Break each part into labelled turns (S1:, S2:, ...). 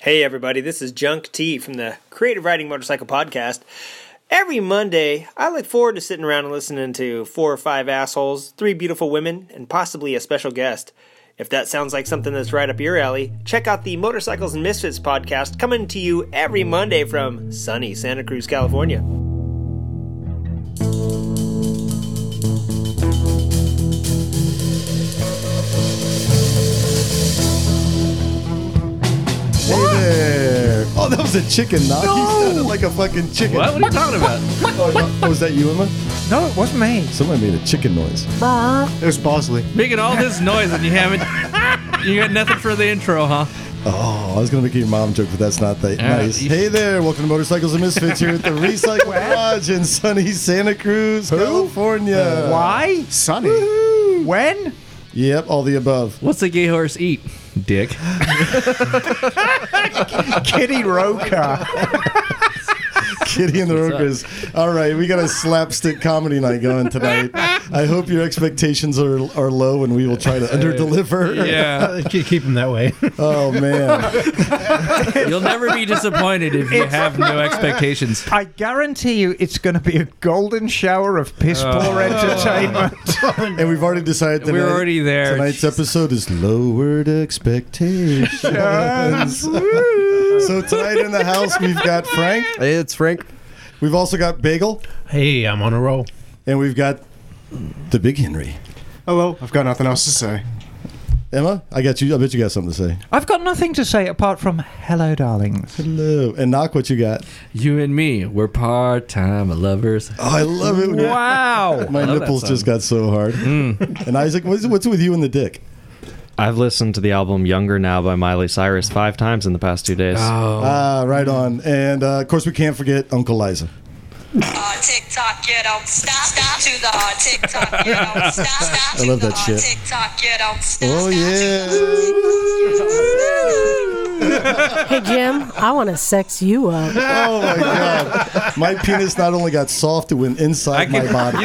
S1: Hey, everybody, this is Junk T from the Creative Riding Motorcycle Podcast. Every Monday, I look forward to sitting around and listening to four or five assholes, three beautiful women, and possibly a special guest. If that sounds like something that's right up your alley, check out the Motorcycles and Misfits podcast coming to you every Monday from sunny Santa Cruz, California.
S2: Hey there. Oh, that was a chicken knock. He sounded like a fucking chicken.
S3: What? What are you talking about?
S2: Oh, no. Oh, was that you, Emma?
S4: No, it wasn't me.
S2: Someone made a chicken noise.
S5: It was Bosley.
S3: Making all this noise and you haven't. You got nothing for the intro, huh?
S2: Oh, I was going to make your mom joke, but that's not that nice.
S3: you-
S2: Hey there. Welcome to Motorcycles and Misfits here at the Recycle Garage in sunny Santa Cruz, California.
S4: Why?
S5: Sunny.
S2: Woo.
S4: When?
S2: Yep, all the above.
S3: What's a gay horse eat? Dick.
S4: Kitty Roca.
S2: Kitty and the Rookers. All right, we got a slapstick comedy night going tonight. I hope your expectations are, are low and we will try to underdeliver.
S3: Yeah.
S6: Keep keep them that way.
S2: Oh, man.
S3: You'll never be disappointed if you have no expectations.
S4: I guarantee you it's going to be a golden shower of piss poor entertainment.
S2: And we've already decided
S3: We're
S2: tonight-
S3: already there.
S2: Tonight's episode is lowered expectations. so tonight in the house we've got Frank.
S7: Hey, it's Frank.
S2: We've also got Bagel,
S6: hey, I'm on a roll.
S2: and we've got the Big Henry.
S5: Hello. I've got nothing else to say.
S2: Emma, I got you. I bet you got something to say.
S4: I've got nothing to say apart from hello, darlings.
S2: Hello, and knock what you got.
S3: You and me, we're part time lovers.
S2: Oh, I love it. when-
S3: Wow.
S2: My nipples just got so hard.
S7: Hmm.
S2: And Isaac, what's, what's with you and the dick?
S8: I've listened to the album Younger Now by Miley Cyrus five times in the past two days.
S2: Ah, right on. And uh, of course, we can't forget Uncle Liza.
S9: Uh, TikTok, you don't stop, stop to the uh, TikTok, you don't stop, stop
S2: I
S9: to
S2: love
S9: the
S2: that
S9: uh,
S2: shit.
S9: TikTok, you don't stop.
S2: Oh
S9: stop to
S2: yeah.
S10: Hey Jim, I want to sex you up.
S2: Oh my god. My penis not only got soft, it went inside
S3: I can-
S2: my body.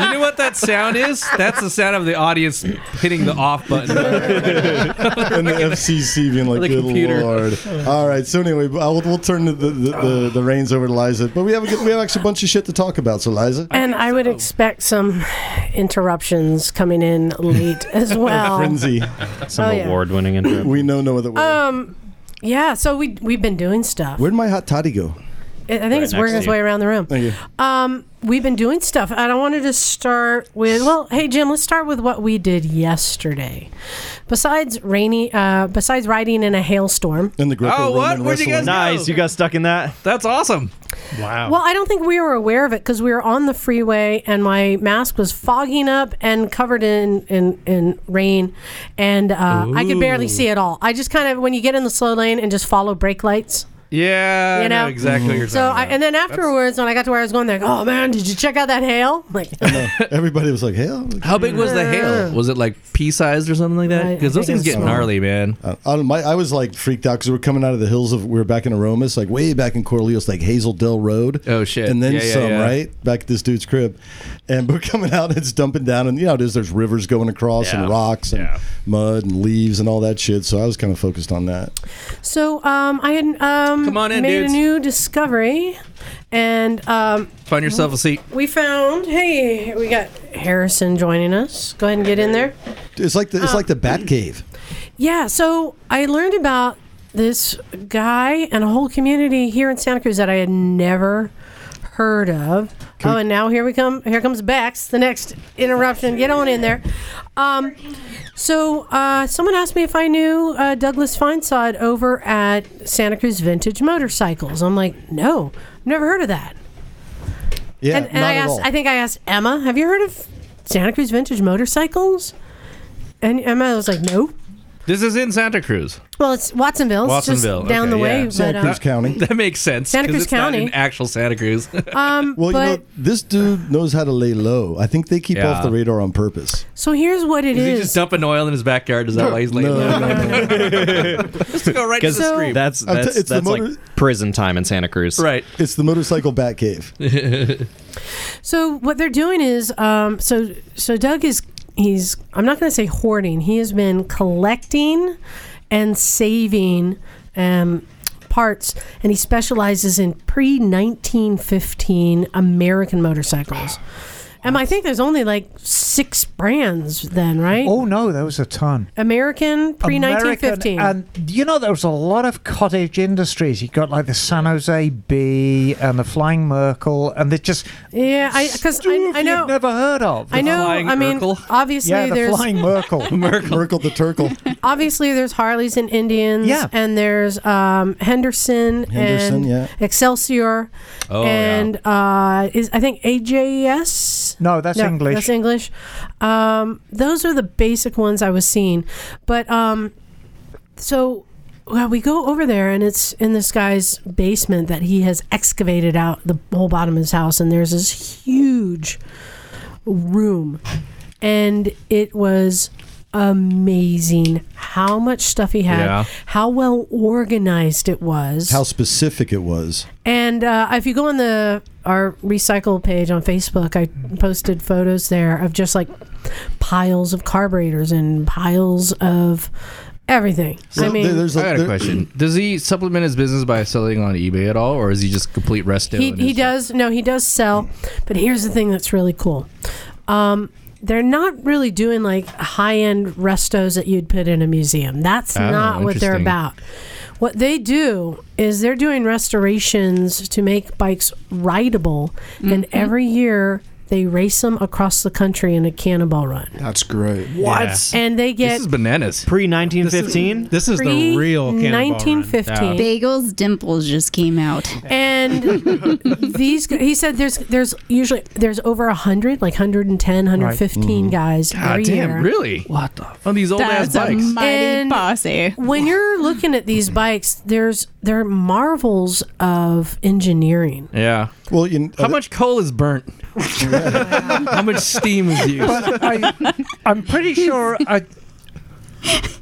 S3: You know what that sound is? That's the sound of the audience hitting the off button.
S2: and the FCC being like,
S3: The
S2: "Good
S3: computer."
S2: lord!" All right. So anyway, we'll, we'll turn the, the, the, the reins over to Liza, but we have a good, we have actually a bunch of shit to talk about. So Liza,
S10: And I would expect some interruptions coming in late as well.
S2: frenzy.
S8: Some
S10: Oh, yeah.
S8: award-winning intro.
S2: We know no other way.
S10: Um, Yeah, so we we've been doing stuff. I
S2: Where'd my hot toddy go?
S10: I think it's
S8: next
S10: working
S8: to
S10: its
S8: you.
S10: way around the room.
S2: Thank you.
S10: Um, we've been doing stuff, and I wanted to start with well, hey Jim, let's start with what we did yesterday. Besides rainy, uh, besides riding in a hailstorm.
S2: In the Greco
S3: Oh, what?
S2: Roman
S3: Where'd you guys
S2: wrestling.
S8: nice, you got stuck in that.
S3: That's awesome. Oh.
S6: Wow.
S10: Well, I don't think we were aware of it because we were on the freeway and my mask was fogging up and covered in in, in rain, and uh, I could barely see at all. I just kind of when you get in the slow lane and just follow brake lights.
S3: Yeah. I
S10: You
S3: know
S10: know?
S3: exactly what you're
S10: So I,
S3: talking
S10: and then afterwards, when I got to where I was going, they're like, "Oh man, did you check out that hail?" I'm Like,
S2: I know. Everybody was like, "Hell!"
S3: about. How big was the hail? Was it like pea sized or something like
S10: Uh. I- I
S3: that? Because those
S10: think
S3: things
S10: it's
S3: get
S10: small.
S3: gnarly, man.
S2: I, Uh, I, don't- my, I was like freaked out because we were coming out of the hills of we were back in Aromas, like way back in Corleos, like Hazel Dell Road.
S3: Oh, shit.
S2: And then
S3: Yeah, yeah,
S2: some,
S3: yeah.
S2: right? Back at this dude's crib, and we're coming out and it's dumping down, and you know, there's there's rivers going across and
S3: Yeah.
S2: rocks and
S3: Yeah.
S2: mud and leaves and all that shit. So I was kind of focused on that.
S10: so um, I had um,
S3: Come on in,
S10: made
S3: dudes.
S10: a new discovery, and um,
S3: Find yourself a seat.
S10: we found hey, we got Harrison joining us. Go ahead and get in there.
S2: It's like the it's like the Bat Cave.
S10: Yeah, so I learned about this guy and a whole community here in Santa Cruz that I had never heard of. oh, and now here we come. Here comes Bex, the next interruption. Get on in there. Um, so uh, someone asked me if I knew uh, Douglas Feinsod over at Santa Cruz Vintage Motorcycles. I'm like, no, I've never heard of that.
S2: Yeah,
S10: and and
S2: Uh, not
S10: I
S2: at
S10: asked,
S2: all.
S10: I think I asked Emma, have you heard of Santa Cruz Vintage Motorcycles? And Emma was like, no.
S3: This is in Santa Cruz.
S10: Well, it's Watsonville. It's
S3: Watsonville,
S10: just down
S3: okay,
S10: the
S3: yeah.
S10: way.
S2: Santa
S10: but, uh,
S2: Cruz County.
S3: That makes sense.
S10: Santa
S3: 'cause
S10: Cruz
S3: it's not
S10: County.
S3: in actual Santa Cruz.
S10: um,
S2: Well, you
S10: but
S2: know, this dude knows how to lay low. I think they keep
S3: Yeah.
S2: off the radar on purpose.
S10: so here's what it
S3: Is he
S10: is.
S3: just dumping oil in his backyard? Is that why he's laying
S2: No,
S3: low?
S2: no, no.
S3: Just go right to the
S10: So-
S3: stream.
S8: That's
S2: I'll
S8: that's,
S2: tell- it's the
S8: that's
S2: motor-
S8: like prison time in Santa Cruz.
S3: right.
S2: It's the motorcycle Bat Cave.
S10: so what they're doing is, um, so so Doug is he's I'm not going to say hoarding. He has been collecting and saving um, parts, and he specializes in pre 1915 American motorcycles. And I think there's only like six brands then, right?
S4: Oh no, there was a ton.
S10: American pre
S4: American,
S10: 1915.
S4: And you know, there was a lot of cottage industries. You got like the San Jose Bee and the Flying Merkel, and they just
S10: Yeah, I because I,
S4: stuff
S10: I know
S4: you've never heard of.
S10: I know.
S3: Flying
S10: I mean,
S3: Urkel.
S10: obviously
S4: yeah, the
S10: there's
S4: Flying Merkel.
S2: Merkel. the Turkle.
S10: obviously there's Harleys and Indians.
S4: Yeah.
S10: and there's um, Henderson,
S2: Henderson,
S10: and
S2: yeah.
S10: Excelsior.
S3: Oh,
S10: and uh, is I think AJS.
S4: No, that's English.
S10: That's English. Um, those are the basic ones I was seeing, but um, so well, we go over there, and it's in this guy's basement that he has excavated out the whole bottom of his house, and there's this huge room, and it was amazing how much stuff he had,
S3: Yeah.
S10: how well organized it was,
S2: How specific it was.
S10: and uh, if you go on the our recycle page on Facebook, I posted photos there of just like piles of carburetors and piles of everything. I
S2: Well, there-
S10: mean,
S2: there's a,
S7: I got a
S2: there-
S7: question. Does he supplement his business by selling on eBay at all, or is he just complete resto?
S10: he
S7: and
S10: he
S7: it's-
S10: does no he does sell, but here's the thing that's really cool. Um, they're not really doing like high end restos that you'd put in a museum. That's
S7: Oh,
S10: not what they're
S7: interesting.
S10: about. What they do is they're doing restorations to make bikes rideable, and every year they race them across the country in a cannonball run.
S5: That's great.
S6: What?
S10: And they
S7: This
S10: get
S7: is bananas.
S8: Pre 1915?
S6: This is the real cannonball run.
S10: 1915.
S11: Bagel's dimples just came out.
S10: and these g- he said there's there's usually there's over 100 like 110
S2: Mm-hmm.
S10: 115 guys every
S7: damn,
S10: year.
S7: really? What the? On these old ass
S11: That's a
S7: bikes.
S11: mighty
S10: And-
S11: bossy.
S10: when you're looking at these bikes, there's they're marvels of engineering.
S7: Yeah.
S2: well, you, kn-
S7: How much coal is burnt? How much steam is used?
S4: but I, I'm pretty sure I.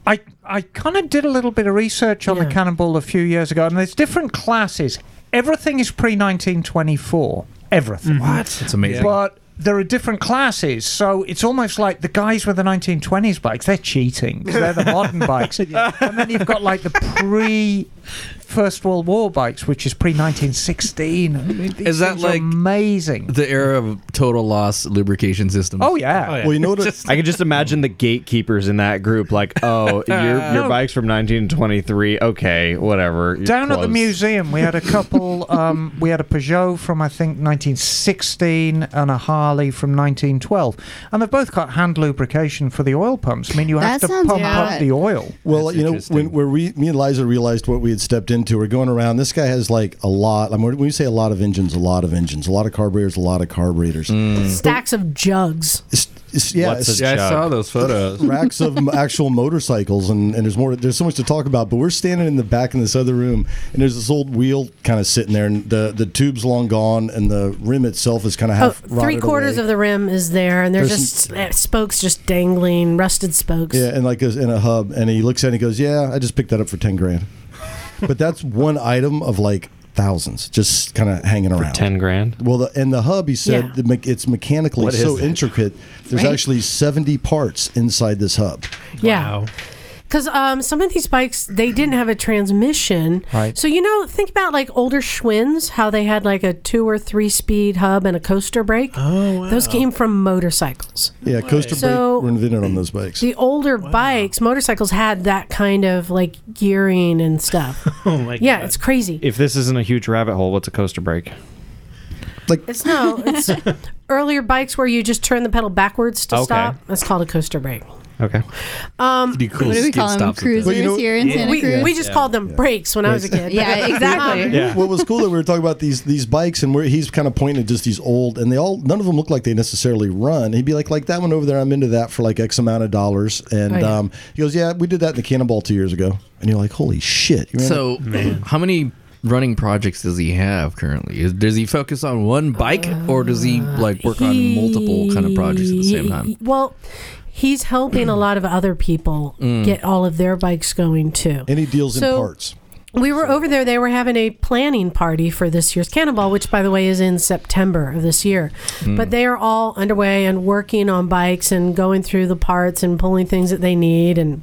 S4: I, I kind of did a little bit of research on
S10: Yeah.
S4: the cannonball a few years ago, and there's different classes. Everything is pre 1924. Everything.
S7: Mm-hmm. what? It's amazing.
S4: But there are different classes, so it's almost like the guys with the 1920s bikes, they're cheating 'cause they're the modern bikes. And then you've got like the pre First World War bikes, which is pre 1916. I mean, these
S7: Is that
S4: things are
S7: like-
S4: amazing?
S7: the era of total loss lubrication systems.
S4: Oh, yeah.
S6: Oh, yeah.
S2: well, you know what?
S8: I can just imagine the gatekeepers in that group, like, oh, your, your bike's from 1923. Okay, whatever. You're
S4: Down at the
S8: close.
S4: museum, we had a couple. Um, we had a Peugeot from I think 1916 and a Harley from 1912, and they've both got hand lubrication for the oil pumps. I mean, you have
S11: That
S4: to
S11: sounds
S4: pump up
S11: hot.
S4: the
S3: Oh,
S4: oil.
S2: Well,
S7: That's
S2: you know,
S7: interesting.
S2: when where we, me and Liza realized what we had stepped into, we're going around. This guy has like a lot. I mean, when you say a lot of engines, a lot of engines, a lot of carburetors, a lot of carburetors.
S10: Stacks of jugs.
S2: It's, it's, yeah,
S8: What's
S2: it's
S8: a
S7: yeah, I
S8: Chug.
S7: saw those photos.
S2: racks of m- actual motorcycles, and, and there's more. There's so much to talk about. But we're standing in the back in this other room, and there's this old wheel kind of sitting there, and the the tube's long gone, and the rim itself is kind of
S10: Oh,
S2: half.
S10: three quarters of the rim is there, and there's,
S2: There's
S10: just uh, spokes just dangling, rusted spokes.
S2: Yeah, and like goes in a hub, and he looks at it and goes, "Yeah, I just picked that up for ten grand." but that's one item of like thousands, just kind of hanging around.
S8: 10 grand.
S2: Well, the, and the hub, he said,
S10: Yeah.
S2: the me- it's mechanically
S8: What is
S2: so
S8: that?
S2: intricate. There's
S11: Right.
S2: actually 70 parts inside this hub.
S10: Yeah. Because um, some of these bikes, they didn't have a transmission.
S4: Right.
S10: So, you know, think about like older Schwinn's, how they had like a two or three speed hub and a coaster brake. Oh, wow. Those came from motorcycles.
S2: Yeah, coaster
S10: So-
S2: brake were invented on those bikes.
S10: The older bikes, motorcycles had that kind of like gearing and stuff.
S6: Oh my
S10: yeah,
S6: god.
S10: it's crazy.
S8: If this isn't a huge rabbit hole, what's a coaster brake?
S10: It's no, it's earlier bikes where you just turn the pedal backwards to
S8: Okay.
S10: stop. That's called a coaster brake.
S8: Okay.
S11: What do we call them? Cruisers
S2: But you know-
S11: here in Santa
S10: We,
S11: Cruz?
S10: we just called them brakes when I was a kid.
S11: yeah, exactly.
S8: Yeah.
S2: what was cool that we were talking about these these bikes and where he's kind of pointing at just these old and they all none of them look like they necessarily run. He'd be like, like that one over there, I'm into that for like X amount of dollars. And
S10: Oh, yeah.
S2: um, he goes, yeah, we did that in the Cannonball two years ago. And you're like, holy shit! You ran
S7: So, how many running projects does he have currently? Is, does he focus on one bike, or does he
S10: Uh,
S7: like work on multiple kind of projects at the same time?
S10: Well, he's helping a lot of other people
S7: Mm.
S10: get all of their bikes going too.
S2: and he deals in
S10: So-
S2: parts.
S10: We were over there. They were having a planning party for this year's Cannonball, which, by the way, is in September of this year.
S7: Mm.
S10: But they are all underway and working on bikes and going through the parts and pulling things that they need. And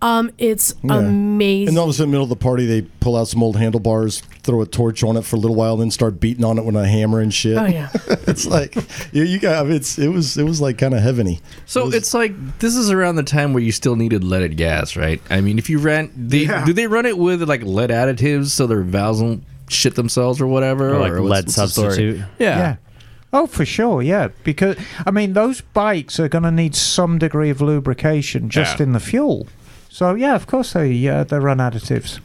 S10: Um, it's
S2: Yeah.
S10: amazing.
S2: And all of a sudden, middle of the party, they pull out some old handlebars, throw a torch on it for a little while, then start beating on it with a hammer and shit.
S10: Oh, yeah.
S2: it's like you, you got it's it was it was like kind of heaveny.
S7: So it's like this is around the time where you still needed leaded gas, right? I mean, if you ran, they,
S2: Yeah.
S7: do they run it with like lead additives so their valves won't shit themselves or whatever,
S8: Or, like,
S7: what's-
S8: lead
S7: what's the story?
S8: substitute?
S7: Yeah.
S4: Oh, for sure, yeah. Because I mean, those bikes are going to need some degree of lubrication just
S10: Yeah.
S4: in the fuel. So yeah, of course they uh, they run additives.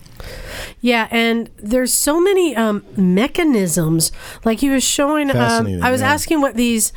S10: Yeah, and there's so many um, mechanisms. Like he was showing, um,
S4: Fascinating,
S10: I was
S4: yeah.
S10: asking what these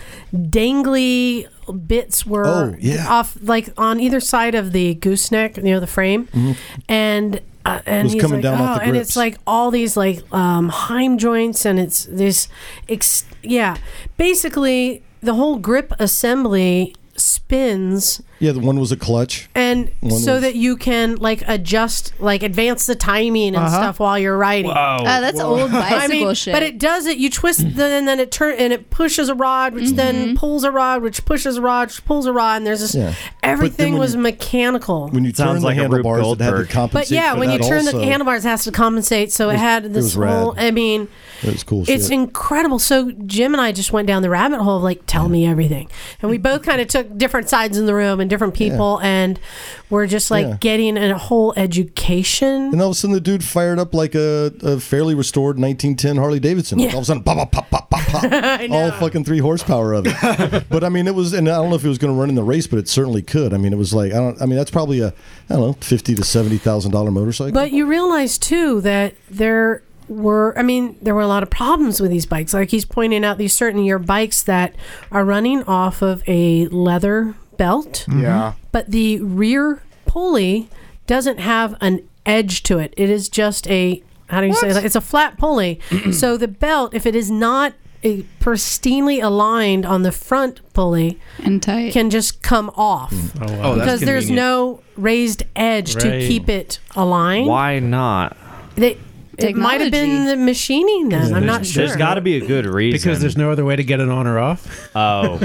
S10: dangly bits were
S4: Oh, yeah.
S10: off, like on either side of the gooseneck, you know, the frame,
S7: Mm-hmm.
S10: and. Uh, and
S2: was
S10: he's
S2: coming
S10: like,
S2: down
S10: oh,
S2: off the
S10: and it's
S2: grips.
S10: like all these like um, heim joints, and it's this, ex- yeah. Basically, the whole grip assembly spins
S2: Yeah, the one was a clutch.
S10: and
S2: One
S10: so
S2: was-
S10: that you can like adjust, like advance the timing and
S2: Uh-huh.
S10: stuff while you're riding.
S2: Wow.
S11: Oh, that's Whoa. old
S10: I mean,
S11: bicycle shit.
S10: But it does it. You twist the, and then it turn and it pushes a rod, which
S11: Mm-hmm.
S10: then pulls a rod, which pushes a rod, which pulls a rod, and there's this.
S2: Yeah. But then
S10: Everything
S2: when
S10: was
S2: you-
S10: mechanical.
S2: When you turn
S8: Sounds
S2: the
S8: like a Rube
S2: handlebars, it had to
S8: Goldberg.
S2: compensate.
S10: but yeah,
S2: for
S10: when you
S2: that
S10: turn
S2: also.
S10: the handlebars, it has to compensate. So it, had
S2: it
S10: this
S2: was rad.
S10: whole. I mean,
S2: it was cool.
S10: it's
S2: shit.
S10: incredible. So Jim and I just went down the rabbit hole of like, tell me everything. And we both kind of took different sides in the room and different people, and we're just like
S2: Yeah.
S10: getting a whole education.
S2: And all of a sudden, the dude fired up like a, a fairly restored 1910 Harley Davidson. Like,
S10: Yeah.
S2: all of a sudden, pop, pop, pop, pop, pop,
S10: I
S2: pop. all fucking three horsepower of it. but I mean, it was, and I don't know if it was going to run in the race, but it certainly could. I mean, it was like I don't. I mean, that's probably a I don't know, fifty to seventy thousand dollar motorcycle.
S10: But you realize too that there were, I mean, there were a lot of problems with these bikes. Like he's pointing out these certain year bikes that are running off of a leather belt.
S5: Yeah.
S10: But the rear pulley doesn't have an edge to it. It is just a how do you say that? It's a flat pulley. so the belt, if it is not a pristinely aligned on the front pulley,
S11: and tight,
S10: can just come
S4: Mm.
S10: off
S8: Oh,
S10: because there's no raised edge
S8: Right.
S10: to keep it aligned.
S8: Why not?
S10: They, it might have been the machining then. I'm not sure.
S8: There's got to be a good reason.
S12: Because there's no other way to get it on or off.
S8: Oh,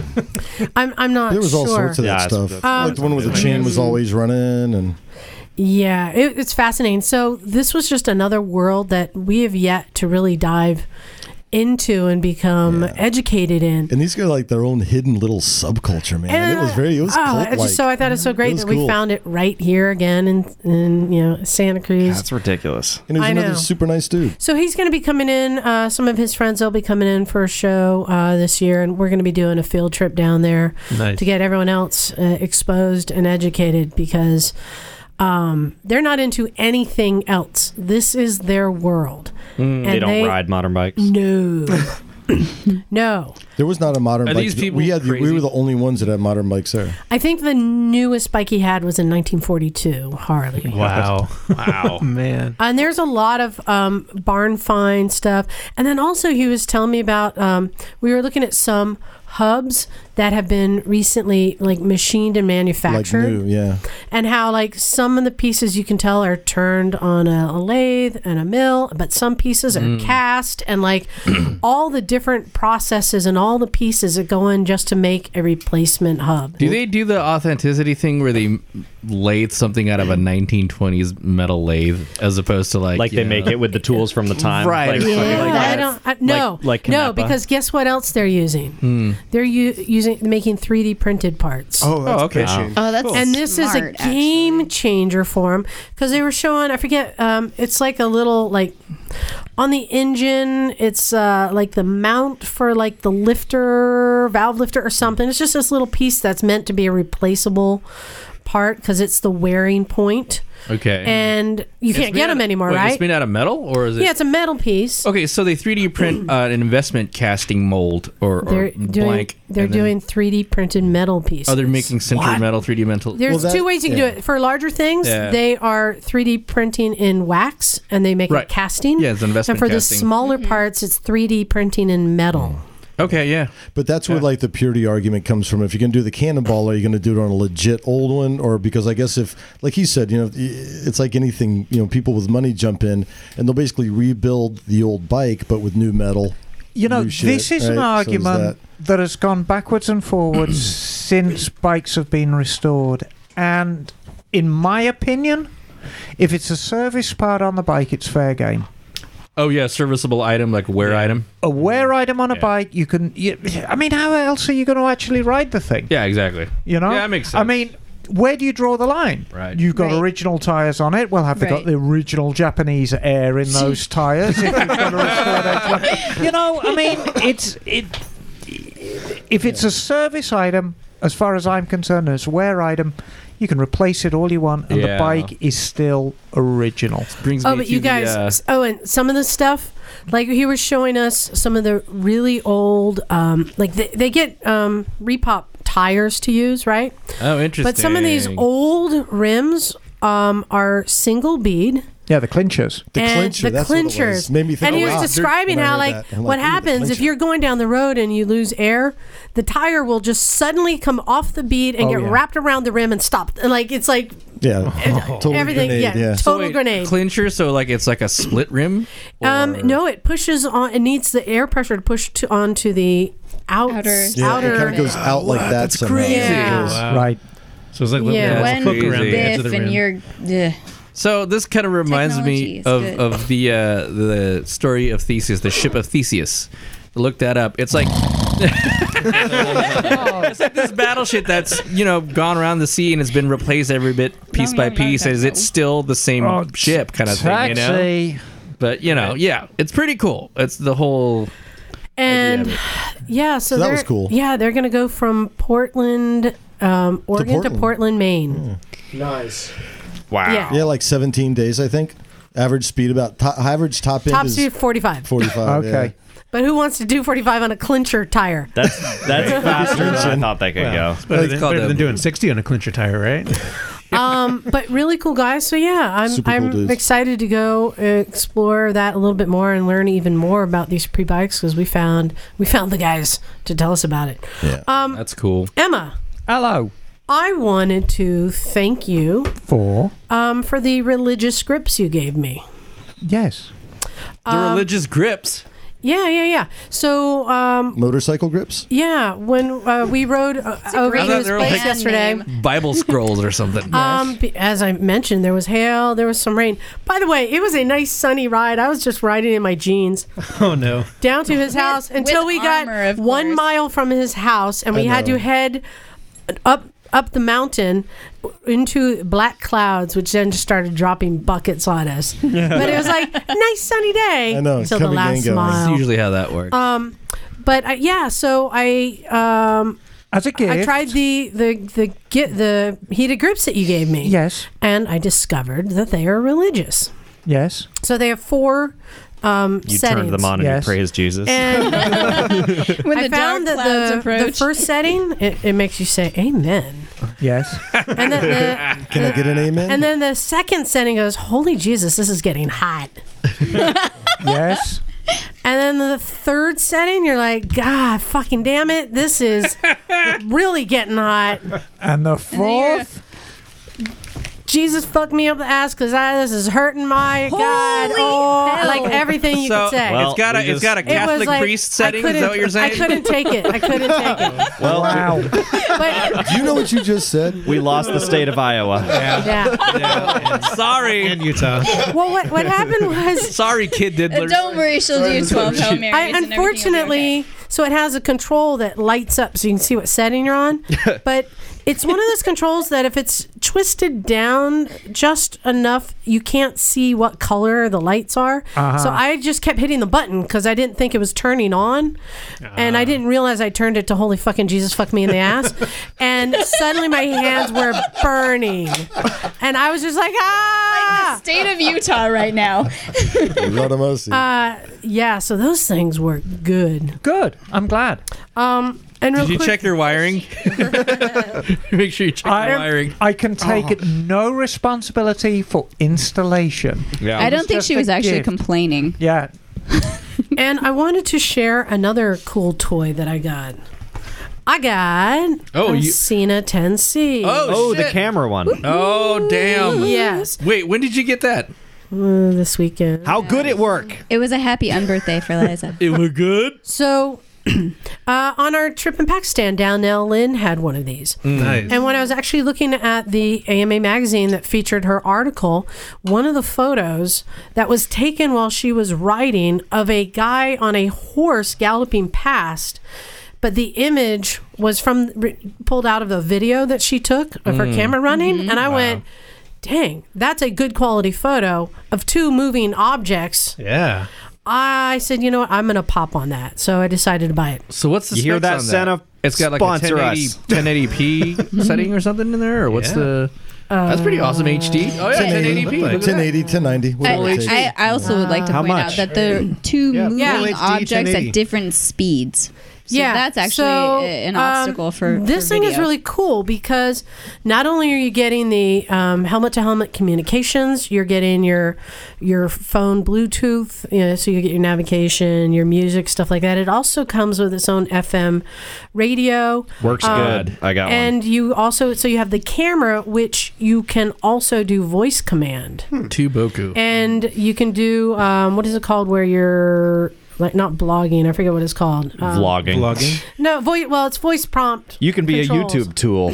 S10: I'm, I'm not
S2: there was all
S10: sure.
S2: sorts of that
S8: Yeah,
S2: stuff.
S8: it's-
S10: Um,
S2: like the one where the chain was always running, and
S10: Yeah, it, it's fascinating. So this was just another world that we have yet to really dive into and become educated in.
S2: and these got like their own hidden little subculture, man. And it was very, it was
S10: oh,
S2: cult
S10: it's just so I thought it was so great
S2: was
S10: that we
S2: cool.
S10: found it right here again in, in you know Santa Cruz.
S8: that's ridiculous.
S2: And he was
S10: I
S2: another
S10: know.
S2: super nice dude.
S10: So he's going to be coming in. Uh, some of his friends will be coming in for a show uh, this year, and we're going to be doing a field trip down there
S12: Nice.
S10: to get everyone else uh, exposed and educated because um, they're not into anything else. This is their world.
S8: Mm, they
S10: And
S8: don't
S10: they-
S8: ride modern bikes.
S10: No, no.
S2: There was not a modern
S8: Are
S2: bike.
S8: these people
S2: we had we were the only ones that had modern bikes there.
S10: I think the newest bike he had was in 1942 Harley.
S12: Wow.
S7: wow.
S12: Man.
S10: And there's a lot of um, barn find stuff. And then also, he was telling me about um, we were looking at some hubs that have been recently like machined and
S2: Like
S10: manufactured,
S2: new, yeah.
S10: and how like some of the pieces you can tell are turned on a, a lathe and a mill, but some pieces are
S11: Mm.
S10: cast, and like all the different processes and all the pieces that go in just to make a replacement hub.
S7: Do they do the authenticity thing where they lathe something out of a 1920s metal lathe as opposed to like
S8: Like they
S7: you
S8: make
S7: know-
S8: it with the tools from the time,
S7: Right.
S8: Like,
S7: Yeah.
S8: fucking like
S10: I
S8: that.
S10: don't. I, no,
S8: like
S10: no,
S8: Knappa?
S10: because guess what else they're using?
S5: Hmm.
S10: They're u- using making 3D printed parts.
S5: Oh, that's Oh, okay. bitchin'.
S11: Oh, that's
S10: and this is
S11: smart,
S10: a game changer for them because they were showing. I forget. Um, it's like a little like on the engine. It's uh, like the mount for like the lifter, valve lifter, or something. It's just this little piece that's meant to be a replaceable part because it's the wearing point.
S7: Okay.
S10: And you
S7: It's
S10: can't
S7: made
S10: get
S7: out
S10: them
S7: of-
S10: anymore,
S7: wait,
S10: right?
S7: It's made out of metal or is it?
S10: yeah, it's a metal piece.
S7: Okay, so they 3D print uh, an investment casting mold or, or
S10: They're doing
S7: blank.
S10: they're
S7: and then-
S10: doing 3D printed metal pieces.
S7: Oh, they're making sintered
S10: What?
S7: metal, 3D metal.
S10: There's two ways you can do it. For larger things,
S7: Yeah.
S10: they are 3D printing in wax and they make a
S7: Right.
S10: casting.
S7: Yeah, it's an investment
S10: And for
S7: casting.
S10: the smaller parts, it's 3D printing in metal.
S7: Okay, yeah.
S2: But that's where like the purity argument comes from. If you're going to do the cannonball, are you going to do it on a legit old one, or because I guess if, like he said, you know, it's like anything. You know, people with money jump in and they'll basically rebuild the old bike, but with new metal.
S4: You know,
S2: new shit,
S4: this is an
S2: right? So is
S4: argument
S2: that-
S4: that. has gone backwards and forwards since bikes have been restored, and in my opinion, if it's a service part on the bike, it's fair game.
S3: Oh yeah, serviceable item like wear item.
S2: Mm.
S4: A wear item on a bike, you can. You, I mean, how else are you going to actually ride the thing?
S3: Yeah, exactly.
S4: You know?
S3: Yeah, that makes sense.
S4: I mean, where do you draw the line?
S3: Right.
S4: You've got original tires on it. Well, have they got
S3: Right.
S4: the original Japanese air in those tires? If you've got a- you know, I mean, it's it. If it's a service item, as far as I'm concerned, it's a wear item. You can replace it all you want, and
S3: Yeah.
S4: the bike is still original.
S3: Brings
S10: Oh, but you
S8: uh,
S10: guys.
S4: uh,
S10: s- oh, and some of the stuff, like he was showing us some of the really old, um, like they, they get um, repop tires to use, right?
S3: Oh, interesting.
S10: But some of these old rims um, are single bead.
S4: yeah, the clinchers.
S10: and the clinchers. and he was describing how, like, what happens if you're going down the road and you lose air, the tire will just suddenly come off the bead and
S2: Oh,
S10: get
S2: yeah.
S10: wrapped around the rim and stopped. And like, it's like
S2: Yeah.
S10: Total everything, grenade, yeah, yeah. total grenade.
S3: Clincher, so like it's like a split rim.
S10: Um, no, it pushes on. It needs the air pressure to push to, onto the out, outer.
S2: Yeah, it kind of goes out like that somehow.
S10: crazy. Yeah.
S4: Right.
S13: So it's like
S11: yeah,
S3: little
S11: when
S3: hook around the edge
S11: biff
S3: of the
S11: and
S3: rim.
S11: you're yeah.
S3: So this kind of reminds
S11: Technology
S3: me
S11: is
S3: of,
S11: good.
S3: of the uh, the story of Theseus, the ship of Theseus. Look that up. It's like it's like this battleship that's you know gone around the sea and has been replaced every bit piece by piece. Is it still the same
S4: Oh,
S3: ship kind of thing? You know.
S4: taxi.
S3: But you know, yeah, it's pretty cool. It's the whole
S10: And yeah, so,
S3: So that
S10: they're-
S3: was cool.
S10: Yeah, they're gonna go from Portland, um, Oregon to Portland,
S2: Portland. Hmm.
S10: Maine.
S5: Nice.
S3: Wow.
S10: Yeah.
S2: Yeah, like 17 days, I think. Average speed about to- average top end
S10: Top
S2: is
S10: speed forty five.
S2: 45.
S4: Okay.
S10: But who wants to do forty five on a clincher tire?
S8: That's that's faster than I thought they could go.
S13: It's better, than, better than doing 60 on a clincher tire, right?
S10: um, but really cool guys. So yeah, I'm
S13: Super cool
S10: I'm
S13: dudes.
S10: excited to go uh, explore that a little bit more and learn even more about these pre bikes because we found we found the guys to tell us about it.
S3: Yeah.
S10: Um,
S3: That's cool.
S10: Emma,
S4: hello.
S10: I wanted to thank you
S4: For
S10: um, for the religious scripts you gave me.
S4: yes,
S3: the
S10: Um,
S3: religious grips.
S10: Yeah, yeah, yeah. So um,
S2: Motorcycle grips?
S10: yeah, when uh, we rode uh, over to
S3: I thought
S10: this
S3: they were like
S10: place yesterday.
S3: Bible scrolls or something.
S10: Um, be- as I mentioned, there was hail, there was some rain. By the way, it was a nice sunny ride. I was just riding in my jeans.
S13: Oh, no.
S10: down to his house until we got one mile from his house, and
S13: I
S10: we had
S13: know.
S10: to head up up the mountain into black clouds, which then just started dropping buckets on us. but it was like nice sunny day
S3: I know,
S10: until the
S3: coming and
S10: last
S3: going. That's
S10: mile.
S3: usually how that works.
S10: Um, but I, yeah, so I um.
S4: As a
S10: I
S4: gift.
S10: tried the the the get the heated grips that you gave me.
S4: Yes,
S10: and I discovered that they are religious.
S4: yes.
S10: So they have four um,
S8: You
S10: settings.
S8: turned them on and you praised Jesus.
S10: And
S11: When
S10: I
S11: the dark
S10: found
S11: clouds
S10: that the, the
S11: approach.
S10: first setting, it, it makes you say amen.
S4: Yes.
S10: And then the,
S2: Can I get an amen?
S10: and then the second setting goes, holy Jesus, this is getting hot.
S4: yes.
S10: And then the third setting, you're like, God, fucking damn it, this is really getting hot.
S4: And the fourth.
S10: Jesus fucked me up the ass because this is hurting my God. Oh,
S11: hell.
S10: like everything you
S3: So,
S10: could say.
S3: Well, it's got a- we it's got a
S10: It was
S3: Catholic priest
S10: I
S3: setting, is that
S10: couldn't-
S3: what you're saying?
S10: I couldn't take it. I couldn't take it.
S8: well,
S4: wow.
S2: Do you know what you just said?
S8: We lost the state of Iowa.
S10: Yeah.
S3: Sorry. In
S13: Utah.
S10: Well, what, what happened was.
S3: Sorry, kid diddler.
S11: worry, she'll do 12 Hail Marys
S10: I,
S11: and everything will be
S10: unfortunately, so it has a control that lights up so you can see what setting you're on. but it's one of those controls that if it's twisted down just enough, you can't see what color the lights are.
S11: Uh-huh.
S10: So I just kept hitting the button because I didn't think it was turning on. And I didn't realize I turned it to holy fucking Jesus fuck me in the ass. and suddenly my hands were burning. And I was just like, ah!
S11: state of Utah right now.
S10: Uh, yeah, so those things work good.
S4: Good. I'm glad.
S10: Um, and real
S3: Did you
S10: quick,
S3: check your wiring? Make sure you check your wiring.
S4: I can
S10: Oh.
S4: take no responsibility for installation.
S3: Yeah.
S11: I don't think
S4: It's
S11: she
S4: just
S11: was
S4: a
S11: actually
S4: gift.
S11: complaining.
S4: Yeah.
S10: and I wanted to share another cool toy that I got. I got
S3: Oh,
S10: a
S3: you-
S10: Cena 10C.
S11: Oh,
S8: the camera one.
S3: Oh damn.
S10: Yes.
S3: Wait, when did you get that?
S10: Mm, this weekend.
S8: How good it worked.
S11: It was a happy unbirthday for Liza.
S3: It was good.
S10: So Uh, on our trip in Pakistan, Downell Lynn had one of these.
S13: Mm. Nice.
S10: And when I was actually looking at the AMA magazine that featured her article, one of the photos that was taken while she was riding of a guy on a horse galloping past, but the image was from re- pulled out of a video that she took of her
S13: Mm.
S10: camera running, and I
S13: Wow.
S10: went. Dang, that's a good quality photo of two moving objects.
S12: Yeah.
S10: I said, you know what? I'm going to pop on that. So I decided to buy it.
S7: So what's the
S10: You hear
S7: specs
S10: that,
S7: on
S10: Santa?
S7: It's got like
S10: Sponsor
S7: a
S10: us.
S7: 1080, p setting or something in there, or what's
S2: Yeah.
S7: the?
S10: Uh,
S7: That's pretty awesome HD. Oh yeah, 1080p. look at that.
S2: 1080, 1090.
S11: I,
S2: whatever it takes.
S11: I, I also would like to
S2: How
S11: point
S2: much?
S11: out that the two moving
S10: Yeah. Full HD,
S11: objects
S10: 1080.
S11: at different speeds. So
S10: yeah,
S11: that's actually
S10: so,
S11: a- an
S10: um,
S11: obstacle for
S10: this
S11: for
S10: thing is
S11: video.
S10: really cool because not only are you getting the um, helmet-to-helmet communications, you're getting your your phone Bluetooth, you know, so you get your navigation, your music, stuff like that. It also comes with its own FM radio.
S8: Works
S10: Um,
S8: good. I got one.
S10: and you also so you have the camera, which you can also do voice command.
S7: To Boku.
S10: And you can do um, what is it called? Where you're like not blogging. I forget what it's called. Um,
S8: Vlogging. Vlogging.
S10: No, voice. Well, it's voice prompt.
S8: You can be
S10: controls.
S8: a YouTube tool.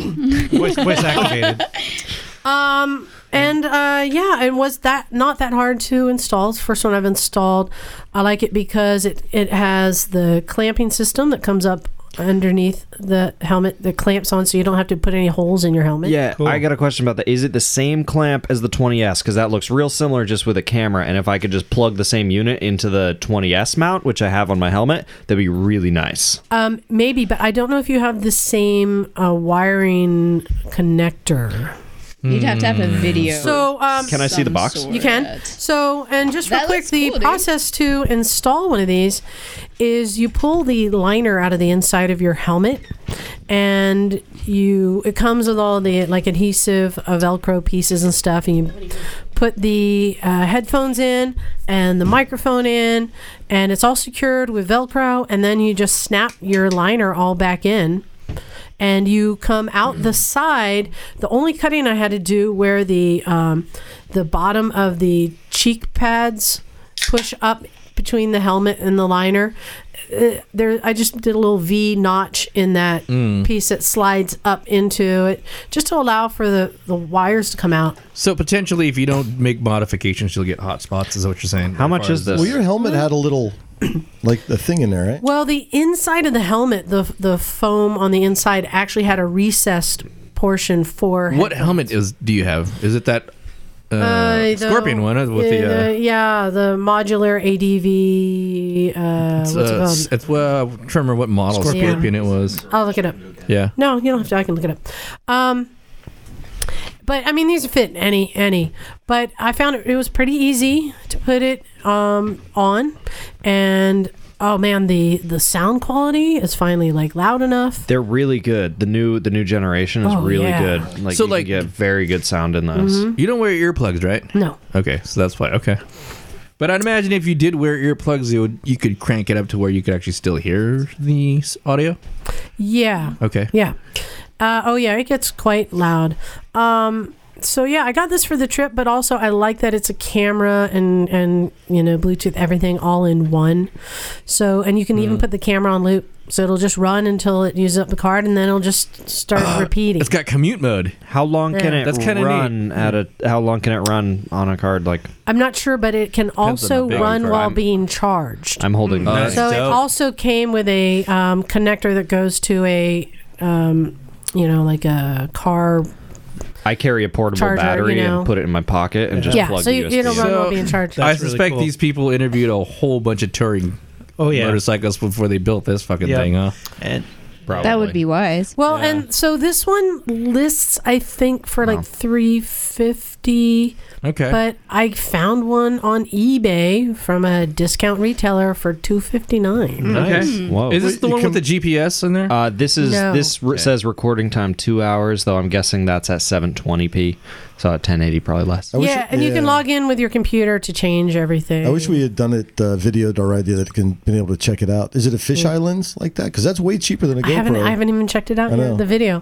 S12: voice, voice activated.
S10: Um, and uh, yeah, it was that not that hard to install. It's the first one I've installed. I like it because it it has the clamping system that comes up underneath the helmet that clamps on, so you don't have to put any holes in your helmet.
S8: Yeah, I got a question about that. Is it the same clamp as the 20S? Because that looks real similar just with a camera. And if I could just plug the same unit into the 20S mount, which I have on my helmet, that'd be really nice.
S10: Um, maybe, but I don't know if you have the same uh, wiring connector.
S11: You'd have to have a video.
S10: So, um,
S8: Hmm. Can I see the box?
S10: You can. So, and just real quick, the process to install one of these is you pull the liner out of the inside of your helmet, and you it comes with all the like adhesive uh, Velcro pieces and stuff, and you put the uh, headphones in and the microphone in, and it's all secured with Velcro, and then you just snap your liner all back in and you come out the side. The only cutting I had to do where the um, the bottom of the cheek pads push up between the helmet and the liner. Uh, there, I just did a little V notch in that
S7: Mm.
S10: piece that slides up into it, just to allow for the the wires to come out.
S7: So potentially, if you don't make modifications, you'll get hot spots. Is what you're saying? How
S8: much is
S2: Well, your helmet had a little, like, a thing in there, right?
S10: Well, the inside of the helmet, the the foam on the inside actually had a recessed portion for
S7: What helmet is do you have? Is it that uh,
S10: the-
S7: scorpion one with
S10: yeah,
S7: the? Uh,
S10: yeah the modular ADV uh,
S7: it's,
S10: what's it
S7: uh,
S10: called?
S7: s- it's well, I can't remember what model
S10: Scorpion.
S7: scorpion, it was.
S10: I'll look it up.
S7: Yeah.
S10: No, you don't have to. I can look it up. Um, but I mean, these fit any any. But I found it, it was pretty easy to put it um, on, and oh man, the the sound quality is finally like loud enough.
S8: They're really good. The new the new generation is
S10: Oh,
S8: really
S10: yeah. Mm-hmm.
S8: good. Like
S7: So,
S8: you can
S7: like-
S8: get very good sound in those.
S7: Mhm. You don't wear earplugs, right?
S10: No.
S7: Okay, so that's why. Okay. But I'd imagine if you did wear earplugs, it would, you could crank it up to where you could actually still hear the s- audio.
S10: Yeah.
S7: Okay.
S10: Yeah. Uh, oh yeah, it gets quite loud. Um, so yeah, I got this for the trip, but also I like that it's a camera and and you know Bluetooth everything all in one. So and you can
S8: Mm.
S10: even put the camera on loop, so it'll just run until it uses up the card, and then it'll just start repeating.
S7: It's got commute mode.
S8: How long can
S10: Yeah.
S8: it
S10: That's kinda
S8: run at a how long can it run on a card like
S10: I'm not sure, but it can
S8: on
S10: also
S8: the big
S10: run
S8: card.
S10: while
S8: I'm-
S10: being charged.
S8: I'm holding
S7: Oh, that's
S8: this.
S10: So it
S7: dope.
S10: also came with a um, connector that goes to a, um, you know, like a car
S8: I carry a portable
S10: Charger, you
S8: battery
S10: know.
S8: and put it in my pocket and just
S10: Yeah,
S8: plug
S10: so you-
S8: USB.
S10: you don't run while being charged.
S7: I
S10: That's really
S7: suspect
S10: cool. Oh,
S7: these people interviewed a whole bunch of touring motorcycles before they built this fucking
S11: Yep.
S7: thing, huh? And probably.
S11: That would be wise.
S10: Well, and so this one lists, I think, for like three fifty.
S7: Okay.
S10: But I found one on eBay from a discount retailer for two fifty nine.
S7: Hmm, Okay.
S8: Whoa.
S7: Is this the one with the GPS in there?
S8: Uh, this is
S10: Hmm. No.
S8: this re-
S7: Okay.
S8: says recording time two hours, though I'm guessing that's at 720p, so at 1080 probably less.
S10: Yeah, and you can log in with your computer to change everything.
S2: I wish we had done it uh, videoed already that can been able to check it out. Is it a
S11: Mm.
S2: fisheye lens like that? Because that's way cheaper than a
S10: I
S2: GoPro.
S10: haven't, I haven't even checked it out
S2: I
S10: yet,
S2: know.
S10: the video.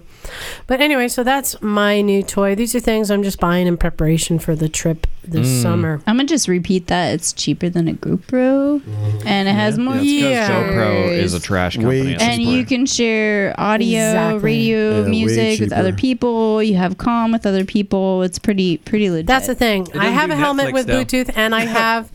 S10: But anyway, so that's my new toy. These are things I'm just buying in preparation for the trip this
S11: Mm.
S10: summer.
S11: I'm gonna just repeat that. It's cheaper than a GoPro, and it has more
S8: Yeah,
S11: years.
S8: it's 'cause GoPro is a trash company. Way
S11: and you can share audio,
S10: Exactly.
S11: radio,
S8: Yeah, way
S11: music with other
S8: cheaper.
S11: people. You have calm with other people. It's pretty pretty legit.
S10: That's the thing. I have a helmet with Bluetooth, and I have,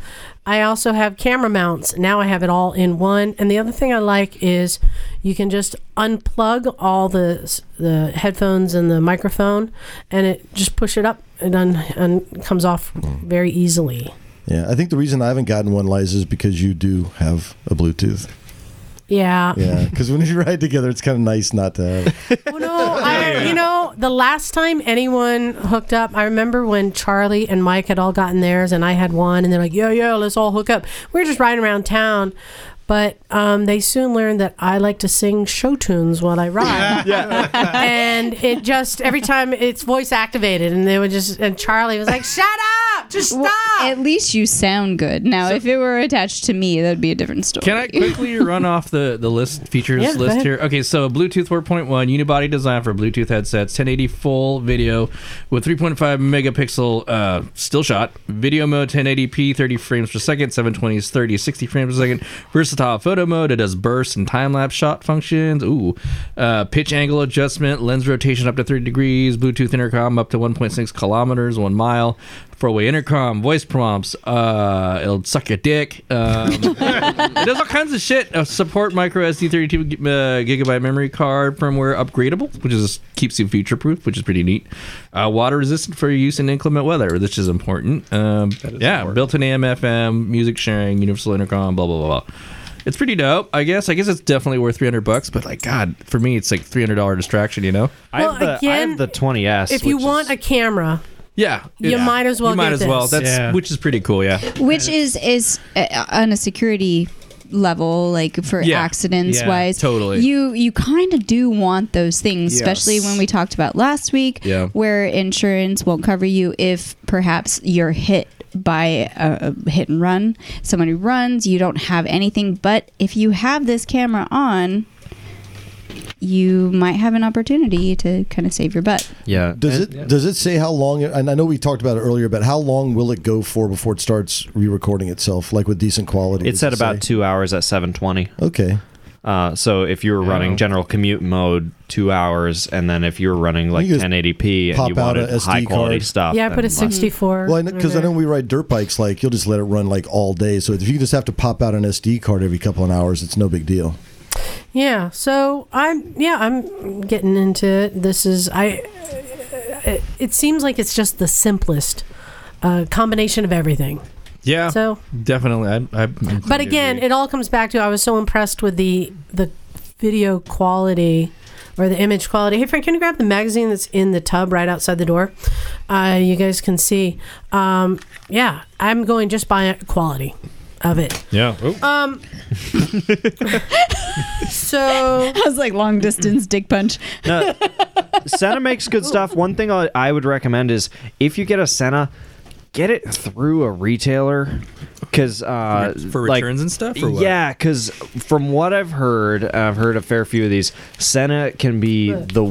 S10: I also have camera mounts. Now I have it all in one. And the other thing I like is you can just unplug all the the headphones and the microphone, and it just push it up and un, un comes off very easily.
S2: Yeah, I think the reason I haven't gotten one, Liza, is because you do have a Bluetooth.
S11: Uh.
S10: Yeah.
S2: Yeah, because when you ride together, it's kind of nice not to have. it.
S10: I, you know, the last time anyone hooked up, I remember when Charlie and Mike had all gotten theirs, and I had one, and they're like, "Yo, yo, let's all hook up." We were just riding around town, but um, they soon learned that I like to sing show tunes while I ride, and it just every time it's voice activated, and they would just and Charlie was like, "Shut up, just stop."
S11: at least you sound good. Now, if it were attached to me, that'd be a different story.
S3: Can I quickly run off the, the list features
S11: Yeah, go
S3: list
S11: ahead.
S3: here? Okay, so Bluetooth 4.1 unibody design for Bluetooth headsets, 1080 full video with 3.5 megapixel uh, still shot, video mode 1080p 30 frames per second, 720 is 30 60 frames per second, versatile photo mode. It has burst and time lapse shot functions. Ooh, uh, pitch angle adjustment, lens rotation up to 30 degrees, Bluetooth intercom up to 1.6 kilometers, one mile. Four-way intercom, voice prompts. Uh, it'll suck your dick. Um, it does all kinds of shit. Uh, support micro SD 32 gi- uh, gigabyte memory card firmware upgradable, which is keeps you future proof, which is pretty neat. Uh, water resistant for use in inclement weather, which is important. Um, yeah, built-in AM FM, music sharing, universal intercom, blah blah blah. blah. It's pretty dope, I guess. I guess it's definitely worth 300 bucks, but like God, for me it's like $300 distraction, you know.
S10: I have Well, the- I again, have the
S3: 20s.
S10: if you want a camera,
S3: yeah,
S10: you
S3: Yeah.
S10: might as well
S3: You might
S10: get
S3: as well.
S10: this.
S3: That's
S10: Yeah.
S3: which is pretty cool, yeah.
S11: Which is is uh, on a security level, like for
S3: Yeah.
S11: accidents
S3: Yeah,
S11: wise.
S3: totally.
S11: You you kind of do want those things,
S3: Yes.
S11: especially when we talked about last week,
S3: Yeah.
S11: where insurance won't cover you if perhaps you're hit by a, a hit and run. Someone who runs, you don't have anything. But if you have this camera on. You might have an opportunity to kind of save your butt.
S2: Yeah. Does it does it say how long? And I know we talked about it earlier, but how long will it go for before it starts re-recording itself, like with decent quality?
S8: It's
S2: Does
S8: at
S2: it say?
S8: about two hours at 720.
S2: Okay.
S8: Uh, so if you were
S7: Oh.
S8: running general commute mode, two hours, and then if you were running like
S2: You just
S8: 1080p and you
S2: pop out a
S8: wanted
S2: SD
S8: high quality
S2: card.
S8: stuff,
S10: yeah, I put a
S8: then less.
S10: sixty-four.
S2: Well, because I, know we ride dirt bikes, like you'll just let it run like all day. So if you just have to pop out an SD card every couple of hours, it's no big deal.
S10: Yeah. So I'm yeah I'm getting into it. This is I. It, it seems like it's just the simplest uh, combination of everything.
S3: Yeah.
S10: So-
S3: definitely I, I
S10: But again, it all comes back to I was so impressed with the the video quality or the image quality. Hey Frank, can you grab the magazine that's in the tub right outside the door? Uh, you guys can see. Um, yeah, I'm going just by quality of it.
S3: Yeah.
S10: Um. so
S11: I was like long distance dick punch.
S8: No, Senna makes good stuff. One thing I I would recommend is if you get a Senna, get it through a retailer because uh,
S3: For
S8: like-
S3: returns and stuff, or what?
S8: Yeah, because from what I've heard, I've heard a fair few of these. Senna can be the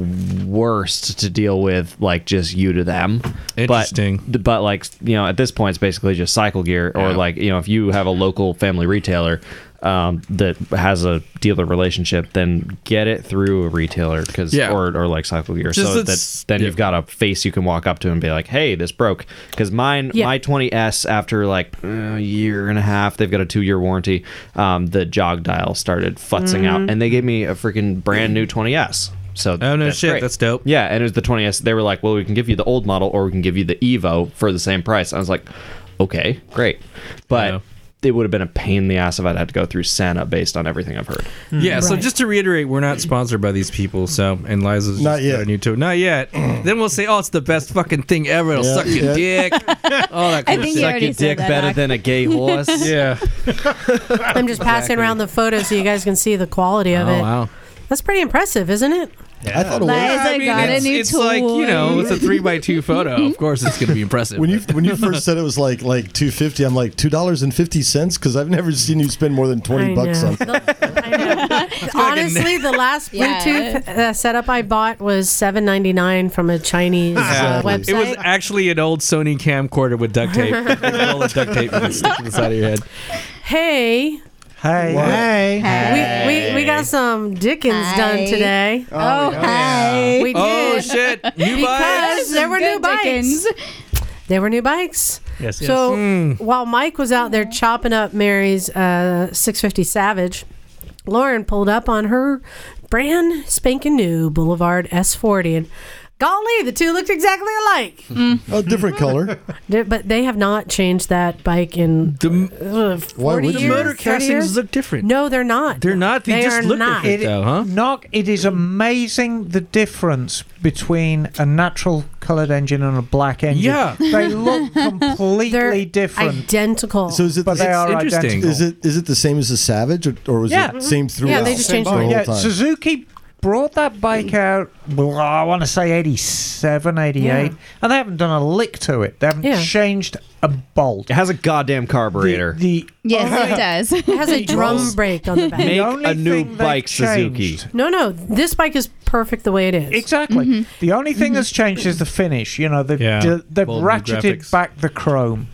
S8: worst to deal with, like just you to them. Interesting, but, but like you know, at this point, it's basically just Cycle Gear or like you know, if you have a local family retailer. Um, that has a dealer relationship, then get it through a retailer because
S3: Yeah.
S8: or, or like Cycle Gear,
S3: Just
S8: so
S3: that's-
S8: that then you've got a face you can walk up to and be like, "Hey, this broke." Because mine,
S3: Yeah.
S8: my 20s, after like uh, a year and a half, they've got a two-year warranty. Um, the jog dial started futzing
S3: Mhm.
S8: out, and they gave me a freaking brand new 20s. So oh no
S3: shit, that's dope.
S8: Yeah, and it was the 20s. They were like, "Well, we can give you the old model, or we can give you the Evo for the same price." I was like, "Okay, great," but. It would have been a pain in the ass if I'd had to go through Santa based on everything I've heard.
S3: Yeah, so just to reiterate, we're not sponsored by these people. So, and Liza's not yet. on YouTube. Not yet. then we'll say, oh, it's the best fucking thing ever. It'll
S8: Yeah,
S3: suck your
S8: yeah.
S3: dick. All that
S10: I
S3: cool
S10: think
S3: shit.
S10: you Suck already your said dick that, better Doc. than
S8: a gay
S10: horse.
S3: yeah.
S10: I'm just passing around the photo so you guys can see the quality of
S3: Oh,
S10: it.
S3: wow.
S10: That's pretty impressive, isn't it?
S2: I thought it was.
S10: Liza got a
S3: it's,
S10: new
S3: it's like you know, it's a three by two photo. Of course, it's gonna be impressive.
S2: When you when you first said it was like like two fifty, I'm like two dollars and fifty cents because I've never seen you spend more than twenty
S3: I
S2: bucks
S3: know.
S2: on.
S10: Honestly, the last
S11: Yeah.
S10: Bluetooth uh, setup I bought was seven ninety nine from a Chinese uh, website.
S3: It was actually an old Sony camcorder with duct tape. All the duct tape you can stick to the side of your head.
S10: hey,
S4: Hey.
S10: Hey. We, we, we got some Dickens done today. Oh, hey. We did.
S3: Oh, shit. New
S10: because
S3: bikes?
S10: there were new
S11: Good
S10: bikes. There were new bikes.
S3: Yes, yes.
S10: So
S2: Hmm.
S3: Mm.
S10: while Mike was out there chopping up Mary's uh, 650 Savage, Lauren pulled up on her brand spanking new Boulevard S40 and golly, the two looked exactly alike.
S2: A different color.
S10: They- But they have not changed that bike in uh, 40
S2: Why would
S10: years.
S2: you? The motor
S10: 30
S4: castings
S10: years?
S4: look different.
S10: No, they're not.
S3: They're not.
S10: They are not.
S4: It- Knock. It is amazing the difference between a natural coloured engine and a black engine.
S3: Yeah.
S4: they look completely different.
S10: Identical.
S2: So is it?
S4: But they are identical.
S2: Is it is it the same as the Savage, or, or was
S4: Yeah.
S2: it same throughout? the whole
S4: Yeah,
S2: time?
S4: Suzuki brought that bike out. Well, I want to say 87, 88,
S8: Yeah.
S4: and they haven't done a lick to it. They haven't changed a bolt.
S8: It has a goddamn carburetor.
S4: The,
S11: Yes, it does.
S10: Oh, It has a drum brake on the back.
S8: Make a new bike, Suzuki.
S10: No, no, this bike is perfect the way it is.
S4: Exactly.
S11: Mm-hmm.
S4: The only thing that's changed is the finish. You know, they've d- they've
S3: bold new graphics.
S4: ratcheted back the chrome.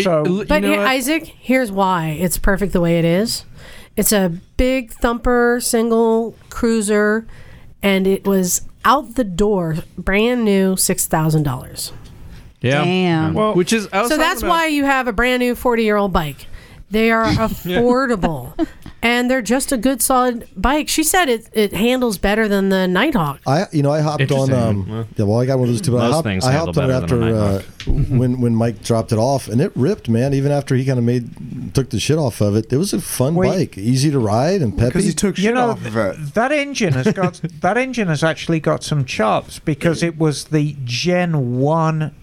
S4: So,
S10: But here, Isaac, here's why it's perfect the way it is. It's a big thumper single cruiser, and it was out the door, brand new, six thousand dollars.
S3: Yeah.
S11: Damn.
S3: Well, Which is I was
S10: So
S3: talking
S10: that's
S3: about-
S10: why you have a brand new forty year old bike. They are affordable, and they're just a good solid bike. She said it it handles better than the Nighthawk.
S2: I you know I hopped on
S8: Interesting.
S2: um yeah well I got one of those too but I
S8: Most
S2: hopped,
S8: things
S2: I
S8: handle
S2: hopped on it
S8: better than a
S2: after uh, when when Mike dropped it off and it ripped man even after he kind of made took the shit off of it it was a fun
S4: Wait.
S2: bike easy to ride and peppy
S4: you know, th- That engine has got that engine has actually got some chops because it was the Gen One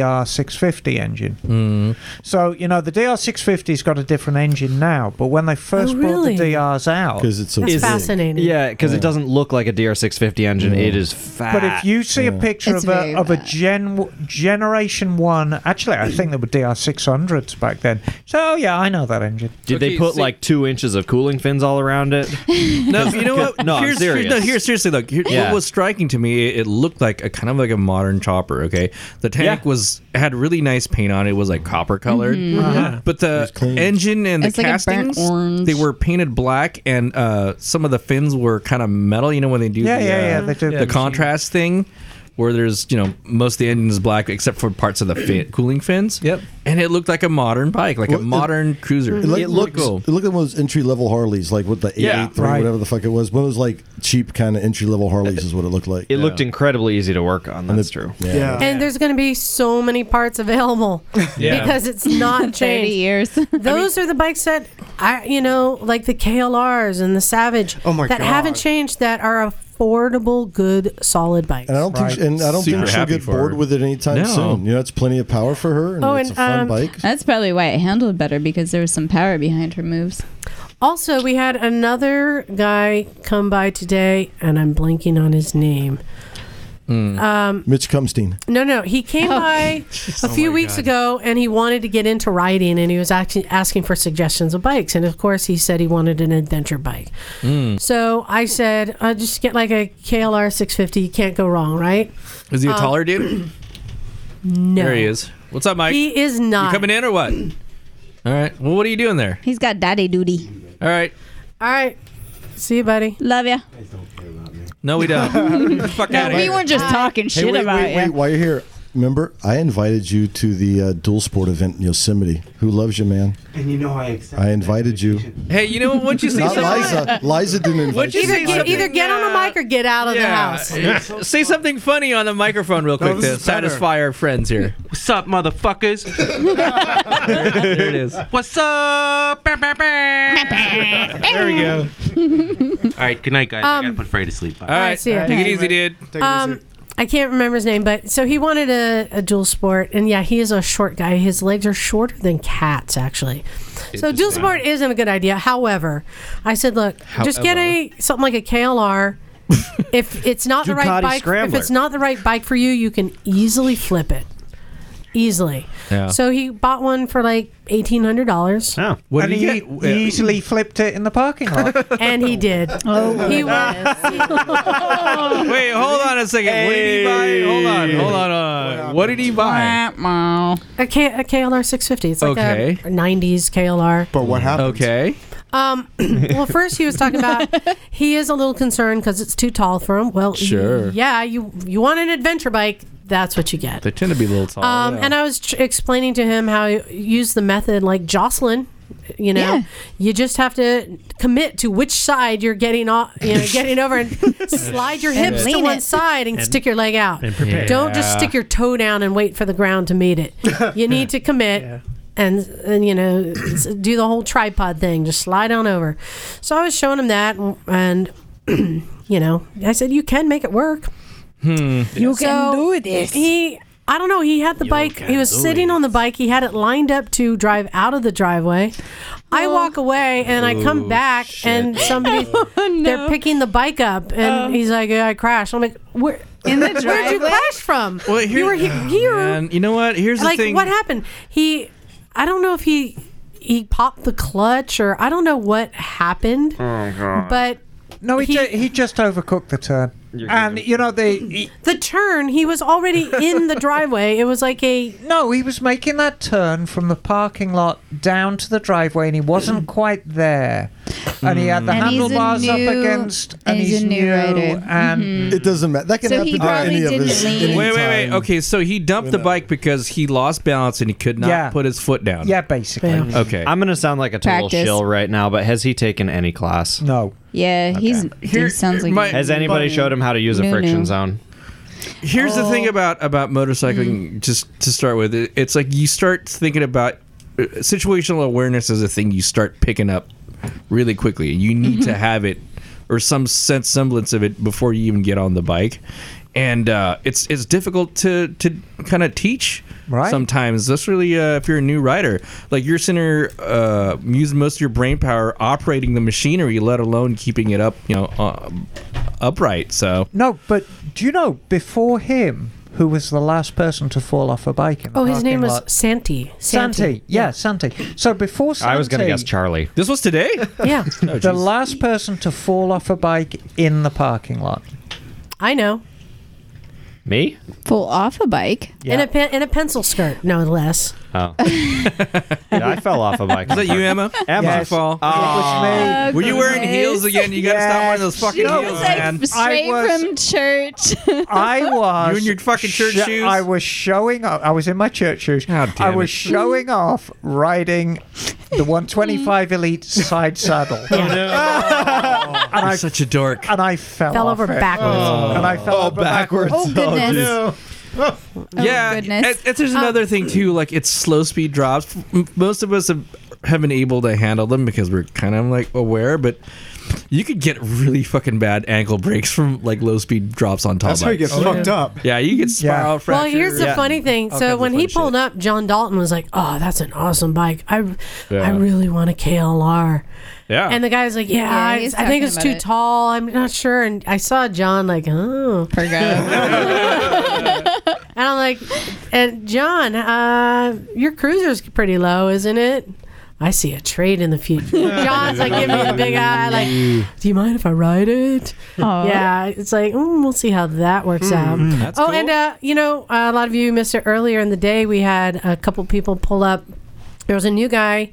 S4: DR650 engine.
S10: Mm-hmm.
S4: So you know the DR650's got a different engine now, but when they first
S10: Oh, really?
S4: brought the DRs out,
S2: 'Cause it's
S10: so That's big. fascinating.
S8: Yeah, because it doesn't look like a DR650 engine. It is fat.
S4: But if you see a picture
S11: It's
S4: of a
S11: very
S4: of a gen w- generation one, actually, I think there were DR six hundreds back then. So oh, yeah, I know that engine.
S8: Did they put like two inches of cooling fins all around it?
S3: No, you know what?
S8: No, I'm
S3: here's, here-
S8: serious.
S3: no, here, seriously, look. Here,
S8: Yeah.
S3: What was striking to me, it, it looked like a kind of like a modern chopper. Okay, the tank was had really nice paint on it. It was like copper colored,
S11: Mhm. Uh-huh.
S3: but the engine and
S11: It's
S3: the
S11: like a burnt
S3: castings
S11: orange.
S3: they were painted black, and uh, some of the fins were kind of metal. You know when they do
S4: Yeah,
S3: the,
S4: yeah,
S3: uh,
S4: yeah, they do
S3: the
S4: the
S3: contrast thing. Where there's, you know, most of the engine is black except for parts of the fin- cooling fins. Yep. And it looked like a modern bike, like
S2: Well,
S3: a
S2: it-
S3: modern cruiser.
S2: it, looked, it looked like one of those entry level Harleys like with the eight
S3: Yeah,
S2: eight three
S3: right.
S2: whatever the fuck it was one of those like cheap kind of entry level Harleys is what it looked like
S8: It looked incredibly easy to work on. That's true.
S2: Yeah.
S10: And there's going to be so many parts available
S8: Yeah.
S10: because it's not
S11: 30
S10: changed. years. Those are the bikes that I, you know, like the KLRs and the Savage. Oh
S2: my
S10: that
S2: God.
S10: haven't changed. That are affordable, good, solid bikes.
S2: and I don't think she- and I don't
S3: Super
S2: think she'll
S3: happy
S2: get
S3: for
S2: bored
S3: her.
S2: with it anytime
S3: No.
S2: soon you know it's plenty of power for her and
S10: Oh,
S2: it's
S10: and,
S2: a fun
S10: um,
S2: bike
S11: That's probably why it handled better because there was some power behind her moves.
S10: Also, we had another guy come by today, and I'm blanking on his name. Um,
S2: Mitch Cumstein
S10: No, no, he came
S11: Oh.
S10: by a
S3: Oh
S10: few weeks ago and he wanted to get into riding and he was actually asking for suggestions of bikes. And of course, he said he wanted an adventure bike. Hmm. So I said, uh, just get like a KLR 650. You can't go wrong, right?
S3: Is he a
S11: Um,
S10: Uh,
S3: taller dude?
S10: No.
S3: There he is. What's up, Mike?
S10: He is not.
S3: You coming in or what? All right. Well, what are you doing there?
S11: He's got daddy duty.
S3: All right.
S10: All right. See you, buddy.
S11: Love ya.
S3: No, we don't. Fuck outta here.
S2: Hey, wait, wait, wait, while you're here, remember I invited you to the uh, dual sport event in Yosemite. Who loves you, man?
S5: And you know I accept.
S2: I invited you.
S3: Hey, you know what? Once you see
S2: Not
S3: something-
S2: Liza. Liza didn't invite
S3: What'd
S2: you.
S3: you say?
S10: Either get,
S3: something,
S10: either get on a mic or get out of the
S3: Yeah.
S10: house.
S3: Say something funny on the microphone real quick
S12: this
S3: to
S12: is better.
S3: satisfy our friends here.
S12: What's up, motherfuckers?
S3: there it is.
S12: What's up? Bah, bah, bah. there we go. All right, good night, guys. I gotta
S10: Um,
S12: put Frey to sleep. Bye.
S10: All right, see ya.
S3: Take it easy, dude.
S10: Um, I can't remember his name, but so he wanted a, a dual sport, and yeah, he is a short guy. His legs are shorter than cats, actually. so dual sport isn't a good idea. However, I said, look, just get a something like a KLR. if it's not the right
S8: Ducati
S10: bike,
S8: Scrambler.
S10: if it's not the right bike for you, you can easily flip it. easily.
S3: Yeah.
S10: So he bought one for like eighteen hundred dollars.
S8: Oh,
S3: What
S4: and
S3: did
S4: he,
S3: he
S4: he
S3: get? Yeah.
S4: easily flipped it in the parking lot.
S10: and he did. Oh, he
S3: Wait, hold on a second. What did he buy? Hold on, hold on. hold on. What did he buy?
S10: A, K, a KLR 650. It's like
S3: Okay.
S10: a 90s KLR.
S5: But what happened?
S3: Okay.
S10: Um, well, first he was talking about he is a little concerned because it's too tall for him. Well,
S3: Sure.
S10: Yeah, you you want an adventure bike, that's what you get.
S3: They tend to be a little tall.
S10: Um, And I was tr- explaining to him how I use the method like Jocelyn. You know, you just have to commit to which side you're getting off. You know, getting over and slide your
S11: And
S10: hips to
S11: lean
S10: one
S11: it.
S10: side and,
S11: And-
S10: stick your leg out.
S11: and prepare.
S10: Don't just stick your toe down and wait for the ground to meet it. You need to commit. And, and you know s- do the whole tripod thing just slide on over so i was showing him that and, and you know i said you can make it work
S13: Hmm.
S10: so He, I don't know. He had the bike. He was sitting on the bike. He had it lined up to drive out of the driveway. I walk away and I come
S3: Oh,
S10: back and somebody they're picking the bike up and he's like, yeah, "I crashed." I'm like, "Where
S11: In the
S10: Where'd you
S11: driveway?
S10: crash from?
S3: Well, here,
S10: you were he- here.
S3: Man, you know what? Here's
S10: like,
S3: the thing.
S10: what happened? He, I don't know if he he popped the clutch or I don't know what happened,
S4: oh
S3: Uh-uh.
S4: god!
S10: but
S4: no, he, ju- he just overcooked the turn, and you know the
S10: the turn he was already in the driveway. It was like a
S4: no. He was making that turn from the parking lot down to the driveway, and he
S2: Mm.
S4: wasn't quite there. And he had the
S10: um,
S11: Mm. And he's a
S4: handlebars up
S11: new-
S4: against, and,
S11: and he's a new rider.
S4: and
S2: it doesn't matter. That can
S11: So
S2: happen
S11: he
S2: to
S11: probably
S2: any of
S11: didn't
S2: us.
S11: lean.
S2: any
S3: Wait, wait, wait.
S2: time.
S3: Okay, so he dumped the bike because he lost balance and he could not
S8: Yeah.
S3: put his foot down.
S4: Yeah, basically.
S3: Okay.
S8: I'm gonna sound like a total
S11: Practice.
S8: shill right now, but has he taken any class?
S4: No.
S11: Yeah, he's he sounds like
S8: Has anybody showed him how to use a
S11: No,
S8: friction
S11: no.
S8: zone?
S3: Here's the
S4: Oh.
S3: thing about about
S4: Hmm.
S3: motorcycling. Just to start with, it- it's like you start thinking about uh, situational awareness is a thing you start picking up really quickly. You need
S4: Mm-hmm.
S3: to have it or some sense semblance of it before you even get on the bike, and uh, it's it's difficult to to kind of teach.
S4: Right.
S3: Sometimes, especially uh, if you're a new rider, like your center uh, use most of your brain power operating the machinery, let alone keeping it up, you know, uh, upright. So
S4: No, but do you know before him, who was the last person to fall off a bike? In the
S10: Oh, his
S4: parking
S10: name was
S4: lot?
S10: Santi.
S4: Santi. Yeah, Santi. So before Santi,
S8: I was gonna guess Charlie. Oh,
S3: This was today.
S10: Yeah.
S4: the last person to fall off a bike in the parking lot.
S10: I know.
S8: Me?
S11: Full off a bike.
S10: In a pen, in a pencil skirt, no less.
S8: Oh. yeah, I fell off a bike.
S3: Is that you, Emma? Emma.
S8: Yes.
S3: Did you fall?
S8: Aw.
S11: me.
S3: Were you wearing heels again? You gotta stop wearing those fucking
S11: She
S3: heels,
S11: was like
S3: man.
S11: straight from church.
S4: I was.
S3: You in your fucking church
S4: sho-
S3: shoes?
S4: I was showing off. I was in my church shoes. I
S3: damn
S4: was
S3: it.
S4: showing off riding the
S3: Mm.
S4: 125 Elite side saddle. and I,
S3: Oh, such a dork.
S4: And I fell,
S10: Fell
S4: off
S10: over
S4: it.
S10: backwards. Oh.
S4: And I fell
S10: Oh,
S4: over backwards.
S10: backwards. Oh, goodness. Oh,
S3: yeah, it- it- there's
S10: Um,
S3: another thing too. Like it's slow speed drops. M- Most of us have, have been able to handle them because we're kind of like aware, but you could get really fucking bad ankle breaks from like low speed drops on top.
S5: That's how you
S3: bikes.
S5: get fucked up.
S3: Yeah, you get spiral
S10: Well,
S3: fractures.
S10: here's the
S3: Yeah.
S10: funny thing.
S3: All kinds
S10: So
S3: of
S10: when
S3: fun
S10: he
S3: shit.
S10: pulled up, John Dalton was like, "Oh, that's an awesome bike. I, I
S3: Yeah.
S10: really want a KLR."
S3: Yeah.
S10: And the guy's like, "Yeah,
S11: Yeah,
S10: I,
S11: he's
S10: I think
S11: talking
S10: it's
S11: about
S10: too
S11: it.
S10: tall. I'm not sure." And I saw John like, "Oh, and I'm like, "And John, uh, your cruiser's pretty low, isn't it?" I see a trade in the future. John's like giving me the big eye, like, "Do you mind if I ride it?"
S11: Aw.
S10: Yeah, it's like mm, we'll see how that works
S11: Mm,
S10: out.
S11: that's
S10: oh,
S11: cool.
S10: and uh, you know, a lot of you missed it earlier in the day. We had a couple people pull up. There was a new guy.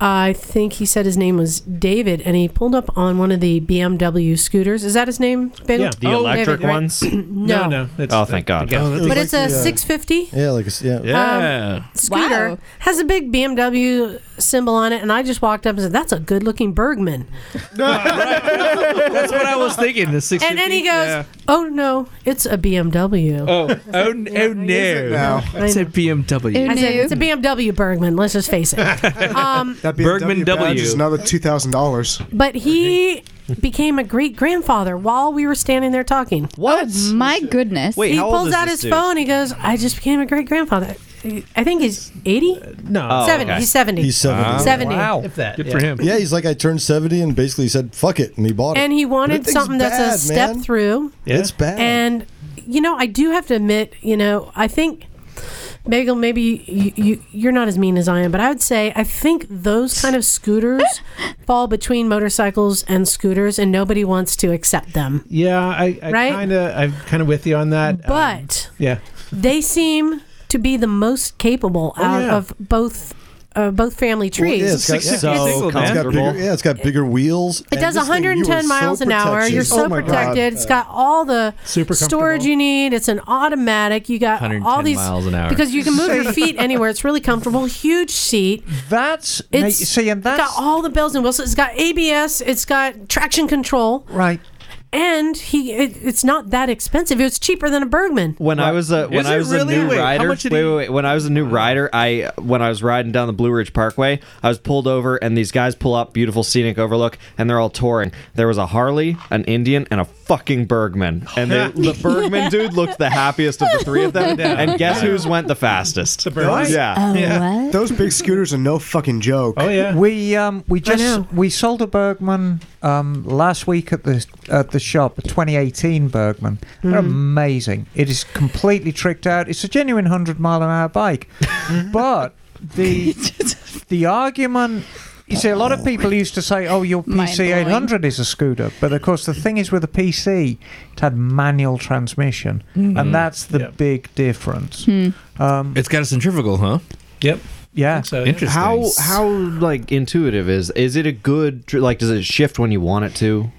S10: I think he said his name was David, and he pulled up on one of the BMW scooters. Is that his name? Bailey?
S8: Yeah, the electric ones?
S10: no,
S8: No, no, it's Oh, thank the- God. the
S10: But
S8: gas- Like
S10: it's a
S8: the, uh,
S10: 650
S2: Yeah, like it's- yeah.
S10: um, scooter has a big BMW symbol on it, and I just walked up and said, "That's a good-looking Bergman."
S3: That's what I was thinking. The six.
S10: And then he goes, "Oh no, it's a BMW."
S3: Oh, oh, oh no!
S10: now?
S3: It's a BMW.
S10: I said, "It's a BMW Bergman. Let's just face it." um,
S5: That BMW
S3: Bergman
S5: badge
S3: W.
S5: is another two thousand dollars.
S10: but he became a great grandfather while we were standing there talking.
S8: What?
S11: Oh My goodness.
S10: he pulls out his phone. He goes, "I just became a great grandfather." I think he's eighty.
S2: Uh, no.
S10: Oh, 70. okay. He's 70.
S2: He's seventy.
S10: Wow. 70. Wow. If that,
S3: Good for yeah. him.
S2: Yeah, he's like I turned seventy and basically said fuck it, and he bought it.
S10: And he wanted
S2: That thing's
S10: something that's
S2: bad,
S10: a step
S2: man.
S10: through.
S2: It's bad.
S10: And you know, I do have to admit, you know, I think Bagel, maybe you, you, you're not as mean as I am, but I would say I think those kind of scooters fall between motorcycles and scooters, and nobody wants to accept them.
S13: Yeah, I, I
S10: Right?
S13: kind of, I'm kind of with you on that. Um,
S10: But
S13: yeah,
S10: they seem to be the most capable out
S13: yeah.
S10: of both uh, both family trees.
S2: yeah, Oh, it's got,
S10: It
S2: so it's got bigger, yeah, it's got bigger wheels. and
S10: does
S2: this thing, you
S10: 110
S2: are so
S10: miles an hour. You're
S2: protected.
S10: so
S2: Oh my God.
S10: protected. It's got all the
S2: Super
S10: storage you need. It's an automatic. You got
S7: 110
S10: all these
S7: miles an hour.
S10: because you can move your feet anywhere. It's really comfortable. Huge seat.
S4: That's
S10: it's
S4: see, and
S10: that's got all the bells and whistles. It's got ABS. It's got traction control.
S4: Right.
S10: And he, it, it's not that expensive. It was cheaper than a Bergman.
S8: When I was a when
S10: Is
S8: I
S10: it
S8: was
S10: really?
S8: a new
S10: Wait, how
S8: rider,
S10: much
S8: wait,
S10: did
S8: wait,
S10: he-
S8: wait. When I was a new rider, I when I was riding down the Blue Ridge Parkway, I was pulled over, and these guys pull up, beautiful scenic overlook, and they're all touring. There was a Harley, an Indian, and a fucking Bergman, and they, the Bergman dude looked the happiest of the three of them.
S5: Yeah.
S8: And guess who's went the fastest? The
S5: Bergman.
S8: Yeah.
S10: Oh,
S5: Those big scooters are no fucking joke.
S13: Oh yeah.
S4: We um we
S5: know.
S4: just we sold a Bergman um last week at the at the shop, a 2018 Bergman.
S8: Hmm.
S4: They're
S13: Mhm.
S4: amazing. It is completely tricked out. It's a genuine 100 mile an hour bike, but the the argument. You see, a lot of people used to say, "Oh, your PC 800 is a scooter," but of course, the thing is with a PC, it had manual transmission,
S8: Hmm.
S3: Mhm.
S4: and that's the big difference. Um,
S3: it's got a centrifugal, huh?
S13: Yep.
S4: Yeah.
S8: How how like intuitive is is it a good dr- like does it shift when you want it to?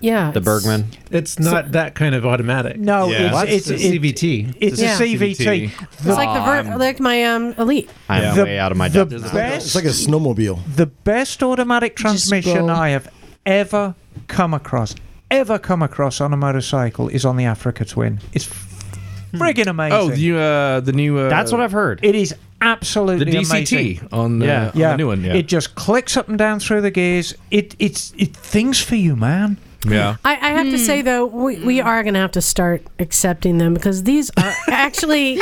S10: Yeah.
S8: The Bergman.
S13: it's not that kind of automatic.
S4: No,
S8: Yeah. it's-
S13: it's,
S8: it's-
S13: a CVT.
S4: it's a Yeah. CVT.
S10: It's like the ver- like my um, elite.
S8: Oh, I'm
S4: The-
S8: way out of my
S4: the
S8: depth.
S4: best- It's like a
S2: snowmobile.
S4: the best automatic transmission
S2: go.
S4: I have ever come across, ever come across on a motorcycle is on the Africa Twin. It's friggin' amazing.
S3: Oh, the uh, the new. Uh,
S4: That's what I've
S8: heard.
S4: It is absolutely
S3: The DCT
S4: amazing.
S3: on the- on the new one, yeah.
S4: It just clicks up and down through the gears. It it's it things for you, man.
S3: Yeah.
S10: I, I have to say
S8: Hmm.
S10: though, we, we are going to have to start accepting them because these are actually,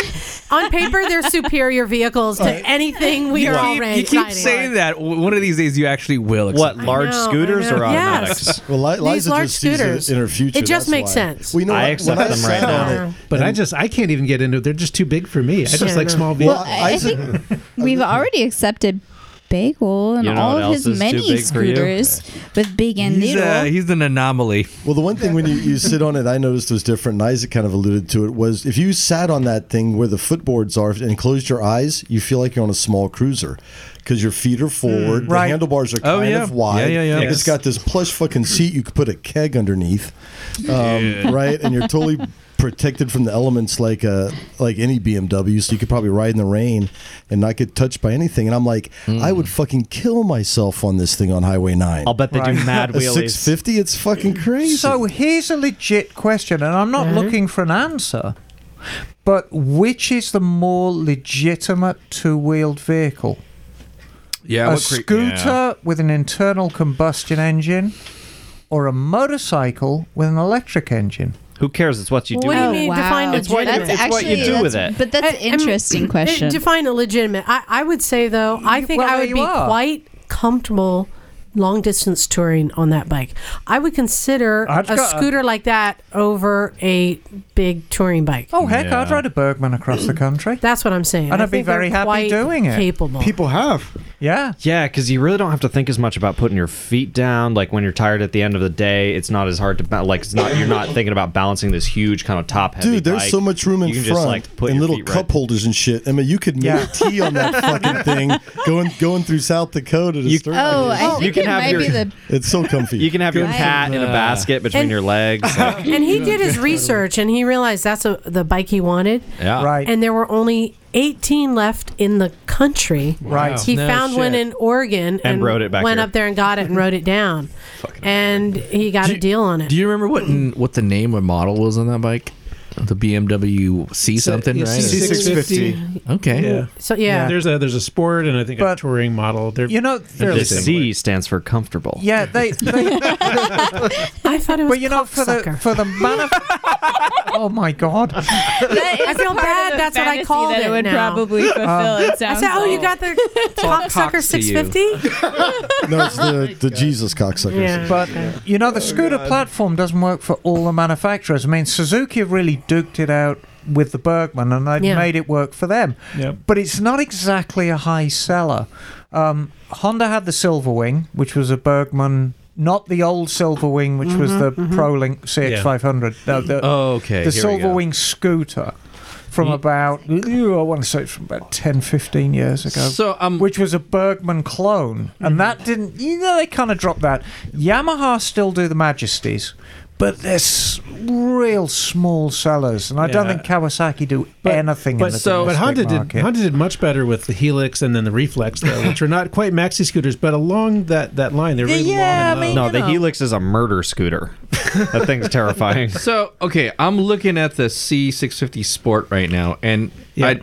S10: on paper, they're superior vehicles to anything we are
S3: keep,
S10: already
S3: you keep
S10: riding.
S3: saying that. W- One of these days, you actually will. Accept
S8: What, large I know, I scooters know. or automatics? Yes.
S2: Well, Li-
S10: These
S2: Liza
S10: large
S2: just sees
S10: scooters.
S2: it in her future.
S10: It just
S2: that's
S10: makes
S2: why.
S10: sense.
S2: Well, you know
S8: I
S2: what?
S8: accept
S2: When I
S8: them
S2: sat
S8: right
S2: on
S8: now.
S2: it-
S13: But I just I can't even get into. it. They're just too big for me. I just like small
S11: Well,
S13: vehicles.
S11: I, I think we've already accepted Bagel and
S3: You know
S11: all
S3: what
S11: of his
S3: else is too
S11: many
S3: big for you?
S11: scooters with big and
S3: He's,
S11: little.
S3: uh, he's an anomaly.
S2: Well, the one thing when you, you sit on it, I noticed was different, and Isaac kind of alluded to it, was if you sat on that thing where the footboards are and closed your eyes, you feel like you're on a small cruiser because your feet are forward,
S13: Mm, right.
S2: the handlebars are
S13: Oh,
S2: kind
S13: yeah.
S2: of wide.
S13: Yeah, yeah, yeah.
S2: It's got this plush fucking seat you could put a keg underneath, um,
S13: Yeah.
S2: right? And you're totally protected from the elements like uh like any BMW, so you could probably ride in the rain and not get touched by anything. And I'm like, I would fucking kill myself on this thing on Highway 9.
S8: Hmm. I'll bet they do mad
S2: A
S8: wheelies.
S2: 650, it's fucking crazy.
S4: So here's a legit question, and I'm not looking for an answer, but which is the more legitimate two wheeled vehicle?
S3: Yeah,
S4: a
S3: what cre-
S4: scooter
S3: yeah.
S4: with an internal combustion engine, or a motorcycle with an electric engine?
S8: Who cares? It's what you do.
S10: What do you
S8: with
S10: mean
S8: it.
S10: define
S8: It's what,
S10: legitimate?
S8: it's what you do with it.
S11: But that's an interesting question.
S10: define a legitimate. I, I would say though, I think
S11: well,
S10: I
S11: there
S10: would
S11: you
S10: be
S11: are.
S10: quite comfortable long distance touring on that bike. I would consider
S4: I've
S10: a
S4: got a-
S10: scooter like that over a big touring bike.
S4: Oh heck, I'd ride a Bergman across the country.
S10: That's what I'm saying.
S4: And
S10: I
S4: I'd be
S10: think they're
S4: very happy
S10: quite
S4: doing it.
S10: Capable.
S5: People have.
S4: Yeah.
S8: Yeah, because you really don't have to think as much about putting your feet down. Like when you're tired at the end of the day, it's not as hard to ba- like. It's not you're not thinking about balancing this huge kind of top heavy.
S2: Dude, there's
S8: bike.
S2: so much room in
S8: you can
S2: front
S8: Just, like, put
S2: and
S8: your
S2: little
S8: feet
S2: cup holders and shit. I mean, you could make
S8: Yeah.
S2: tea on that fucking thing going going through South Dakota to you, start.
S11: Oh, I
S2: with.
S11: think You can it have might your- be the-
S2: It's so comfy.
S8: You can have your
S2: Good
S8: hat
S2: for
S8: in a
S2: the-
S8: basket between
S10: And-
S8: your legs. like-
S10: and he did his research and he realized that's a, the bike he wanted.
S8: Yeah. Right.
S10: And there were only 18 left in the country.
S8: Right.
S10: He
S8: No
S10: found one
S8: shit.
S10: in Oregon
S8: And rode it back
S10: went
S8: here.
S10: up there and got it and wrote it down. and he got a deal on it.
S7: Do you remember what what the name or model was on that bike? The BMW C something,
S13: yeah,
S7: right?
S13: C650.
S7: Okay.
S13: Yeah.
S10: So yeah.
S13: there's a there's a sport and I think a touring model. They're
S4: you know
S8: the C stands for comfortable.
S4: Yeah, they. they
S10: I thought it was.
S4: But you know, for the for the man of. oh my god.
S10: I feel bad. That's what I called
S14: that
S10: it.
S14: it would
S10: now.
S14: probably fulfill.
S4: Um,
S14: it
S10: I
S14: sounds
S10: said, "Oh, you got
S14: like."
S10: the cocksucker 650."
S2: No, it's
S11: Oh
S2: the, the Jesus cocksucker.
S4: But you know, the scooter platform doesn't work for all the manufacturers. I mean, Suzuki have really duked it out with the Bergman, and they've
S14: Yeah.
S4: made it work for them. But it's not exactly a high seller. Um, Honda had the Silver Wing, which was a Bergman. Not the old Silver Wing, which was
S14: Mhm,
S4: the
S14: mhm.
S4: ProLink CX500. No, the,
S3: Oh, okay,
S4: The
S3: here we go.
S4: Silver Wing scooter from
S3: Ye-
S4: about, ooh, I want to say it's from about 10, 15 years ago.
S3: So, um,
S4: which was a Bergman clone. And that didn't, you know, they kind of dropped that. Yamaha still do the Majesties, but they're s- real small sellers. And I don't
S13: Yeah.
S4: think Kawasaki do anything in the
S13: but
S4: domestic
S13: Honda did
S4: market.
S13: Honda did much better with the Helix and then the Reflex, though, which are not quite maxi scooters, but along that, that line, they're really long. and low.
S8: no, the Helix is a murder scooter. that thing's terrifying.
S3: So okay, I'm looking at the C650 Sport right now, and I,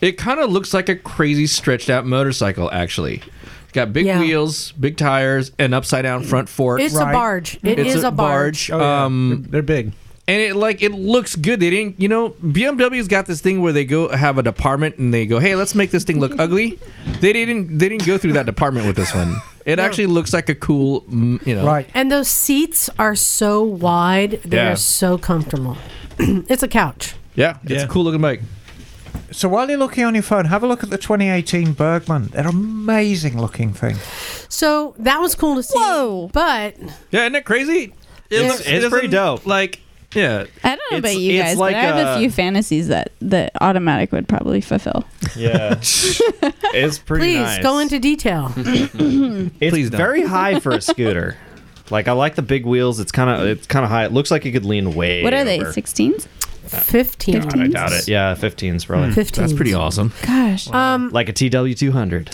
S3: it kind of looks like a crazy stretched out motorcycle. Actually, it's got big
S10: Yeah.
S3: wheels, big tires, and upside down front fork.
S10: It's a Right. barge. It
S3: it's
S10: is a barge. Oh, yeah.
S3: Um,
S13: they're, big.
S3: And it like it looks good. They didn't, you know. BMW's got this thing where they go have a department and they go, "Hey, let's make this thing look ugly." They didn't. They didn't go through that department with this one. It actually looks like a cool, mm, you know,
S10: And those seats are so wide; they
S3: Yeah.
S10: are so comfortable. it's a couch.
S3: Yeah, it's a cool looking bike.
S4: So while you're looking on your phone, have a look at the 2018 Bergman. They're amazing looking thing.
S10: So that was cool to see. Whoa! But
S3: Yeah, isn't it crazy? It
S10: It's-
S8: it's
S3: doesn't-
S8: pretty dope.
S3: Like, yeah.
S11: I don't know
S3: It's-
S11: about you
S3: it's
S11: guys,
S3: like
S11: but I have
S3: a-
S11: a few fantasies that that automatic would probably fulfill.
S8: Yeah. it's pretty
S10: please
S8: nice.
S10: go into detail.
S8: It's
S10: Please don't.
S8: very high for a scooter. like I like the big wheels. It's kind of it's kind of high. It looks like it could lean way.
S11: what are they?
S8: over.
S11: Sixteens?
S10: Fifteen.
S8: God, I doubt it. Yeah, 15s
S11: Hmm.
S8: probably.
S10: 15s. That's pretty
S3: awesome.
S10: Gosh. Um,
S8: Like a TW200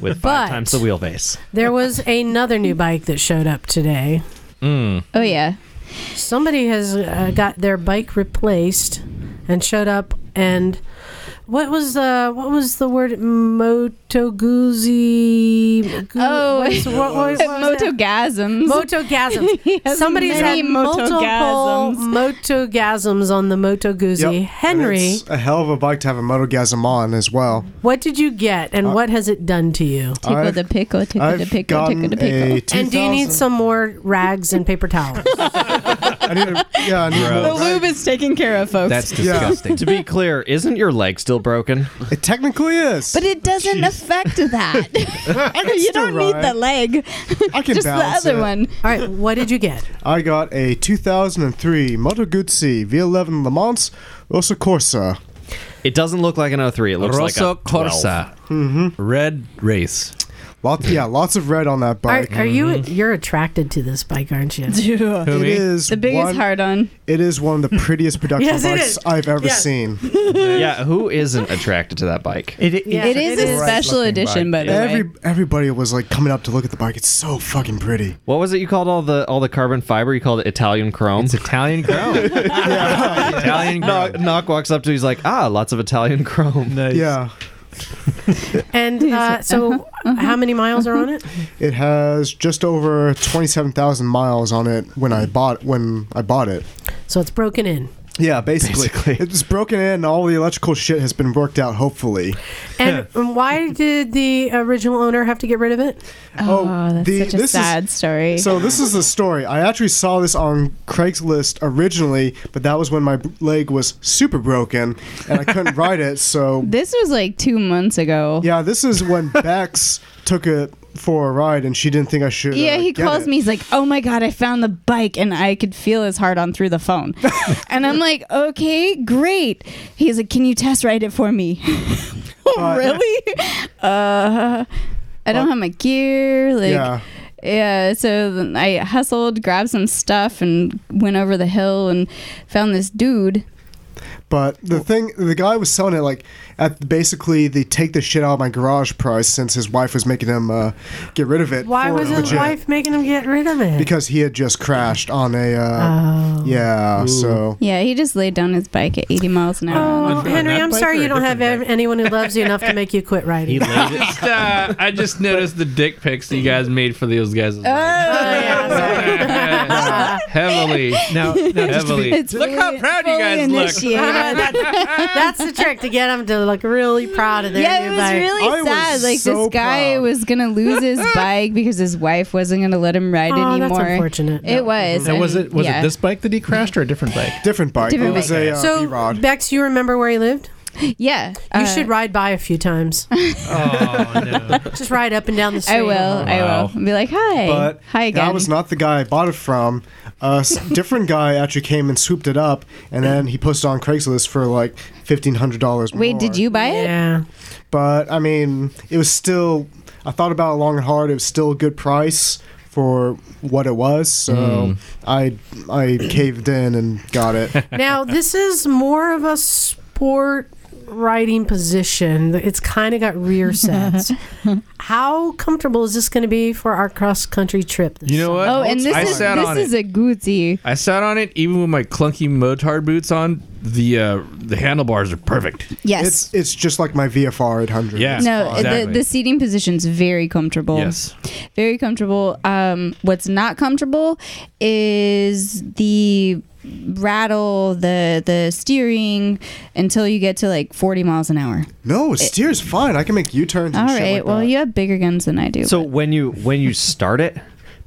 S8: with
S10: But-
S8: five times the wheelbase.
S10: there was another new bike that showed up today.
S5: Hmm.
S8: Mm.
S11: Oh yeah.
S10: Somebody has uh, got their bike replaced and showed up and what was the what was the word moto guzzi
S11: Oh,
S10: what was, what was, what was that?
S11: motogasms. He
S10: motogasms
S11: has
S10: somebody's
S11: many
S10: had multiple
S11: motogasms.
S10: motogasms on the moto guzzi henry
S5: It's a hell of a bike to have a motogasm on as well.
S10: what did you get and what has it done to you
S5: Tickle I've- the
S11: pickle
S5: I've gotten a
S10: and do you need
S5: 2000
S10: some more rags and paper towels
S5: yeah, I need
S8: Gross.
S11: The lube is taken care of, folks.
S8: to be clear, isn't your leg still broken?
S5: It technically is.
S11: But it doesn't affect that. you don't need the leg.
S5: I can
S11: Just the
S5: balance
S11: other
S5: it.
S11: one.
S10: All right, what did you get?
S5: I got a 2003 Moto Guzzi V11 Le Mans Rosa Corsa.
S8: It doesn't look like an 03. It looks
S5: Rosso
S8: like a 12.
S5: Corsa. Mm-hmm.
S3: Red race.
S5: Lots, yeah, lots of red on that
S10: are,
S5: bike. Mm-hmm.
S10: are you you're attracted to this bike aren't you
S5: It is
S11: The biggest
S5: one-
S11: hard-on.
S5: It is one of the prettiest production
S11: Yes, it is.
S5: bikes I've ever
S11: Yes.
S5: seen.
S8: yeah, who isn't attracted to that bike?
S4: It,
S11: Yeah, it is it a is. special edition, by the
S5: Every,
S11: way.
S5: Everybody was like coming up to look at the bike. It's so fucking pretty.
S8: What was it you called all the all the carbon fiber? You called it Italian chrome. It's
S3: Italian chrome.
S8: Italian chrome. Knock, Knock walks up to. He's like, ah, lots of Italian chrome.
S5: Yeah.
S10: and uh, so
S11: Uh-huh.
S10: how many miles are on it
S5: It has just over twenty-seven thousand miles on it when I bought when I bought it.
S10: So it's broken in.
S5: Yeah, basically. It's broken in. All the electrical shit has been worked out. Hopefully.
S10: And um, why did the original owner have to get rid of it?
S5: Oh, that's the- such a this is- sad
S11: story.
S5: So this is the story. I actually saw this on Craigslist originally, but that was when my b- leg was super broken and I couldn't ride it. So
S11: This was like two months ago.
S5: yeah, this is when Bex took it for a ride and she didn't think I should. uh,
S11: Yeah, he
S5: get
S11: calls
S5: it.
S11: me. He's like, "Oh my god, I found the bike, and I could feel his hard on through the phone." and I'm like, "Okay, great." He's like, "Can you test ride it for me?"
S5: Uh,
S11: "Oh, really? Uh, I don't have my gear. Like,
S5: Yeah.
S11: yeah. so then I hustled, grabbed some stuff, and went over the hill and found this dude.
S5: But the thing, the guy was selling it like at basically the take the shit out of my garage price since his wife was making him uh, get rid of it.
S10: Why
S5: for
S10: was his
S5: legit.
S10: wife making him get rid of
S11: Eh.
S10: it?
S5: Because he had just crashed on a.
S11: Oh.
S5: Uh, Yeah, so.
S11: Yeah, he just laid down his bike at 80 miles an hour.
S10: Oh, Henry, I'm sorry you don't have ev- anyone who loves you enough to make you quit riding.
S3: Just, uh, I just noticed the dick pics that you guys made for those guys.
S11: Oh, yeah.
S3: Heavily.
S13: Now, now just to be-
S3: heavily.
S13: Look
S10: how proud you
S13: guys look. initiated.
S10: that's the trick to get them to look really proud of their
S11: yeah,
S10: new
S11: it was
S10: bike.
S11: really sad. like this guy was gonna lose his bike because his wife wasn't gonna let him ride
S10: Oh, that's
S11: anymore.
S10: unfortunate.
S11: It was.
S13: Now, was
S11: and-
S13: it was
S11: yeah.
S13: it this bike that he crashed or a different bike?
S5: Different bike.
S11: Different bike.
S13: uh,
S5: uh,
S10: so, Bex, you remember where he lived?
S11: Yeah. uh, You
S10: should ride by a few times.
S5: Oh,
S10: Just ride up and down the street.
S11: I will. I will. be like, hi,
S5: But
S11: hi again.
S5: that was not the guy I bought it from. A s- different guy actually came and swooped it up, and then he posted on Craigslist for like fifteen hundred dollars.
S11: Wait, did you buy it?
S10: Yeah.
S5: But I mean, it was still. I thought about it long and hard. It was still a good price for what it was, so
S10: Mm.
S5: I I caved in and got it.
S10: now this is more of a sport riding position. It's kind of got rear sets. How comfortable is this going to be for our cross country trip?
S3: You know what?
S11: Oh, and this
S3: I
S11: is
S3: sat on
S11: this is
S3: it.
S11: a Gucci.
S3: I sat on it even with my clunky motard boots on. The uh, the handlebars are perfect.
S11: Yes.
S5: It's it's just like my VFR 800.
S3: Yeah.
S11: no, the, the seating position's very comfortable.
S3: Yes.
S11: Very comfortable. Um, what's not comfortable is the rattle, the the steering until you get to like 40 miles an hour.
S5: No, steer's fine. I can make U turns.
S11: All right. well, you have bigger guns than I do.
S8: So when you when you start it,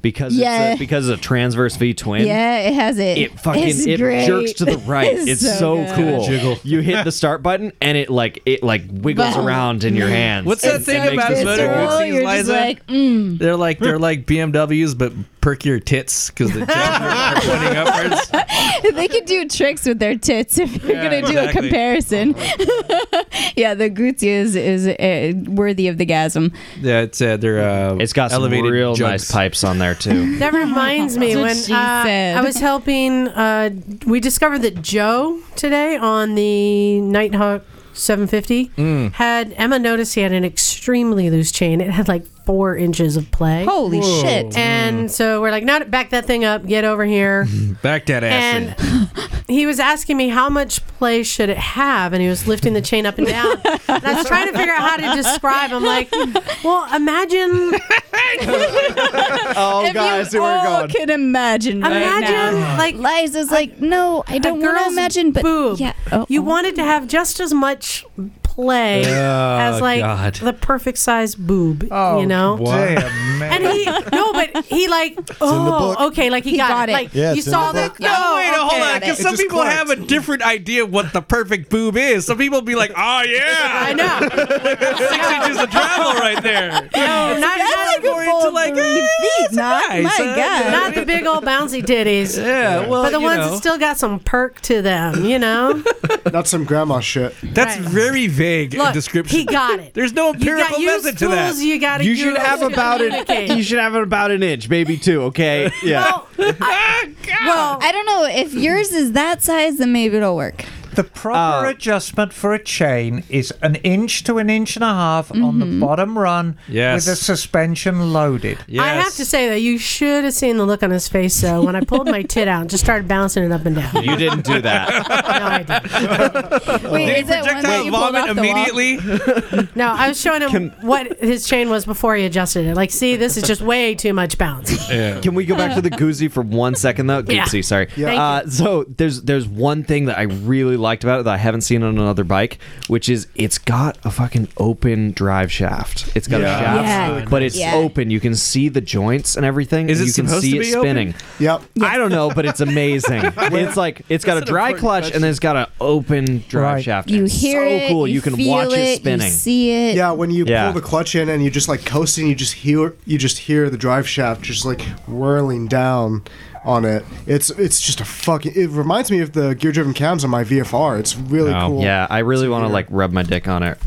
S8: because
S11: Yeah.
S8: it's a, because it's a transverse V twin.
S11: yeah, it has it.
S8: It fucking
S11: It's
S8: it
S11: great.
S8: jerks to the right. It's, so,
S11: good.
S8: cool.
S3: Jiggle.
S8: You hit the start button and it like it like wiggles
S11: Boom.
S8: around in your
S13: Mm.
S8: hands.
S3: What's that
S8: It- it
S3: thing
S8: makes
S3: about
S8: it
S3: motor
S8: so
S3: Guzzi's,
S8: cool.
S11: You're just
S3: Liza?
S11: like, mm.
S3: They're like they're like BMWs, but perkier tits because the
S11: they could do tricks with their tits if you're
S3: Yeah,
S11: gonna do a
S3: exactly.
S11: comparison. yeah, the Gucci is is uh, worthy of the gasm.
S3: yeah, it's uh, they're uh,
S8: It's got some
S3: elevated
S8: real
S3: jugs.
S8: nice pipes on there too.
S10: That reminds me
S11: That's what
S10: when
S11: she
S10: uh,
S11: said.
S10: I was helping. Uh, we discovered that Joe today on the Nighthawk 750
S11: Mm.
S10: had Emma noticed he had an extremely loose chain. It had like four inches of play.
S11: Holy Whoa. Mm. shit.
S10: And so we're like, "No, back that thing up. Get over here."
S3: Back that ass. in.
S10: and he was asking me how much play should it have and he was lifting the chain up and down and i was trying to figure out how to describe i'm like well imagine
S5: oh
S11: if guys, you all can imagine. right
S10: Imagine,
S11: now.
S10: like
S11: Liza's like, no, I don't want to
S10: girl's
S11: imagine, but
S10: boob.
S11: yeah,
S10: you wanted to have just as much play
S11: Oh,
S10: as like
S11: God.
S10: the perfect size boob you know
S13: wow. damn,
S10: and he no but he like oh okay like he, got, it, like
S13: Yeah,
S10: you
S13: it's in
S10: saw
S13: the
S10: that
S13: book.
S10: oh,
S3: Wait, no, hold
S10: okay.
S3: on, because some people have a different idea of what the perfect boob is. Some people be like, "Oh yeah,
S10: I know."
S3: six inches of travel right there."
S10: No, not, not
S3: like a full like,
S10: eh,
S3: three
S11: feet. Not,
S3: nice, uh, yeah.
S10: Not the big old bouncy ditties.
S3: Yeah, well,
S10: but the
S3: you
S10: ones
S3: know.
S10: that still got some perk to them, you know.
S5: That's some grandma shit.
S3: That's very vague
S10: Look,
S3: description.
S10: he got it.
S3: There's no empirical
S10: you use
S3: method to that.
S10: tools, you gotta
S8: You should
S10: use
S8: have
S10: to
S8: about
S10: communicate.
S8: an you should have about an inch, maybe two. Okay, yeah.
S11: well, I don't know if yours is that size, then maybe it'll work.
S4: The
S11: Oh.
S4: proper adjustment for a chain is an inch to an inch and a half on
S11: Mm-hmm.
S4: the bottom run
S10: Yes.
S4: with the suspension loaded.
S10: I have to say though, you should have seen the look on his face though when I pulled my tit out and just started bouncing it up and down.
S8: You didn't do that.
S11: Wait, is that one that you pulled off the wall?
S10: No, I was showing him what his chain was before he adjusted it. Like, see, this is just way too much bounce.
S8: Can we go back to the Goozy for one second though?
S10: Yeah.
S8: Goozy, sorry.
S10: Yeah. Thank
S8: Uh, so there's there's one thing that I really liked about it that I haven't seen on another bike, which is it's got a fucking open drive shaft. It's got
S5: Yeah.
S8: a shaft,
S5: Yeah.
S8: but it's
S5: Yeah.
S8: open. You can see the joints and everything.
S5: Is it
S8: and you can
S5: supposed
S8: see
S5: to
S8: it
S5: be open?
S8: spinning.
S5: Yep.
S8: I don't know, but it's amazing. it's like it's got a dry clutch and then it's got an open drive shaft.
S11: You
S8: It's
S11: hear
S8: so
S11: it,
S8: cool. You,
S11: you
S8: can
S11: feel
S8: watch
S11: it, you
S8: it spinning.
S11: see it.
S5: Yeah, when you
S8: Yeah.
S5: pull the clutch in and you just like coasting, you just hear you just hear the drive shaft just like whirling down on it. It's it's just a fucking. It reminds me of the gear driven cams on my VFR. It's really
S8: Oh,
S5: cool.
S8: Yeah, I really want to like rub my dick on it.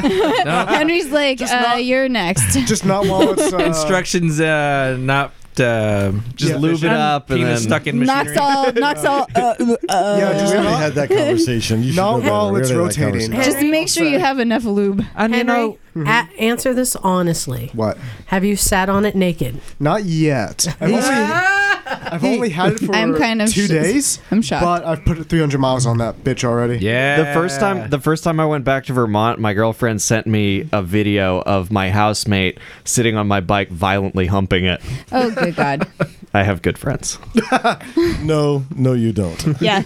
S11: Henry's like, uh, you're next.
S5: Just not while it's
S2: uh,
S3: Instructions uh, not uh,
S8: Just
S3: yeah,
S8: lube it up and
S3: penis
S8: then-
S3: stuck in machinery.
S11: knocks all, knocks all. Uh, uh,
S5: Yeah, just
S2: we already
S5: not-
S2: had that conversation. You should
S5: Not
S2: know better.
S5: while
S2: We
S5: it's
S2: already had that
S5: rotating.
S2: conversation.
S11: Just make sure you have enough lube.
S4: And
S10: Henry,
S5: Mhm.
S10: a- answer this honestly.
S5: What?
S10: Have you sat on it naked?
S5: Not yet. I've only, I've only had it for
S11: I'm kind of
S5: two
S11: sh-
S5: days.
S11: I'm shocked.
S5: But I've put 300 miles on that bitch already.
S8: Yeah. The first time the first time I went back to Vermont, my girlfriend sent me a video of my housemate sitting on my bike violently humping it.
S11: Oh, good God.
S8: I have good friends.
S2: no, no, you don't.
S11: Yeah.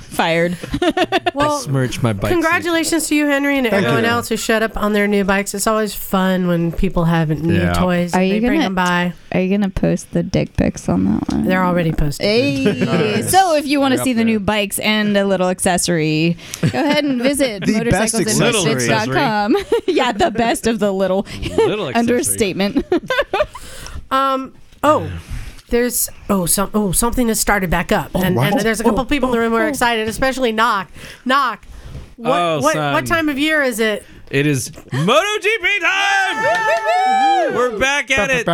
S11: Fired.
S10: Well,
S7: Smirch my bike.
S10: Congratulations to you, Henry, and
S7: Thank
S10: everyone
S7: you.
S10: else who showed up on their new bikes. It's always fun when people have new
S7: Yeah.
S10: toys.
S11: Are
S10: and
S11: you
S10: they bring
S11: gonna-
S10: them by.
S11: Are you gonna post the dick pics on that one?
S10: They're already posted.
S11: Hey,
S10: Nice.
S11: so if you want to
S10: They're up
S11: see the new bikes and a little accessory, go ahead and visit
S10: The best accessory.
S11: motorcyclesandmisfits.com. yeah, the best of the little,
S10: Little accessory.
S11: understatement.
S10: Um. Oh. There's oh some oh something has started back up
S3: Oh,
S10: and,
S11: what?
S10: and there's a couple people in the room who are excited, especially knock knock. What
S3: Oh,
S10: what,
S3: son.
S10: what time of year is it?
S3: It is MotoGP time. We're back at it.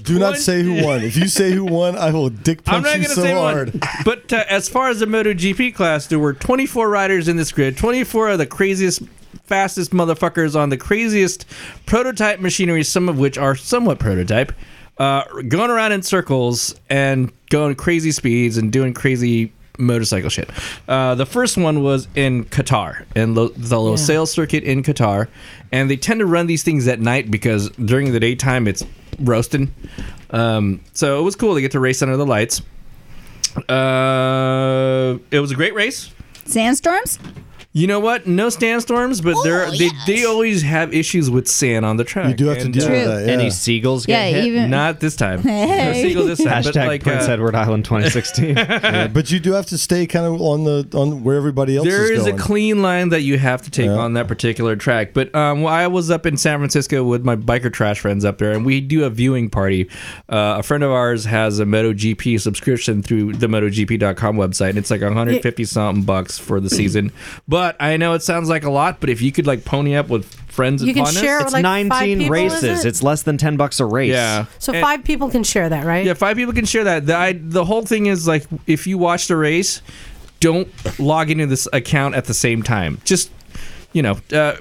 S2: Do not say who won. If you say who won, I will dick
S3: I'm
S2: punch
S3: not
S2: you
S3: going to
S2: so
S3: say
S2: hard.
S3: one. But uh, as far as the MotoGP class, there were 24 riders in this grid. 24 of the craziest, fastest motherfuckers on the craziest prototype machinery, some of which are somewhat prototype, uh, going around in circles and going crazy speeds and doing crazy motorcycle shit. Uh, the first one was in Qatar, in Lo- the Losail circuit in Qatar, and they tend to run these things at night because during the daytime it's roasting. Um, so it was cool to get to race under the lights. Uh, it was a great race.
S11: Sandstorms? Oh,
S3: You know what? No sandstorms, but they're, they they always have issues with sand on the track. You do
S2: have to deal with True. that, yeah. Any
S8: seagulls
S11: get Yeah, hit? even-
S3: Not this time. No
S11: Hey.
S3: seagulls this time. but
S8: Hashtag
S3: like,
S8: Prince
S3: uh,
S8: Edward Island 2016.
S2: Yeah, but you do have to stay kind of on the on where everybody else
S3: There is
S2: is
S3: a
S2: going.
S3: clean line that you have to take on that particular track. But um, well, I was up in San Francisco with my biker trash friends up there, and we do a viewing party. Uh, a friend of ours has a MotoGP subscription through the MotoGP.com website, and it's like 150 something bucks for the season. But I know it sounds like a lot, but if you could like pony up with friends,
S10: You
S3: and
S10: can
S3: fondness-
S10: share it with, like, five people, is
S8: races.
S10: it?
S8: It's less than 10 bucks a race.
S3: Yeah.
S10: So
S3: And-
S10: five people can share that, right?
S3: Yeah, five people can share that. The, I, the whole thing is like if you watch the race, don't log into this account at the same time. Just you know, uh,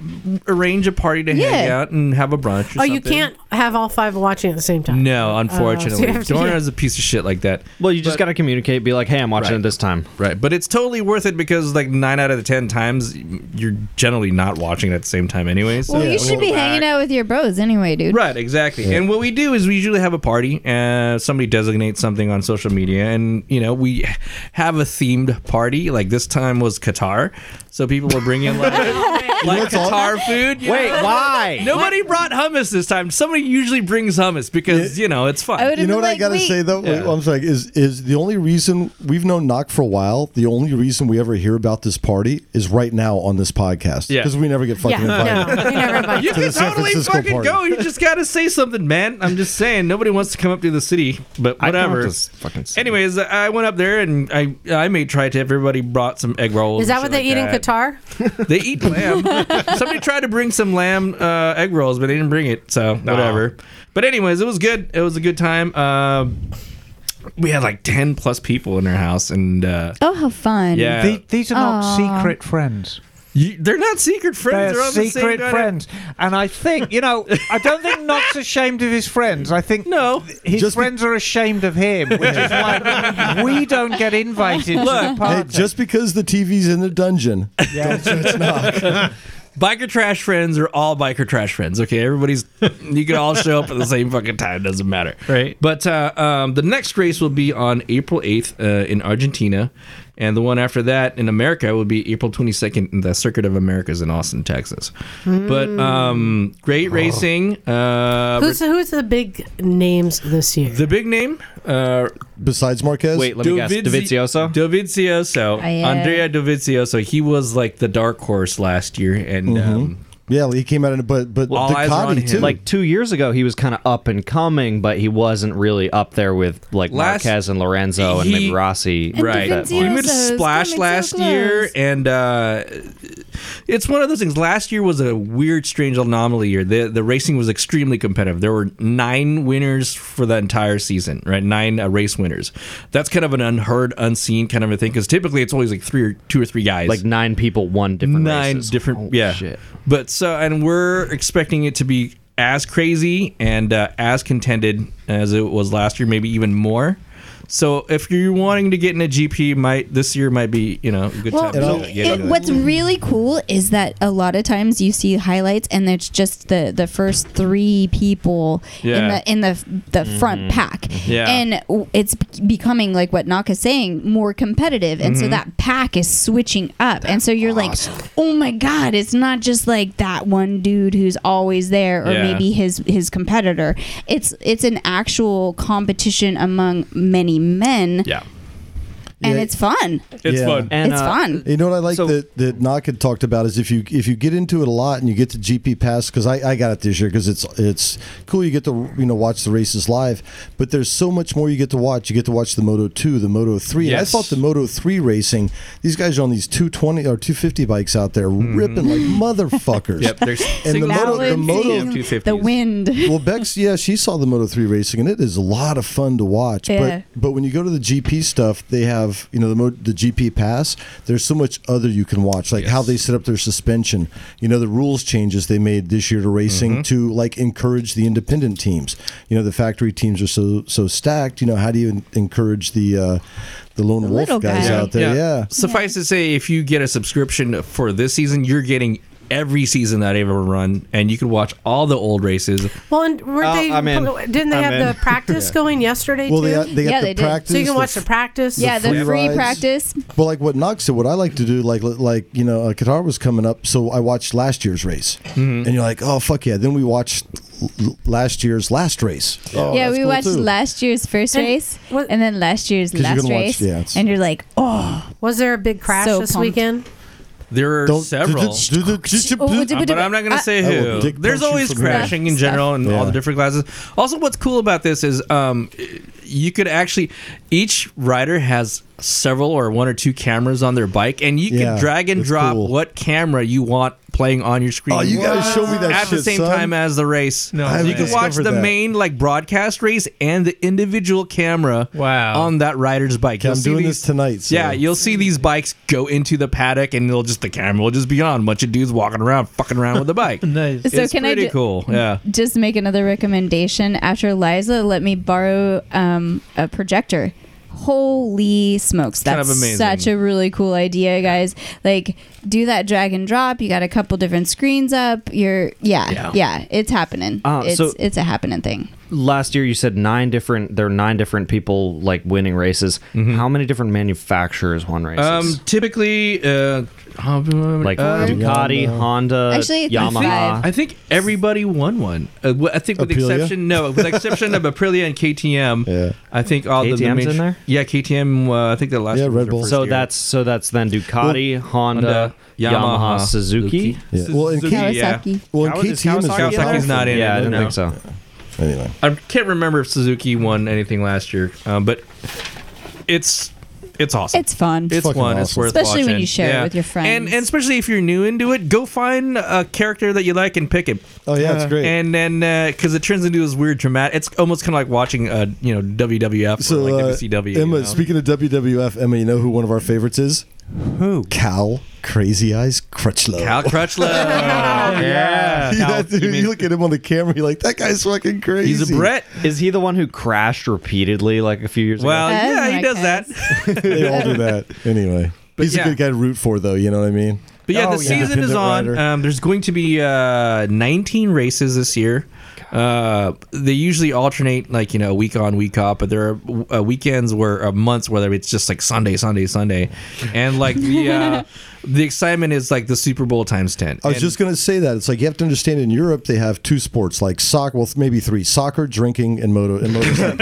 S3: arrange a party to hang
S10: Yeah.
S3: out and have a brunch. Or
S10: Oh, you
S3: something.
S10: can't have all five watching at the same time.
S3: No,
S10: Oh, so you
S3: unfortunately,
S10: have to-
S3: Dorna is a piece of shit like that.
S8: Well, you just got to communicate. Be like, hey, I'm watching
S3: Right.
S8: it this time.
S3: Right, but it's totally worth it because like nine out of the ten times, you're generally not watching it at the same time anyway. So
S11: well, you should be hanging out with your bros anyway, dude.
S3: Right, exactly. And what we do is we usually have a party. Uh, somebody designates something on social media, and you know we have a themed party. Like this time was Qatar, so people were bringing
S2: Oh,
S3: like, like Qatar food. you
S8: Wait,
S3: know?
S8: why?
S3: Nobody brought hummus this time. Somebody usually brings hummus because you know it's fun.
S2: You know what I gotta say though? Wait, I'm sorry. Is is the only reason we've known Knock for a while? The only reason we ever hear about this party is right now on this podcast
S3: Yeah.
S2: because we never get fucking invited.
S3: you
S2: To the
S3: can
S2: San
S3: totally
S2: Francisco
S3: fucking
S2: party.
S3: go. You just gotta say something, man. I'm just saying. Nobody wants to come up to the city, but
S8: I come up
S3: whatever.
S8: to s- fucking
S3: Anyways, I went up there and I I made try to. Everybody brought some egg rolls.
S10: Is that what they eat in Qatar?
S3: Qatar? They eat lamb. Somebody tried to bring some lamb uh, egg rolls, but they didn't bring it. So whatever. But anyways, it was good. It was a good time. Uh, we had like ten plus people in our house, and uh,
S11: Oh, how fun.
S3: Yeah.
S4: The- these are not
S10: Um,
S11: Aw.
S4: secret friends.
S3: you, they're not secret friends.
S4: They're
S3: on the same
S4: secret
S3: goddamn-
S4: friends. And I think, you know, I don't think Knox is ashamed of his friends. I think
S3: no,
S4: his friends are ashamed of him, which is why we don't get invited to the
S2: hey,
S4: party.
S2: just because the TV's in the dungeon,
S3: biker trash friends are all biker trash friends. Okay, everybody's you can all show up at the same fucking time. Doesn't matter, right? But uh, um, the next race will be on April eighth uh, in Argentina, and the one after that in America will be April twenty second in the Circuit of Americas in Austin, Texas.
S10: Hmm.
S3: But um, great racing. Uh,
S10: Who's who's the big names this year?
S3: the big name? Uh,
S2: besides Marquez,
S3: Dovizioso. Dovizioso.
S10: Oh, yeah.
S3: Andrea Dovizioso. He was like the dark horse last year, and um,
S2: yeah, he came out in but but
S3: All eyes are on
S2: Ducati
S3: him.
S2: too.
S8: Like two years ago, he was kind of up and coming, but he wasn't really up there with like
S3: Last-
S8: Marquez and Lorenzo and
S3: he-
S8: maybe Rossi.
S3: right.
S8: at that
S3: He
S8: point.
S3: made a splash last year, and uh, it's one of those things. Last year was a weird, strange anomaly year. The the racing was extremely competitive. There were nine winners for the entire season, right? Nine uh, race winners. That's kind of an unheard, unseen kind of a thing because typically it's always like three or two or three guys,
S8: Like nine people won different
S3: nine
S8: races.
S3: different yeah but so and we're expecting it to be as crazy and uh, as contended as it was last year, maybe even more. So if you're wanting to get in a GP, might this year might be you know a good
S11: Well,
S3: time.
S11: it-
S3: to get into
S11: it-
S3: that.
S11: what's really cool is that a lot of times you see highlights and it's just the the first three people
S3: Yeah.
S11: in the in the the front
S3: Mhm.
S11: pack,
S3: Yeah.
S11: and w- it's b- becoming like what Naka's saying more competitive, and so
S3: Mhm.
S11: that pack is switching up, and so you're like, oh my god, it's not just like that one dude who's always there or
S14: Yeah.
S11: maybe his his competitor. It's it's an actual competition among many men.
S3: Yeah.
S11: And it's fun.
S2: uh,
S11: it's fun.
S2: You know what I like that that Knock had talked about is if you if you get into it a lot and you get to GP Pass because I, I got it this year because it's it's cool you get to you know watch the races live but there's so much more you get to watch you get to watch the Moto two the Moto three and I
S15: Yes.
S2: thought the Moto three racing these guys are on these two twenty or two fifty bikes out there ripping like motherfuckers
S3: Yep, there's
S2: and the Moto the Moto
S11: the wind.
S2: well, Bex, yeah, she saw the Moto Three racing, and it is a lot of fun to watch.
S11: Yeah.
S2: But but when you go to the GP stuff, they have you know the Mo- the GP pass. There's so much other you can watch, like how they set up their suspension. You know the rules changes they made this year to racing
S15: Mhm.
S2: to like encourage the independent teams. You know the factory teams are so so stacked. You know how do you en- encourage the uh, the lone wolf guys out there? yeah.
S3: Suffice to say, if you get a subscription for this season, you're getting every season that I've ever run, and you can watch all the old races.
S10: Well, and weren't
S3: Oh,
S10: they?
S3: I'm in.
S10: Didn't they
S3: I'm
S10: have
S3: in.
S10: the practice
S3: Yeah.
S10: going yesterday
S2: Well,
S10: too?
S2: they got- they got Yeah, the they did. practice,
S10: So you can
S2: the
S10: watch the
S2: f-
S10: practice.
S11: Yeah, the free practice.
S2: Well, like what Knox said, what I like to do, like like you know, uh, Qatar was coming up, so I watched last year's race,
S3: Mm-hmm.
S2: and you're like, oh fuck yeah! Then we watched l- l- last year's last race. Oh,
S11: yeah,
S2: that's
S11: we
S2: cool,
S11: watched
S2: too.
S11: last year's first race and then last year's
S2: 'Cause you
S11: last
S2: can watch-
S11: race.
S2: yeah, it's-
S11: and you're like, oh.
S10: Was there a big crash this weekend?
S3: There are several, but I'm not going to say
S12: I will
S3: who.
S12: dick
S3: There's
S12: punch you
S3: always
S12: from here.
S3: crashing in general in all the different classes. Also, what's cool about this is um, you could actually each rider has several or one or two cameras on their bike, and you
S2: Yeah,
S3: can drag and
S2: it's
S3: drop
S2: cool.
S3: what camera you want playing on your screen.
S2: Oh, you gotta show me that
S3: at the
S2: shit,
S3: same
S2: son.
S3: time as the race.
S2: No
S3: you
S2: way.
S3: can watch the
S2: Discovered that.
S3: main like broadcast race and the individual camera. Wow. on that rider's bike.
S2: Okay, I'm
S3: You'll see
S2: doing
S3: these-
S2: this tonight. So.
S3: yeah, you'll see these bikes go into the paddock, and they'll just the camera will just be on. Bunch of dudes walking around, fucking around with the bike. nice.
S11: So
S3: it's
S11: can I
S3: pretty
S11: ju-
S3: cool. Yeah.
S11: Just make another recommendation. After Liza, let me borrow um, a projector. Holy smokes.
S3: Kind of
S11: That's
S3: amazing.
S11: such a really cool idea, guys. Like, do that drag and drop. You got a couple different screens up. You're, yeah,
S8: Yeah.
S11: yeah, it's happening.
S8: Uh,
S11: it's,
S8: so-
S11: it's a happening thing.
S8: last year you said nine different there are nine different people like winning races how many different manufacturers won races
S3: Um, typically, uh, like
S8: like ducati um, honda
S3: Actually, it's
S8: yamaha
S3: five. I think everybody won one. Uh, wh- I think with the
S8: Aprilia?
S3: exception, no, with the exception of Aprilia and KTM. Yeah. I think all the, the
S8: KTM's
S3: major-
S8: in there?
S3: Yeah, KTM. Uh, I think the last. Yeah, Red Bull.
S8: so that's so that's then ducati
S3: Honda,
S8: honda, yamaha,
S3: Yamaha,
S8: suzuki,
S2: Well, in
S3: Suzuki, yeah.
S11: Kawasaki.
S2: Well, in
S3: Kawa- is
S2: KTM is
S3: Kawasaki
S2: Kawasaki.
S3: Kawasaki's not in.
S8: Yeah,
S3: it,
S8: I didn't
S3: no.
S8: think so.
S2: Anyway.
S3: I can't remember if Suzuki won anything last year, um, but it's it's awesome.
S11: It's fun.
S3: It's
S11: Fucking
S3: fun. It's
S11: awesome.
S3: worth
S11: Especially when
S3: watching.
S11: you share it with your friends.
S3: and and especially if you're new into it, go find a character that you like and pick him.
S2: Oh yeah, it's great.
S3: And then because it turns into this weird dramatic, it's almost kind of like watching uh, you know WWF
S2: So,
S3: or like
S2: uh,
S3: WCW. you
S2: Emma,
S3: know?
S2: speaking of WWF, Emma, you know who one of our favorites is? Who? Cal Crazy Eyes Crutchlow.
S3: Cal Crutchlow. yeah.
S2: Yeah, dude, you, look at him on the camera, you're like, that guy's fucking crazy.
S8: He's a Brett. Is he the one who crashed repeatedly like a few years
S3: Well,
S8: ago?
S3: yeah, he does that.
S2: they all do that anyway. He's
S3: yeah.
S2: a good guy to root for, though. You know what I mean?
S3: But yeah, the season is
S2: Oh, Independent
S3: on.
S2: rider.
S3: Um, there's going to be uh, 19 races this year. Uh, they usually alternate like you know week on week off, but there are uh, weekends where uh, months where it's just like Sunday, Sunday, Sunday, and like the uh, the excitement is like the Super Bowl times ten.
S2: I was
S3: And-
S2: Oh, just going to say that it's like you have to understand in Europe they have two sports like soccer, well maybe three: soccer, drinking, and moto and motorcycle.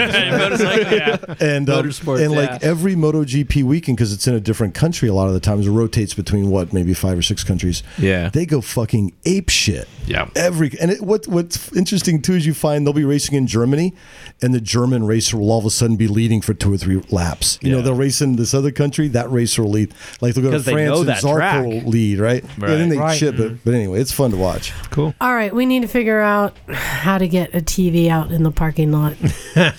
S2: and um,
S3: Motorsports,
S2: and like
S3: yeah.
S2: every MotoGP weekend because it's in a different country a lot of the times it rotates between what maybe five or six countries.
S3: Yeah.
S2: they go fucking ape shit.
S3: Yeah,
S2: every and it, what what's interesting too is you find they'll be racing in Germany, and the German racer will all of a sudden be leading for two or three laps. You know they'll race in this other country that racer will lead. Like they'll go to
S8: 'Cause they
S2: France
S8: know
S2: and
S8: that
S2: Zarco
S8: track.
S2: will lead right. Yeah, I think they
S8: Right.
S2: shit, but but anyway, it's fun to watch. Cool.
S10: All right, we need to figure out how to get a TV out in the parking lot.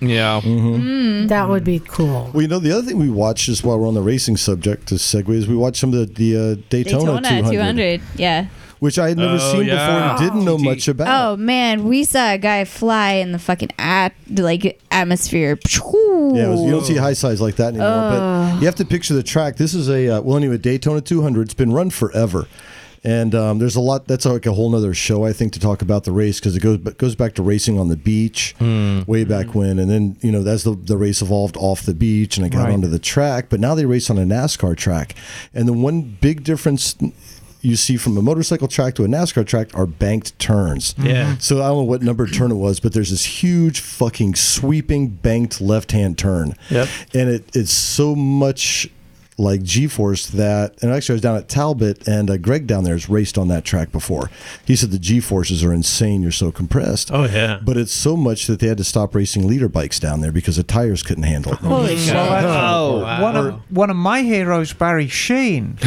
S3: yeah.
S2: Mm-hmm.
S10: That would be cool.
S2: Well, you know, the other thing we watched just while we're on the racing subject to segue is we watched some of the, the uh, Daytona, 200.
S11: Yeah.
S2: which I had never
S3: Oh,
S2: seen
S3: yeah.
S2: before and didn't know much about.
S11: Oh man, we saw a guy fly in the fucking at like atmosphere.
S2: Yeah, it was, you don't see high sides like that anymore.
S11: Ugh.
S2: But you have to picture the track. This is a uh, well, anyway, Daytona 200. It's been run forever, and um, there's a lot. That's like a whole nother show, I think, to talk about the race because it goes but goes back to racing on the beach way back when, and then you know that's the the race evolved off the beach and it got
S14: Right.
S2: onto the track. But now they race on a NASCAR track, and the one big difference. You see from a motorcycle track to a NASCAR track are banked turns.
S13: Yeah.
S2: So I don't know what number turn it was, but there's this huge fucking sweeping banked left hand turn.
S13: Yep.
S2: And it it's so much like G Force that, and actually I was down at Talbot and uh, Greg down there has raced on that track before. He said the G Forces are insane. You're so compressed.
S13: Oh, yeah.
S2: But it's so much that they had to stop racing leader bikes down there because the tires couldn't handle it.
S13: Mm-hmm.
S4: Holy cow.
S13: Oh,
S4: One, of, one of my heroes, Barry Sheen,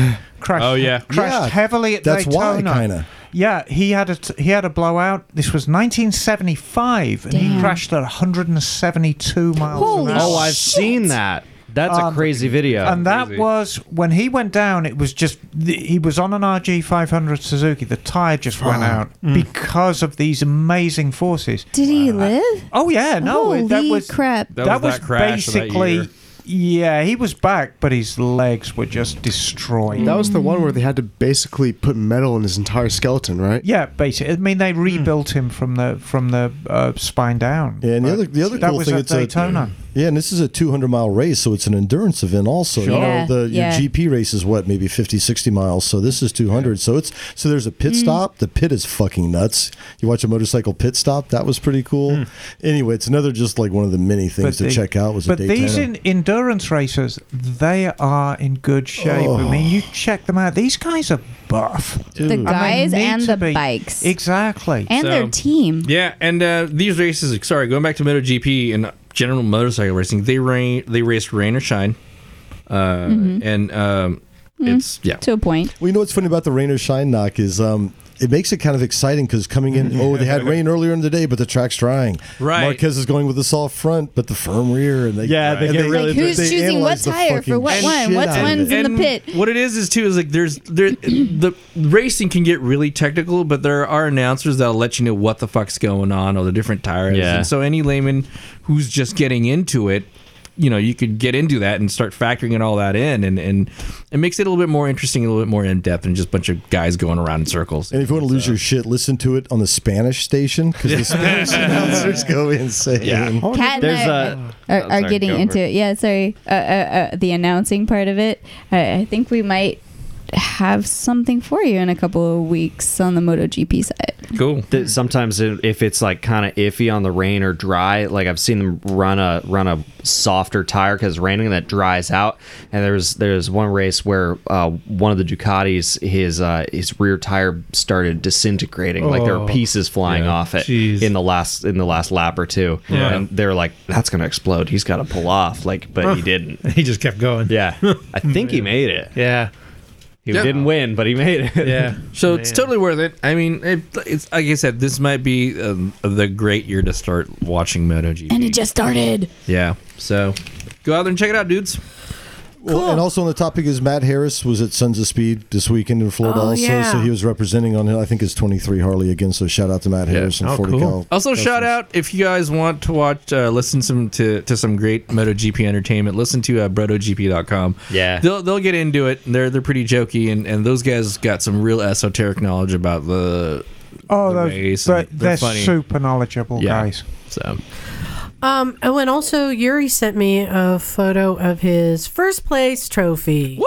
S4: crashed,
S2: Oh, yeah.
S4: crashed
S2: Yeah,
S4: heavily at
S2: that's why,
S4: Daytona.
S2: kinda.
S4: Yeah, he had a t- he had a blowout. This was 1975, and he
S8: Damn.
S4: crashed at 172 miles.
S8: Holy
S4: an hour.
S8: Oh, I've seen that. That's a
S4: Um,
S8: crazy video.
S4: And that was when he went down. It was just th- he was on an RG 500 Suzuki. The tire just went out because of these amazing forces.
S11: Did he live?
S4: Oh yeah, no, it- that
S11: Holy
S4: was
S11: crap.
S4: That,
S11: That
S4: was,
S11: was that crash of that
S4: basically.
S11: year.
S4: yeah, he was back, but his legs were just destroyed.
S5: That was the one where they had to basically put metal in his entire skeleton, right?
S4: Yeah, basically. I mean,
S2: Hmm.
S4: they rebuilt him from the from the uh, spine down.
S2: Yeah, and the other the other
S4: that
S2: cool
S4: was
S2: thing
S4: at
S2: it's
S4: Daytona.
S2: A, yeah, and this is a 200 mile race, so it's an endurance event also. You
S4: Sure.
S2: know,
S4: Yeah,
S2: the your
S4: yeah.
S2: GP race is what maybe 50, 60 miles, so this is 200. So it's so there's a pit
S14: Mm.
S2: stop. The pit is fucking nuts. You watch a motorcycle pit stop. That was pretty cool. Anyway, it's another just like one of the many things to
S4: they-
S2: check out was
S4: but
S2: a Daytona.
S4: these in, endurance racers, they are in good shape. I
S2: Oh.
S4: mean, you check them out. These guys are buff.
S11: The
S4: And they
S11: guys
S4: need
S11: and
S4: to
S11: the bikes.
S4: Exactly.
S11: And their team.
S3: Yeah, and uh, these races. Sorry, going back to MotoGP and general motorcycle racing, they rain. They raced rain or shine, uh,
S11: Mhm.
S3: and um,
S11: Mm,
S3: it's yeah.
S11: To a point.
S2: Well, you know what's funny about the rain or shine knock is um, it makes it kind of exciting because coming in, oh, they had rain earlier in the day, but the track's drying.
S3: Right.
S2: Marquez is going with the soft front, but the firm rear, and they
S13: Yeah, they
S2: and
S13: get really
S11: Like, who's choosing
S2: analyze
S11: what
S2: the
S11: tire for
S2: fucking
S11: what one?
S2: shit
S11: What's
S2: out of
S11: one's
S2: it.
S11: in the pit?
S3: What it is is too is like there's there the racing can get really technical, but there are announcers that'll let you know what the fuck's going on or the different tires.
S8: Yeah.
S3: And so any layman who's just getting into it, you know, you could get into that and start factoring it all that in, and and it makes it a little bit more interesting, a little bit more in depth, than just a bunch of guys going around in circles.
S2: And if you want to lose your shit, listen to it on the Spanish station because the Spanish announcers go insane. Yeah.
S11: Kat and I
S10: Oh,
S11: are, are getting into it. Yeah, sorry. Uh, uh, uh, the announcing part of it. Uh, I, I think we might have something for you in a couple of weeks on the MotoGP side.
S3: Cool.
S8: That sometimes it- if it's like kind of iffy on the rain or dry, like I've seen them run a run a softer tire because it's raining that dries out. And there's there's one race where uh, one of the Ducatis his uh, his rear tire started disintegrating, like there
S13: Oh.
S8: were pieces flying off it
S13: Jeez.
S8: in the last in the last lap or two.
S13: Yeah.
S8: And they're like, that's gonna explode. He's got to pull off. Like, but he didn't.
S13: He just kept going.
S8: Yeah, I think he made it.
S13: Yeah.
S8: He
S3: Yeah.
S8: didn't win, but he made it.
S3: So it's totally worth it. I mean, it, it's like I said, this might be um, the great year to start watching MotoGP.
S11: And it just started.
S3: Yeah. So go out there and check it out, dudes.
S2: Well, and also on the topic is Matt Harris was at Sons of Speed this weekend in Florida
S3: Oh,
S2: also,
S3: yeah.
S2: so he was representing on I think his 23 Harley again. So shout out to Matt Harris and 40 Cal.
S3: Oh, Also, shout out if you guys want to watch, uh, listen some to, to some great MotoGP entertainment. Listen to uh, BrotoGP.com.
S8: Yeah.
S3: they'll they'll get into it. They're they're pretty jokey, and, and those guys got some real esoteric knowledge about the
S4: Oh,
S3: the
S4: those-
S3: race.
S4: they're,
S3: and they're
S4: they're
S3: funny.
S4: super knowledgeable
S3: Yeah.
S4: guys.
S3: So
S10: Um, oh, and also Yuri sent me a photo of his first place trophy.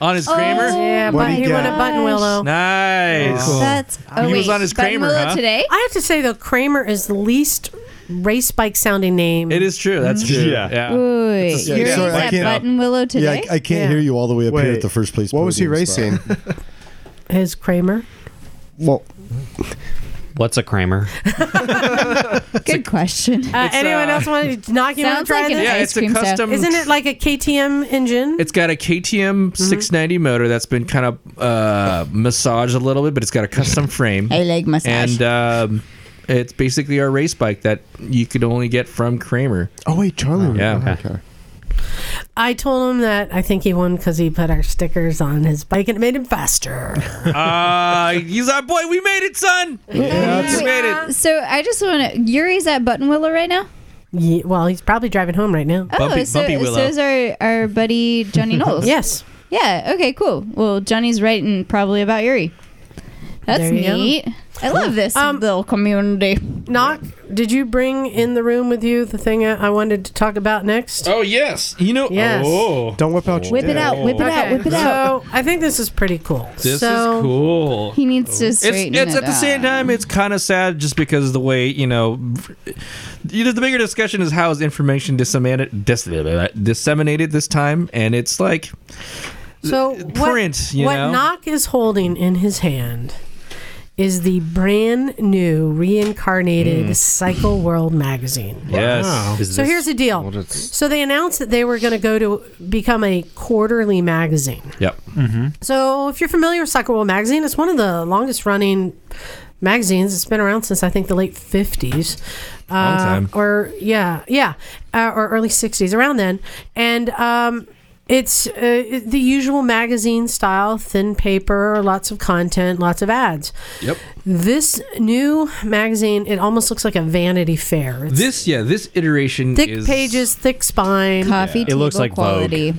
S3: on his
S10: Oh,
S3: Kramer.
S10: yeah, What'd but he he won a gosh. button willow.
S3: Nice.
S4: Oh,
S10: That's
S3: he was on his Kramer huh?
S10: I have to say though, Kramer is the least race bike sounding name.
S3: It is true. That's true. Mm-hmm. Yeah.
S11: Ooh,
S2: It's a-
S11: you're
S2: sorry, I
S11: at
S2: can't-
S11: Button Willow
S2: Yeah,
S11: today.
S2: I, I can't hear you all the way up here at the first place.
S5: what was he
S2: podium spot.
S5: racing?
S10: His Kramer.
S5: Well,
S8: What's a Kramer?
S11: Good question.
S10: Uh, anyone else want to knock him out?
S11: Sounds like an Yeah, ice it's a cream custom- sound.
S10: Isn't it like a KTM engine?
S3: It's got a KTM 690 motor that's been kind of uh, massaged a little bit, but it's got a custom frame.
S11: I like massage.
S3: And um, it's basically our race bike that you could only get from Kramer.
S5: Oh wait, Charlie.
S3: Yeah.
S5: Okay.
S10: I told him that I think he won because he put our stickers on his bike and it made him faster.
S3: Ah, he's our boy. We made it, son. we made it.
S11: So I just want to. Yuri's at Button Willow right now.
S10: Ye- well, he's probably driving home right now.
S11: oh, so, so is our, our buddy Johnny Knowles.
S10: yes.
S11: Yeah. Okay. Cool. Well, Johnny's writing probably about Yuri. That's
S10: There you go. Um,
S11: neat. I love this little community.
S10: Knock. Did you bring in the room with you the thing I I wanted to talk about next?
S3: Oh yes, you know.
S10: Yes.
S3: Oh,
S5: don't whip out.
S10: your Whip it dick. out,
S11: Oh, Whip it out. Whip it out.
S10: So I think this is pretty cool.
S3: This
S10: so
S3: is cool.
S11: He needs to
S3: It's,
S11: straighten
S3: it's
S11: it
S3: at the same time, it's kind of sad just because the way you know, you know, the bigger discussion is how is information disseminated, dis- disseminated this time, and it's like
S10: So what,
S3: uh, print, you
S10: what
S3: know?
S10: Knock is holding in his hand is the brand new reincarnated Cycle World magazine.
S3: Hmm. yes.
S10: so here's the deal. So they announced that they were going to go to become a quarterly magazine.
S3: Yep. Mm-hmm.
S10: So, if you're familiar with Soccer World Magazine, it's one of the longest running magazines. It's been around since I think the late 50s.
S3: Long time.
S10: Or, yeah, yeah, uh, or early 60s, around then. And, um, it's uh, the usual magazine style, thin paper, lots of content, lots of ads.
S3: Yep.
S10: This new magazine, it almost looks like a vanity fair. It's
S3: This yeah, this iteration
S10: thick
S3: is
S10: pages, thick spine.
S11: Coffee It looks table like Vogue. quality.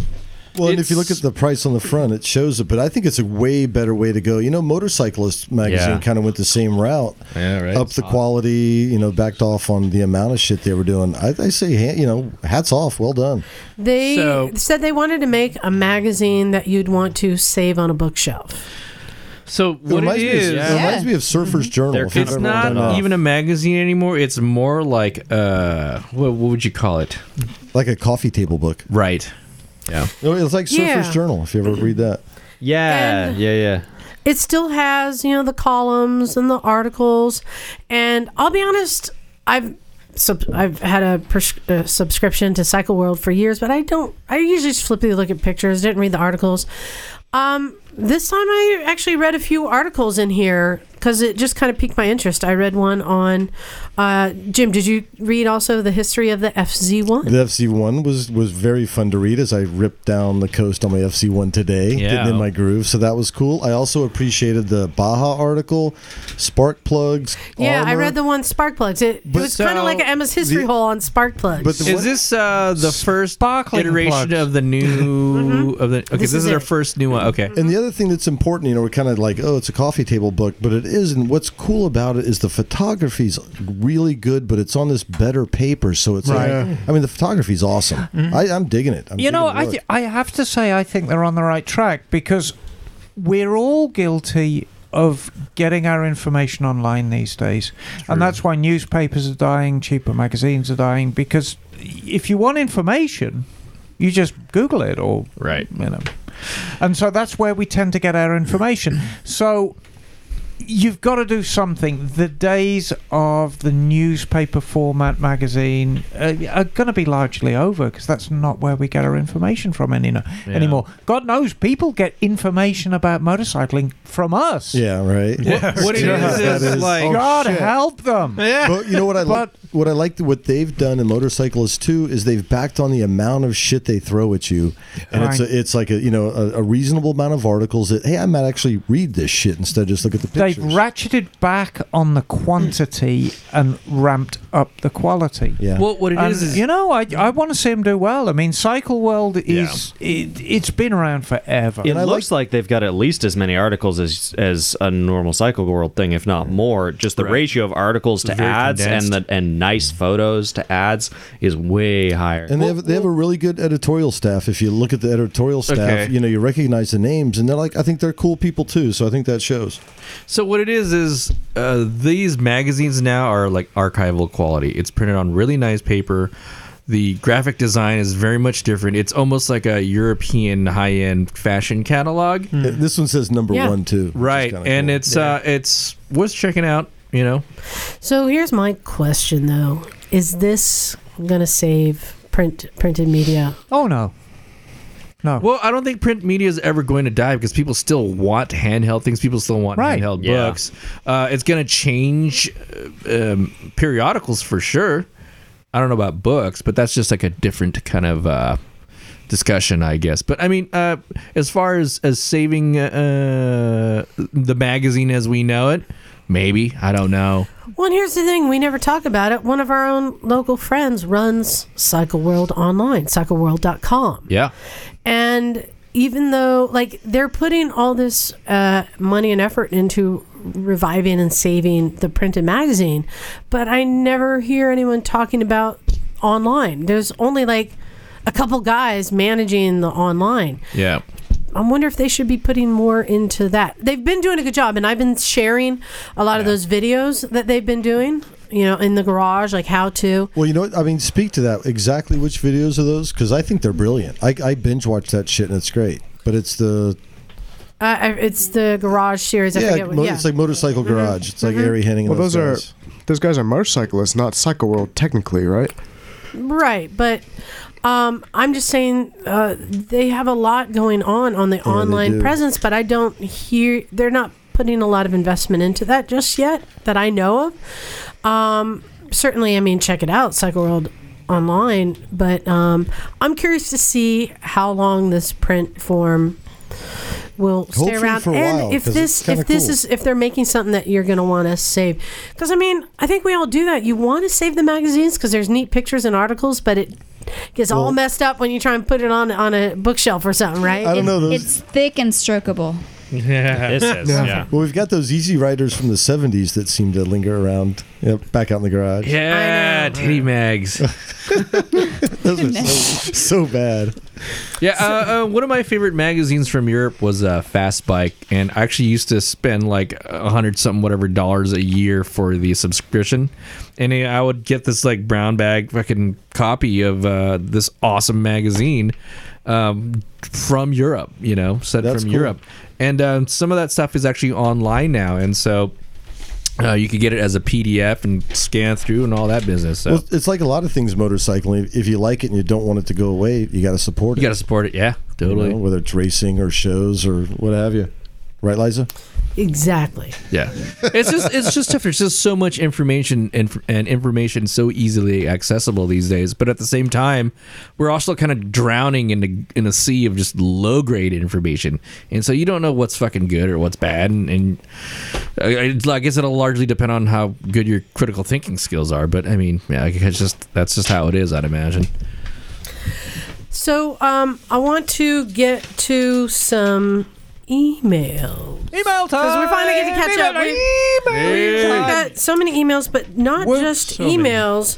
S2: Well, and if you look at the price on the front, it shows it. But I think it's a way better way to go. You know, Motorcyclist magazine
S7: Yeah.
S2: kind of went the same route.
S7: Yeah, right.
S2: Up the quality, you know, backed off on the amount of shit they were doing. I, I say, ha- you know, hats off. Well done.
S10: They
S2: So-
S10: said they wanted to make a magazine that you'd want to save on a bookshelf.
S3: So what it
S2: reminds me of-
S3: is?
S2: it reminds me of Surfer's Journal. if you've
S3: It's
S2: ever
S3: not
S2: done that.
S3: even a magazine anymore. It's more like uh, what, what would you call it?
S2: Like a coffee table book,
S3: right? Yeah.
S2: No, Oh, it's like Surfer's
S10: Yeah.
S2: Journal. If you ever read that.
S8: Yeah, yeah, yeah.
S10: It still has, you know, the columns and the articles. And I'll be honest, I've sub- I've had a pres- uh, subscription to Cycle World for years, but I don't. I usually just flippantly look at pictures, didn't read the articles. Um, this time I actually read a few articles in here because it just kind of piqued my interest. I read one on uh, Jim. Did you read also the history of the FZ one?
S2: The FC one was was very fun to read as I ripped down the coast on my FC one today,
S3: Yeah.
S2: getting in my groove. So that was cool. I also appreciated the Baja article, spark plugs.
S10: Yeah, I
S2: armor.
S10: read the one spark plugs. It, it
S2: But
S10: was kind
S2: so-
S10: of like an Emma's history
S2: the-
S10: hole on spark plugs.
S2: but the
S3: Is this uh, the first iteration
S2: plugs.
S3: of the new of the? Okay,
S2: Mm-hmm. This
S3: this, is
S2: is
S3: our
S2: it. Mm-hmm.
S3: first new one. Okay.
S2: And the other thing that's important, you know, we're kind of like, oh, it's a coffee table book, but it isn't. What's cool about it is the photography's really good, but it's on this better paper, so it's
S4: Right. Mm-hmm.
S2: like, I mean, the photography's awesome. I, I'm digging it. I'm
S4: you know,
S2: digging the
S4: I,
S2: look.
S4: th- I have to say, I think they're on the right track because we're all guilty of getting our information online these days. And that's why newspapers are dying, cheaper magazines are dying, because if you want information, you just Google it or. Right. You know. And so that's where we tend to get our information. So you've got to do something. The days of the newspaper format magazine uh, are going to be largely over because that's not where we get our information from any, anymore. God knows people get information about motorcycling from us.
S2: Yeah, right.
S4: What- what it is
S2: that Oh,
S4: is like- Oh, God help them. Yeah.
S2: But you know what I like? What I like what they've done in motorcyclists too is they've backed on the amount of shit they throw at you, and it's
S4: Right.
S2: a, it's like a you know a, a reasonable amount of articles that hey I might actually read this shit instead of just look at the
S4: They've
S2: pictures.
S4: ratcheted back on the quantity and ramped up the quality.
S2: Yeah.
S3: Well, what it
S4: it is
S3: is is-
S4: you know, I, I want to see them do well. I mean, Cycle World is it, it's been around forever.
S8: It looks like they've got at least as many articles as as a normal Cycle World thing, if not more. Just the ratio of articles to
S2: Very
S8: ads and
S2: condensed.
S8: the and nice photos to ads is way higher.
S2: And they have they have a really good editorial staff. If you look at the editorial staff,
S8: Okay.
S2: you know you recognize the names, and they're like I think they're cool people too. So I think that shows.
S3: So what it is is uh, these magazines now are like archival quality. It's printed on really nice paper. The graphic design is very much different. It's almost like a European high-end fashion catalog.
S2: Uh, This one says number
S10: Yeah.
S2: one too,
S3: right? And it's uh, it's worth checking out. You know,
S10: So here's my question though: Is this gonna save print printed media?
S4: Oh no. No.
S3: Well, I don't think print media is ever going to die because people still want handheld things. People still want
S4: Right.
S3: handheld
S4: Yeah.
S3: books. Uh, it's going to change uh, um, periodicals for sure. I don't know about books, but that's just like a different kind of uh, discussion, I guess. But I mean, uh, as far as as saving uh, the magazine as we know it, maybe I don't know.
S10: Well, and here's the thing we never talk about it. One of our own local friends runs Cycle World online, cycleworld.com.
S3: Yeah.
S10: And even though, like, they're putting all this uh, money and effort into reviving and saving the printed magazine, but I never hear anyone talking about online. There's only like a couple guys managing the online.
S3: Yeah.
S10: I wonder if they should be putting more into that. They've been doing a good job, and I've been sharing a lot of those videos that they've been doing, you know, in the garage, like how to.
S2: Well, you know what? I mean, speak to that. Exactly which videos are those? Because I think they're brilliant. I, I binge watch that shit and it's great. But it's the
S10: Uh, I- it's the garage series. I
S2: yeah,
S10: forget
S2: mo-
S10: what. Yeah.
S2: it's like motorcycle
S10: Mm-hmm.
S2: garage. It's like Ari Henning.
S5: Well,
S2: and
S5: those,
S2: those
S5: are those guys are motorcyclists, not Cycle World, technically, right?
S10: Right, but um, I'm just saying uh, they have a lot going on on the online
S5: do.
S10: presence, but I don't hear they're not putting a lot of investment into that just yet that I know of. Um, certainly, I mean, check it out, Cycle World online, but um, I'm curious to see how long this print form will stay
S1: Hopefully
S10: around
S1: for a
S10: and
S1: while,
S10: if
S1: 'cause it's
S10: this
S1: kinda
S10: if this
S1: cool.
S10: is if they're making something that you're going to want to save because i mean i think we all do that you want to save the magazines because there's neat pictures and articles but it gets all
S11: Well-
S10: messed up when you try and put it on on a bookshelf or something right
S2: I don't know those-
S11: It's thick and strokable.
S2: Yeah,
S11: This is, Yeah. yeah.
S2: Well, we've got those Easy Riders from the '70s that seem to linger around yeah, back out in the garage.
S3: Yeah, titty mags.
S2: those are so, so bad.
S3: Yeah, uh, uh, one of my favorite magazines from Europe was uh, Fast Bike, and I actually used to spend like a hundred something whatever dollars a year for the subscription, and uh, I would get this like brown bag fucking copy of uh, this awesome magazine um, from Europe. You know, sent
S2: That's
S3: from
S2: cool.
S3: Europe, and um, some of that stuff is actually online now, and so. Uh, you could get it as a PDF and scan through and all that business. So
S2: Well, it's like a lot of things motorcycling. If you like it and you don't want it to go away, you got to support it.
S3: you got to support it. Yeah, totally.
S2: You know, whether it's racing or shows or what have you. Right, Liza?
S10: exactly
S3: Yeah, it's just it's just tough. There's just so much information and, and information so easily accessible these days. But at the same time, we're also kind of drowning in the in a sea of just low grade information, and so you don't know what's fucking good or what's bad. And, and I, I- I guess it'll largely depend on how good your critical thinking skills are. But I mean, yeah, I guess it's just that's just how it is. I'd imagine.
S10: so um i want to get to some email
S3: Email time.
S10: because we finally get to catch
S1: Email
S10: up
S1: time.
S10: we,
S1: Email
S10: we've
S1: time.
S10: got so many emails but not just
S1: so many.
S10: emails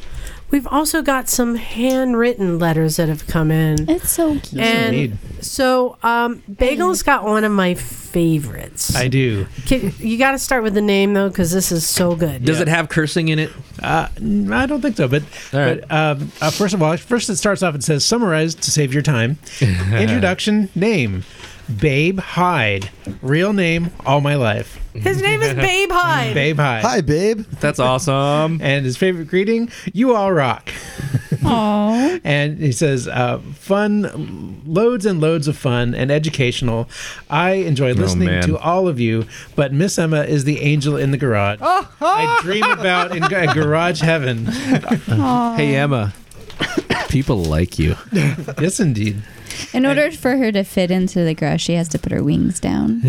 S10: We've also got some handwritten letters that have come in.
S11: It's so cute.
S10: And
S13: indeed.
S10: so, um, Bagel's got one of my favorites.
S13: I do.
S10: Can, you got to start with the name though, because this is so good.
S3: Does it have cursing in it?
S13: Uh, n- I don't think so. But, but um, uh, first of all, first it starts off and says summarize to save your time. Introduction name. Babe Hyde, real name all my life.
S10: His name is Babe Hyde.
S13: Babe Hyde. Hi,
S2: babe.
S3: That's awesome.
S13: and his favorite greeting: "You all rock."
S11: Aww.
S13: and he says, uh, "Fun, loads and loads of fun and educational. I enjoy listening
S3: Oh, man.
S13: to all of you, but Miss Emma is the angel in the garage.
S10: Oh.
S13: I dream about in ga- garage heaven.
S3: Hey Emma, people like you.
S13: yes, indeed.
S11: In order for her to fit into the garage, she has to put her wings down.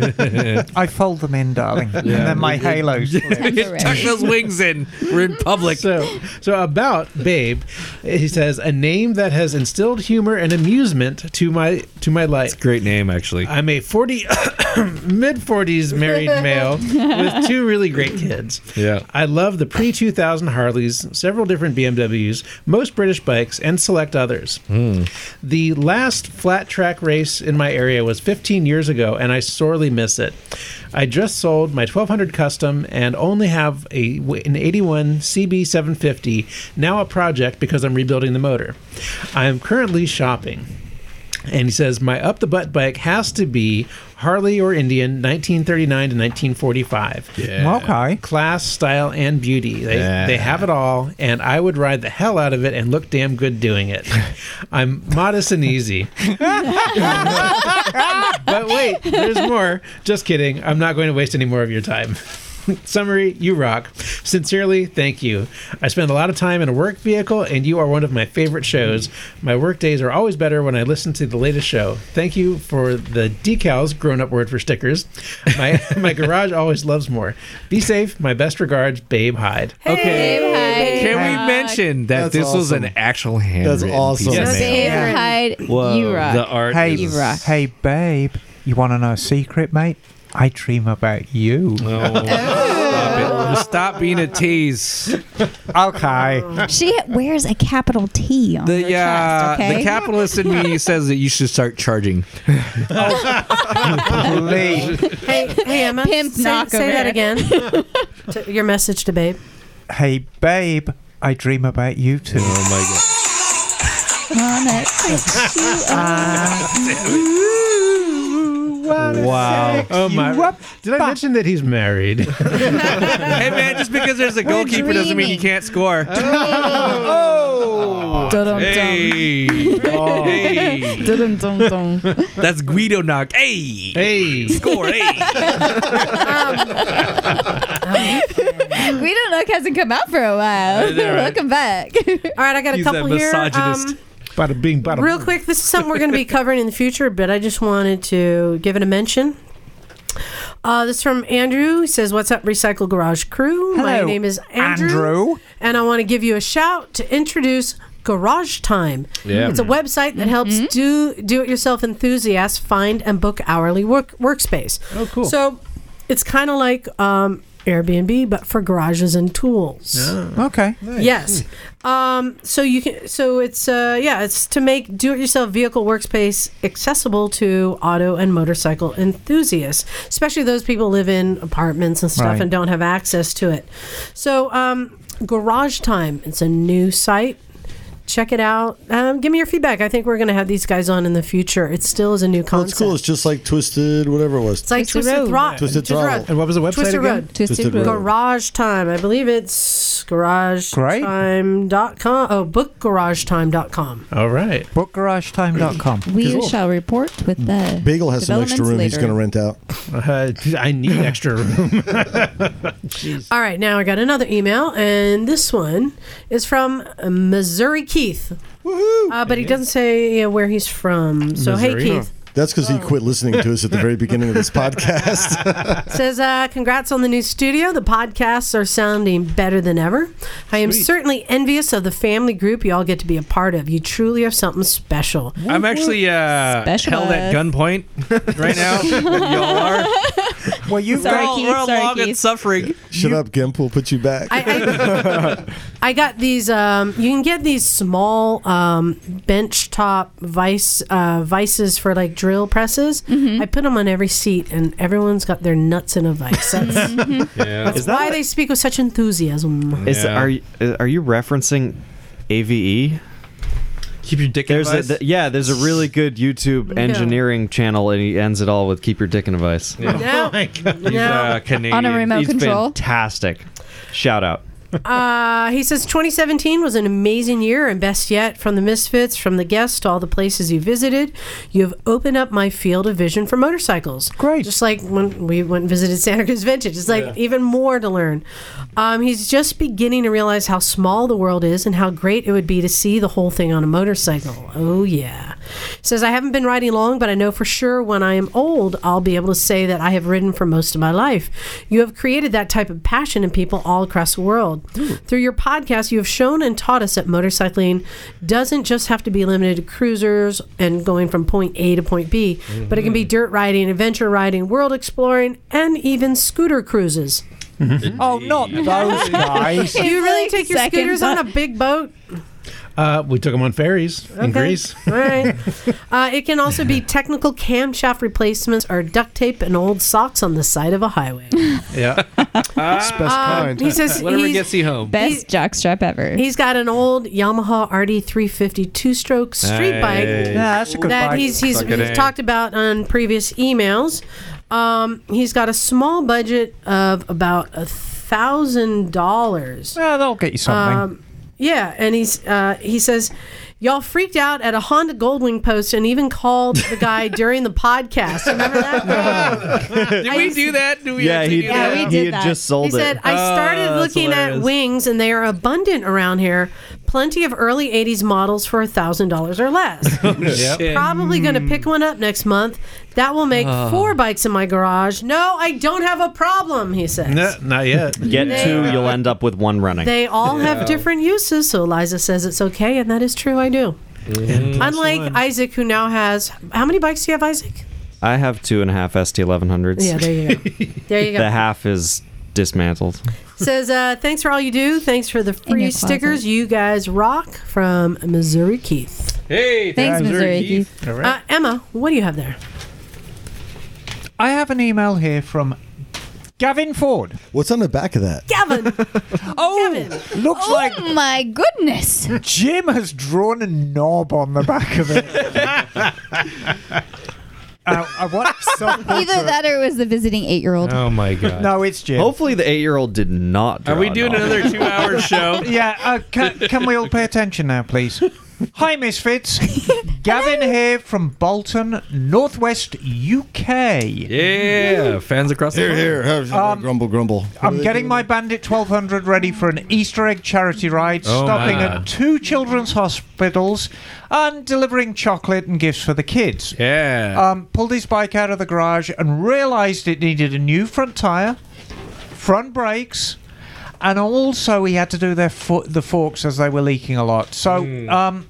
S4: I fold them in, darling, and
S13: Yeah.
S4: then my halos.
S3: Tuck those wings in. We're in public.
S13: So, so about Babe, he says a name that has instilled humor and amusement to my to my life.
S3: Great name, actually.
S13: I'm a forty mid forties married male with two really great kids.
S3: Yeah.
S13: I love the pre two thousand Harleys, several different BMWs, most British bikes, and select others. The last flat track race in my area was 15 years ago, and I sorely miss it. I just sold my 1200 custom and only have a an 81 CB 750 now a project because I'm rebuilding the motor. I am currently shopping. And he says, My up the butt bike has to be Harley or Indian, 1939 to 1945.
S4: Yeah. Okay.
S13: Class, style, and beauty. They,
S4: Yeah.
S13: they have it all, and I would ride the hell out of it and look damn good doing it. I'm modest and easy. but wait, there's more. Just kidding. I'm not going to waste any more of your time. Summary, you rock. Sincerely, thank you. I spend a lot of time in a work vehicle, and you are one of my favorite shows. My work days are always better when I listen to the latest show. Thank you for the decals, grown up word for stickers. My, my garage always loves more. Be safe. My best regards, Babe Hyde.
S7: Okay.
S11: Babe
S7: Can
S11: Hyde.
S7: we mention that
S13: That's
S7: this was
S13: awesome.
S7: an actual handwritten
S13: awesome.
S7: piece of
S13: Yes.
S7: mail?
S11: Babe
S4: Yeah.
S11: Hyde, you rock.
S4: hey,
S11: you rock.
S4: hey, babe, you want to know a secret, mate? I dream about you.
S7: Stop, it. Stop being a tease.
S4: Okay.
S11: She wears a capital T on
S7: The
S11: her
S7: yeah,
S11: chest. Okay.
S7: the capitalist in me says that you should start charging.
S10: hey, hey, Emma.
S11: Pimp
S10: say,
S11: knock
S10: say
S11: over.
S10: that again. To- your message to Babe.
S4: Hey, babe, I dream about you too. Oh
S11: Wanna touch you up.
S13: Wow. Oh my. Did I mention that he's married?
S7: hey man, just because there's a goalkeeper doesn't mean you can't score.
S11: Oh. Dum-dum-dum.
S7: Hey. Hey.
S11: Dum-dum-dum-dum.
S7: That's Guido knock. Hey.
S13: Hey.
S7: Score. Hey.
S11: We don't know hasn't come out for a while.
S13: I know, right?
S11: Welcome back.
S10: All right, I got a couple here. Um,
S13: bada bing, bada
S10: Real
S13: boom.
S10: quick, this is something we're going to be covering in the future, but I just wanted to give it a mention. Uh, this is from Andrew. He says, What's up, Recycle Garage crew? My
S4: Hello,
S10: name is Andrew,
S4: Andrew.
S10: And I want to give you a shout to introduce Garage Time.
S4: Yeah.
S10: It's a website that helps do do it yourself enthusiasts find and book hourly work workspace. Oh,
S13: cool.
S10: So it's kind of like um, Airbnb, but for garages and tools.
S4: Okay.
S10: Yes. Um, so you can. So it's uh, yeah. It's to make do-it-yourself vehicle workspace accessible to auto and motorcycle enthusiasts, especially those people who live in apartments and stuff
S11: Right.
S10: and don't have access to it. So um, Garage Time. It's a new site. Check it out. Um, give me your feedback. I think we're going to have these guys on in the future. It still is a new
S2: Well, it's
S10: concept.
S2: cool. It's just like twisted, whatever it was.
S10: It's like Twisted, Rock.
S2: Twisted Throttle.
S13: And what was the website
S10: Twisted
S13: again?
S10: Road. Garage Time. I believe it's
S4: Great.
S10: garagetime.com. Oh, bookgaragetime.com.
S13: All right.
S4: Bookgaragetime.com.
S11: We shall report with the
S2: Bagel has some extra room
S11: developments
S2: he's going to
S11: later.
S2: rent out.
S13: Uh, I need extra room.
S10: All right, now I got another email, and this one is from Missouri Keith. Woohoo! Uh, but he doesn't say yeah, where he's from. So, hey, Keith.
S2: That's because he quit listening to us at the very beginning of this podcast.
S10: Says, uh, congrats on the new studio. The podcasts are sounding better than ever. I am
S7: Sweet.
S10: certainly envious of the family group you all get to be a part of. You truly are something special.
S7: I'm actually uh,
S10: Special
S7: held at
S10: us.
S7: gunpoint right now. Y'all are.
S4: Well, you
S7: We're all, we're all long and suffering.
S2: Shut up, Gimp. We'll put you back.
S10: I got these. Um, you can get these small um, bench top vice uh, vices for like drill presses. I put them on every seat, and everyone's got their nuts in a vice. That's, that's
S8: Is that
S10: why they speak with such enthusiasm.
S8: Is are you- are you referencing AVE?
S7: Keep your dick
S8: there's
S7: in a vice?
S8: A, th- yeah, there's a really good YouTube
S10: Yeah.
S8: engineering channel, and he ends it all with "Keep your dick in a vice." Oh
S10: No.
S8: He's,
S10: No.
S8: Canadian.
S10: On a remote
S8: He's
S10: control?
S8: Fantastic. Shout out.
S10: Uh, he says 2017 was an amazing year, and best yet, from the misfits, from the guests, to all the places you visited, you have opened up my field of vision for motorcycles. Great. Just like when we went and visited Santa Cruz Vintage, it's like even more to learn. Um, he's just beginning to realize how small the world is and how great it would be to see the whole thing on a motorcycle. Oh, yeah. Says, I haven't been riding long, but I know for sure when I am old, I'll be able to say that I have ridden for most of my life. You have created that type of passion in people all across the world. Through your podcast, you have shown and taught us that motorcycling doesn't just have to be limited to cruisers and going from point A to point B, but it can be
S4: Mm-hmm.
S10: dirt riding, adventure riding, world exploring, and even scooter cruises.
S4: Oh, not those guys.
S10: Do you really
S11: like
S10: take your
S11: second
S10: scooters on a
S11: thought.
S10: big boat?
S13: Uh, we took him on ferries in
S10: Okay.
S13: Greece.
S10: All right. Uh, it can also be technical camshaft replacements or duct tape and old socks on the side of a highway.
S13: Yeah.
S10: best kind. Uh, Um, he says
S7: whatever
S10: he's-
S7: gets you home.
S11: Best jockstrap ever.
S10: He's got an old Yamaha RD350 two-stroke street bike.
S7: Nice. Yeah, that's a good
S10: that
S7: bike.
S10: he's he's,
S7: Suck it
S10: he's
S7: in.
S10: talked about on previous emails. Um, he's got a small budget of about a thousand dollars.
S4: Well, they'll get you something.
S10: Um, yeah, and he's uh, he says Y'all freaked out at a Honda Goldwing post and even called the guy during the podcast. Remember that?
S3: did we do that? Did we
S8: Yeah,
S3: actually
S8: he-
S3: do
S8: yeah,
S3: that?
S8: we did He had that. just
S10: Uh,
S8: sold
S10: he said,
S8: it.
S10: I
S8: Oh,
S10: started
S8: that's
S10: looking at
S8: hilarious.
S10: wings, and they are abundant around here. Plenty of early 80s models for $1,000 or less.
S8: Oh,
S3: Shit.
S10: Probably going to pick one up next month. That will make
S8: Ah.
S13: Oh.
S10: four bikes in my garage. No, I don't have a problem, he says.
S13: No, not yet.
S8: Get
S10: They-
S8: two, you'll end up with one running.
S10: They all have different uses, so Eliza says it's okay, and that is true. I
S8: Mm,
S10: do. Unlike Isaac, who now has how many bikes do you have, Isaac?
S8: I have two and a half ST 1100s.
S10: Yeah, there you go. There you go.
S8: The half is dismantled.
S10: Says, uh, thanks for all you do. Thanks for the free stickers. You guys rock from Missouri Keith.
S3: Hey,
S10: Thanks, Missouri Keith. Uh, Emma, what do you have there?
S4: I have an email here from Gavin Ford.
S2: What's on the back of that?
S10: Gavin.
S4: oh, looks
S11: Oh
S4: like
S11: my goodness.
S4: Jim has drawn a knob on the back of it. Uh, I want
S11: Either that or it was the visiting eight year old.
S8: Oh my
S4: God. No, it's Jim.
S8: Hopefully the eight year old did not.
S4: Are we
S8: draw
S4: doing
S8: it off.
S4: another
S3: two-hour show?
S4: Yeah, uh, can, can we all pay attention now, please? Hi, Misfits. Gavin here from Bolton, Northwest UK.
S3: Yeah, fans across the
S4: Here, here, have-
S3: Um,
S2: grumble, grumble.
S4: I'm getting my Bandit 1200 ready for an Easter egg charity ride,
S2: Oh,
S4: stopping
S2: my.
S4: at two children's hospitals and delivering chocolate and gifts for the kids.
S3: Yeah.
S4: Um, pulled his bike out of the garage and realised it needed a new front tyre, front brakes, and also he had to do their fo- the forks as they were leaking a lot. So.
S3: Hmm.
S4: Um,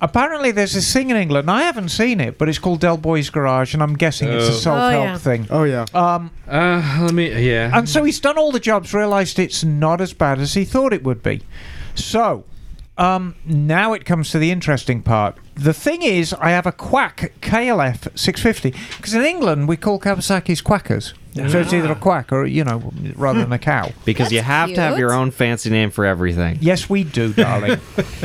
S4: Apparently, there's this thing in England. I haven't seen it, but it's called Del Boy's Garage, and I'm guessing it's a
S3: Oh.
S4: self help
S3: Oh, yeah.
S4: thing.
S5: Oh, yeah.
S4: Um,
S3: uh, let me. Yeah.
S4: and so he's done all the jobs, realised it's not as bad as he thought it would be. So um, now it comes to the interesting part. The thing is, I have a quack KLF 650 because in England we call Kawasaki's quackers. So it's
S3: Ah.
S4: either a quack or you know, rather than a cow.
S8: Because you have to have
S4: cute.
S8: your own fancy name for everything.
S4: Yes, we do, darling.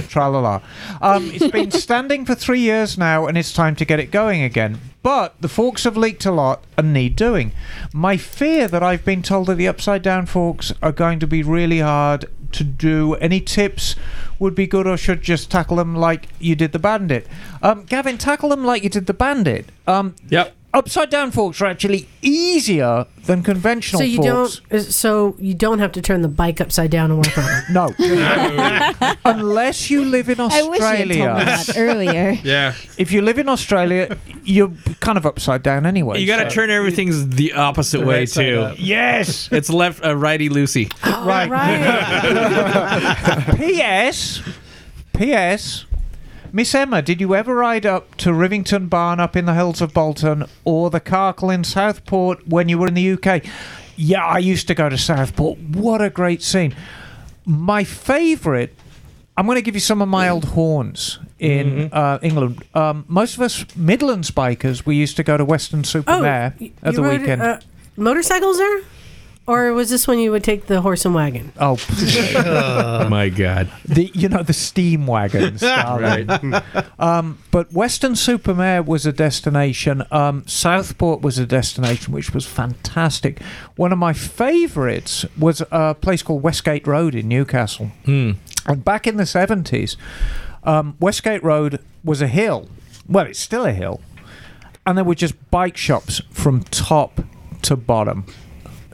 S4: Tra la la. Um, it's been standing for three years now, and it's time to get it going again. But the forks have leaked a lot and need doing. My fear that I've been told that the upside down forks are going to be really hard to do. Any tips would be good, or should just tackle them like you did the bandit? Um, Gavin, tackle them like you did the bandit. Um,
S3: yep.
S4: Upside down forks are actually easier than conventional
S10: So you
S4: forks.
S10: don't. is- So you don't have to turn the bike upside down and work on it.
S4: No. Unless you live in
S11: I wish you had told me
S4: Australia.
S11: that earlier.
S3: Yeah.
S4: If you live in Australia, you're kind of upside down anyway.
S3: You got to
S4: so-
S3: turn everything's the opposite
S4: The
S3: way
S4: right side
S3: too.
S4: up. Yes.
S3: It's left uh, righty loosey.
S4: right. P.S. P.S. Miss Emma, did you ever ride up to Rivington Barn up in the hills of Bolton or the Carkle in Southport when you were in the UK? Yeah, I used to go to Southport. What a great scene. My favourite, I'm going to give you some of my old horns in uh, England. Um, most of us Midlands bikers, we used to go to Western Super
S10: Oh,
S4: Mare
S10: y-
S4: at
S10: you
S4: the
S10: rode,
S4: weekend.
S10: uh, motorcycles there, or was this when you would take the horse and wagon?
S4: Oh,
S7: Oh
S4: my God! The you know the steam wagons, darling. um, but Western Supermare was a destination. Um, Southport was a destination, which was fantastic. One of my favourites was a place called Westgate Road in Newcastle. And back in the seventies, um, Westgate Road was a hill. Well, it's still a hill, and there were just bike shops from top to bottom.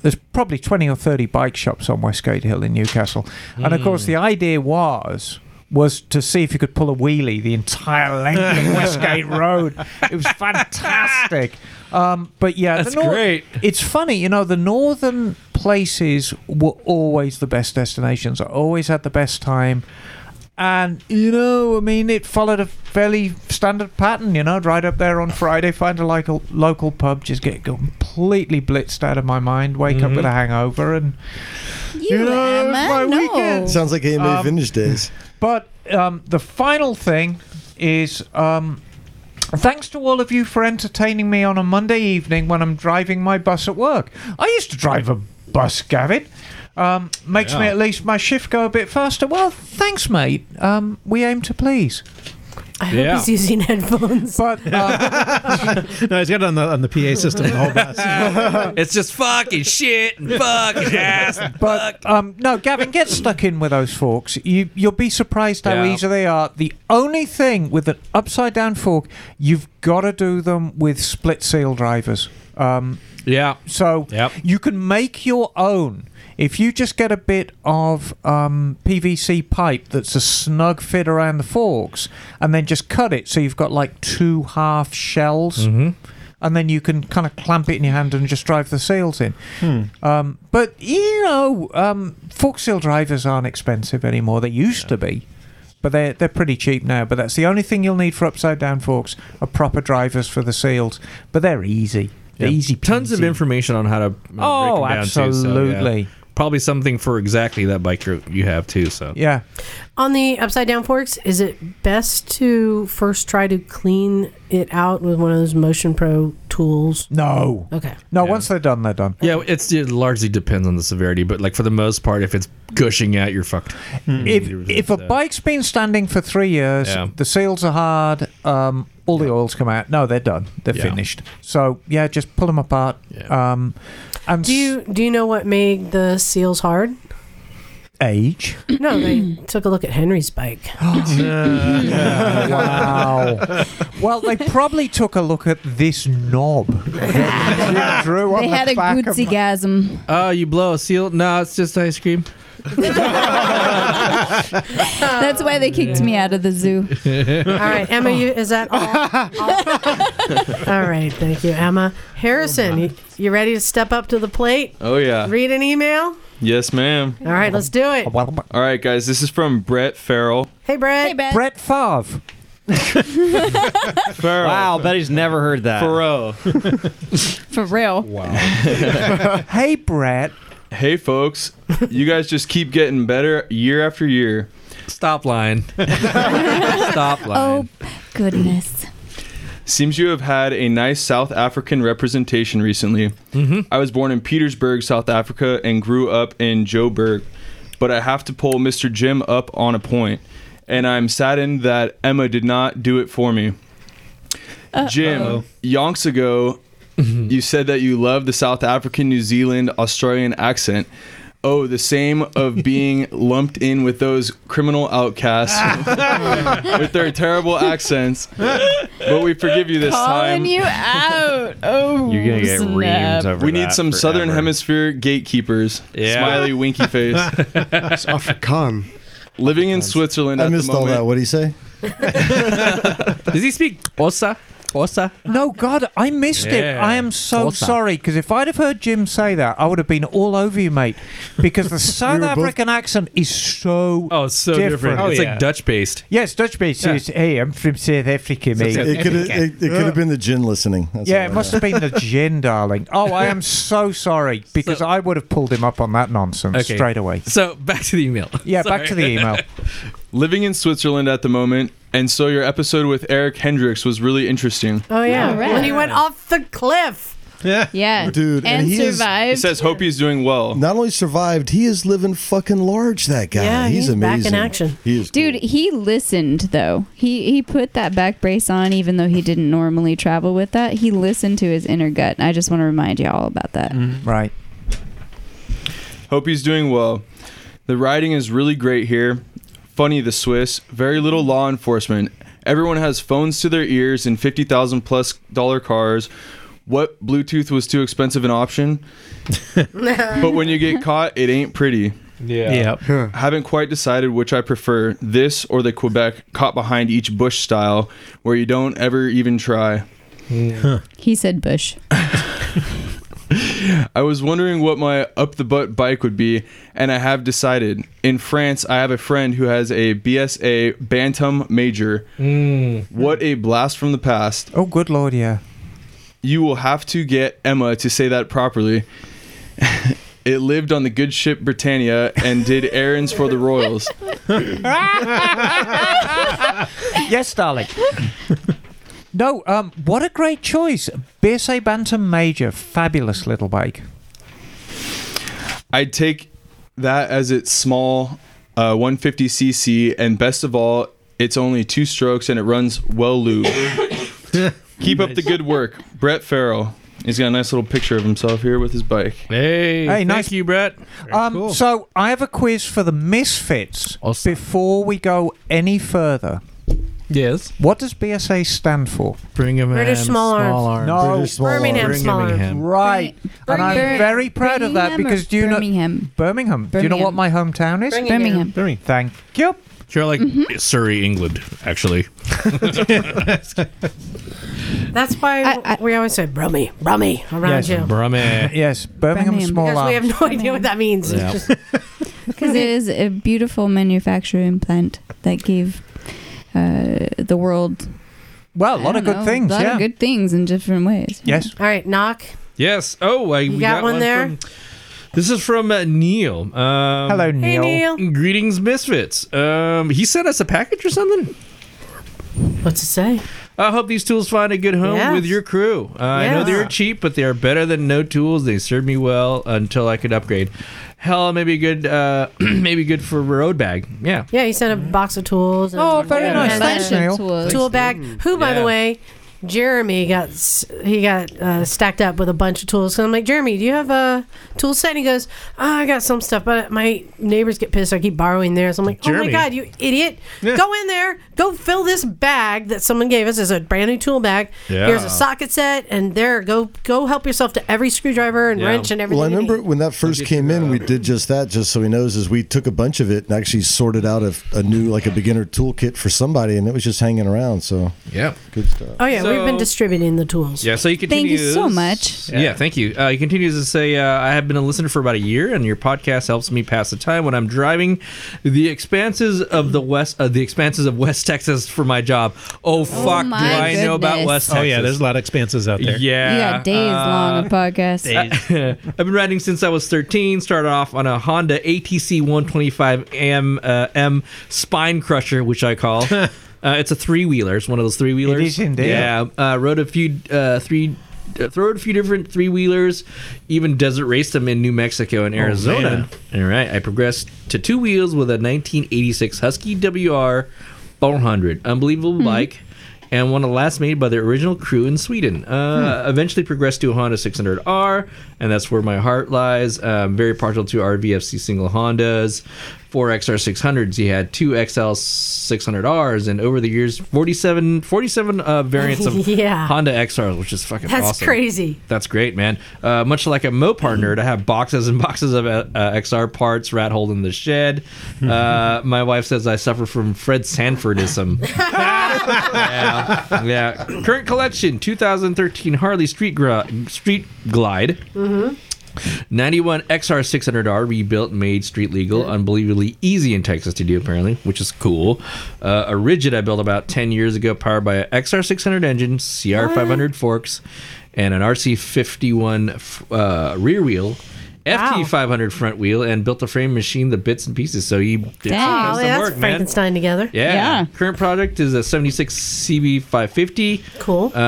S4: There's probably 20 or 30 bike shops on Westgate Hill in Newcastle. And of course,
S13: Mm.
S4: the idea was was to see if you could pull a wheelie the entire length of Westgate Road. It was fantastic. Um, but yeah,
S3: That's
S4: the nor-
S3: great.
S4: It's funny, you know, the northern places were always the best destinations. I always had the best time. And you know, I mean, it followed a fairly standard pattern. You know, I'd ride up there on Friday, find a local local pub, just get completely blitzed out of my mind, wake up
S3: Mm-hmm.
S4: with a hangover, and
S11: You,
S4: know,
S11: Emma,
S4: it's Uh, my
S11: no.
S4: weekend.
S2: Sounds like AMA
S4: Um,
S2: vintage days.
S4: But um, the final thing is um, thanks to all of you for entertaining me on a Monday evening when I'm driving my bus at work. I used to drive a bus, Gavin. Um, makes me
S3: Yeah.
S4: at least my shift go a bit faster. Well, thanks, mate. Um, we aim to please.
S10: I hope he's using headphones.
S4: But uh,
S13: no, he's got it on the on the PA system the whole bus.
S7: it's just fucking shit and fucking ass. And
S4: but um, no, Gavin, get stuck in with those forks. You you'll be surprised how
S7: Yeah.
S4: easy they are. The only thing with an upside down fork, you've got to do them with split seal drivers. Um,
S7: yeah.
S4: So you can make your own. If you just get a bit of um, PVC pipe that's a snug fit around the forks, and then just cut it so you've got like two half shells,
S7: Mm-hmm.
S4: and then you can kind of clamp it in your hand and just drive the seals in.
S7: Hmm.
S4: Um, but you know, um, fork seal drivers aren't expensive anymore. They used to be, but they're they're pretty cheap now. But that's the only thing you'll need for upside down forks are proper drivers for the seals. But they're easy. They're
S7: Yeah.
S4: easy.
S7: Tons of
S4: peasy.
S7: information on how to. uh,
S4: Oh,
S7: break 'em down, too, so, yeah.
S4: absolutely.
S7: Probably something for exactly that bike you you have too. So
S4: Yeah.
S10: On the upside down forks, is it best to first try to clean it out with one of those Motion Pro tools?
S4: No.
S10: Okay.
S4: No, once they're done, they're done.
S7: Yeah, it's it largely depends on the severity, but like for the most part, if it's gushing out, you're fucked.
S4: Hmm. If if a bike's been standing for three years,
S7: Hmm. Yeah.
S4: the seals are hard. Um, all the oils come out. No, they're done. They're
S7: Yeah.
S4: finished. So yeah, just pull them apart. Um, and
S10: Do you do you know what made the seals hard?
S4: age.
S10: No, they took a look at Henry's bike.
S4: wow. Well, they probably took a look at this knob. that you drew on
S11: They
S4: the
S11: had a
S4: back of my-
S11: gootsygasm.
S7: Oh, you blow a seal? No, it's just ice cream.
S11: That's why they kicked me out of the zoo.
S10: All right, Emma, you, is that all? all? all right, thank you, Emma. Harrison, you, you ready to step up to the plate?
S14: Oh yeah.
S10: Read an email?
S14: Yes, ma'am.
S10: All right, let's do it.
S14: All right, guys. This is from Brett Farrell.
S10: Hey, Brett. Hey,
S4: Brett Favre.
S14: Farrell.
S8: Wow, bet he's never heard that.
S14: Farrell.
S11: For real.
S4: hey, Brett.
S14: Hey, folks. You guys just keep getting better year after year.
S7: Stop lying. Stop
S11: Oh, goodness.
S14: Seems you have had a nice South African representation recently. Mm-hmm. I was born in Petersburg, South Africa, and grew up in Joburg, but I have to pull Mr. Jim up on a point, and I'm saddened that Emma did not do it for me. Jim, yonks ago, you said that you love the South African, New Zealand, Australian accent. Oh, the same of being lumped in with those criminal outcasts with their terrible accents. But we forgive you this
S11: Calling
S14: time.
S11: you out. Oh,
S14: You're gonna
S11: get snap. reamed over
S14: We need
S11: that
S14: some Southern Hemisphere gatekeepers. Smiley, winky face.
S5: Afrikaan.
S14: Living in Switzerland.
S2: I
S14: at the
S2: missed all
S14: moment-
S2: that. What do you say?
S7: Does he speak Osa? Osa?
S4: No, God, I missed it.
S7: Yeah.
S4: I am so
S7: Awesome.
S4: sorry because if I'd have heard Jim say that, I would have been all over you, mate. Because the South
S7: both-
S4: African accent is so
S7: Oh, it's so different.
S4: Oh,
S7: it's
S4: yeah.
S7: like Dutch based.
S4: Yes, Dutch based.
S7: Yeah.
S4: is, Hey, I'm from South Africa, mate.
S2: It could have it, it could have been the gin listening. That's
S4: yeah,
S2: all
S4: it
S2: I
S4: must
S2: know.
S4: have been the gin, darling. Oh, I am so sorry because I would have pulled him up on that nonsense
S14: Okay.
S4: straight away.
S7: So back to the email.
S4: Yeah, back to the email.
S14: Living in Switzerland at the moment, and so your episode with Eric Hendricks was really interesting.
S10: Oh, yeah.
S11: All right.
S10: When he went off the cliff.
S14: Yeah.
S11: Yeah.
S2: Dude, and
S11: and,
S2: and he is-
S11: survived.
S14: He says, hope he's doing well.
S2: Not only survived, he is living fucking large. That guy.
S11: Yeah,
S2: he's,
S11: he's back in
S2: amazing.
S11: action.
S2: He is.
S11: Dude, he listened though. He he put that back brace on, even though he didn't normally travel with that. He listened to his inner gut. I just want to remind you all about that.
S4: Mm-hmm. Right.
S14: Hope he's doing well. The riding is really great here. Funny, the Swiss. Very little law enforcement. Everyone has phones to their ears in 50,000 plus dollar cars. What Bluetooth was too expensive an option? but when you get caught, it ain't pretty.
S13: Yeah. Yep.
S14: Haven't quite decided which I prefer, this or the Quebec caught behind each bush style where you don't ever even try.
S11: He said Bush.
S14: I was wondering what my up the butt bike would be, and I have decided. In France, I have a friend who has a BSA Bantam Major. What a blast from the past.
S4: Oh, good lord, yeah.
S14: You will have to get Emma to say that properly. it lived on the good ship Britannia and did errands for the royals.
S4: yes, darling. No, um, what a great choice. BSA Bantam Major, fabulous little bike.
S14: I'd take that as its small uh, 150cc, and best of all, It's only two strokes and it runs well lubed. Keep up the good work, Brett Farrell. He's got a nice little picture of himself here with his bike.
S3: Hey,
S4: Hey, nice
S3: you, Brett.
S4: Um, So I have a quiz for the misfits before we go any further.
S3: Yes.
S4: What does BSA stand for?
S3: Birmingham
S10: British small arms.
S4: No,
S10: British small Birmingham arms. small arms. Birmingham.
S4: Right. And I'm
S10: Bir-
S4: very proud of that
S10: Birmingham or
S4: because do you know
S11: Birmingham?
S4: Birmingham. Do you know what my hometown is?
S10: Birmingham. Birmingham.
S4: Thank you.
S3: You're like
S10: Mm-hmm.
S3: Surrey, England, actually.
S10: That's why we always say Brummy, Brummy around
S4: Yes.
S10: you.
S3: Brummy.
S4: Yes, Birmingham
S11: Birmingham.
S4: small
S10: because we
S4: arms.
S10: have no idea what that means. It's
S4: Yeah.
S10: just-
S11: because it is a beautiful manufacturing plant that gave uh, the world
S4: well
S11: a
S4: lot of good things,
S11: a lot
S4: yeah.
S11: of good things in different ways.
S4: Yes.
S10: All right, knock.
S3: Yes. Oh, I, we
S10: got one there?
S3: From, this is from uh, Neil. Um, Hello,
S10: Neil. Neil.
S3: Greetings, misfits. Um, he sent us a package or something.
S10: What's it say?
S3: I hope these tools find a good home
S10: Yes.
S3: with your crew. Uh, I know
S10: Yes.
S3: they're cheap, but they are better than no tools. They served me well until I could upgrade. Hell, maybe good. Uh, maybe good for road bag. Yeah.
S10: Yeah, he sent a box of tools. And
S4: Oh, very nice.
S10: and
S4: Thanks,
S10: a
S4: Neil.
S10: Tool bag. Who, by
S3: Yeah.
S10: the way, Jeremy got s- he got uh, stacked up with a bunch of tools. So I'm like, Jeremy, do you have a tool set? And he goes, oh, I got some stuff, but my neighbors get pissed. So I keep borrowing theirs. I'm like, oh
S3: Jeremy.
S10: my god, you idiot! Go in there, go fill this bag that someone gave us as a brand new tool bag.
S2: Yeah.
S10: Here's a socket set, and there, go go help yourself to every screwdriver and wrench and everything.
S2: Well, I
S10: you
S2: remember when that first came in, we did just that. Just so he knows, is we took a bunch of it and actually sorted out a, a new like a beginner toolkit for somebody, and it was just hanging around. So
S3: Yeah.
S2: good stuff.
S10: need. Oh yeah, we've been
S3: So-
S10: distributing the tools.
S3: Yeah, so you
S11: Thank
S3: continues.
S11: you so much.
S3: Yeah, thank you. Uh, he continues to say, uh, I have been a listener for about a year, and your podcast helps me pass the time when I'm driving the expanses of the West, uh, the expanses of West Texas for my job. Oh fuck, do
S11: my
S3: I know about
S11: goodness.
S3: West?
S13: Oh
S3: Texas?
S13: yeah, there's a lot of expanses out there.
S11: You
S3: Yeah, Uh,
S11: got days long of podcast.
S3: I've been riding since I was 13. Started off on a Honda ATC 125 M uh, M Spine Crusher, which I call. uh, it's a three wheeler. It's one of those three wheelers.
S4: is indeed.
S3: Yeah, uh, rode a few uh, three. uh, Rode a few different three wheelers, even desert raced them in New Mexico
S10: Oh,
S3: and Arizona. All right, I progressed to two wheels with a 1986 Husky WR 400, unbelievable
S10: Mm-hmm.
S3: bike, and one of the last made by the original crew in Sweden. Uh,
S10: Hmm.
S3: Eventually progressed to a Honda 600R, and that's where my heart lies. Um, very partial to RVFC single Hondas, four XR 600s. He had two XL 600Rs, and over the years, 47, 47 uh, variants of
S10: Yeah.
S3: Honda XRs, which is fucking
S10: That's
S3: awesome.
S10: crazy.
S3: That's great, man. Uh, much like a Mopar nerd, I have boxes and boxes of uh, uh, XR parts, rat hole in the shed. Uh, my wife says I suffer from Fred Sanfordism. yeah, yeah. Current collection: 2013 Harley Street Gri- Street Glide.
S9: Mm-hmm.
S3: 91 XR600R rebuilt, made street legal, unbelievably easy in Texas to do, apparently, which is cool. Uh, a Rigid I built about 10 years ago, powered by an XR600 engine, CR500 forks, and an RC51 f- uh, rear wheel. FT500 front wheel and built a frame machine, the bits and pieces. So you did
S10: Wow,
S3: some
S10: Oh, that's
S3: work, man.
S10: Frankenstein together.
S3: Yeah. Current product is a 76 CB550.
S10: Cool.
S3: Uh,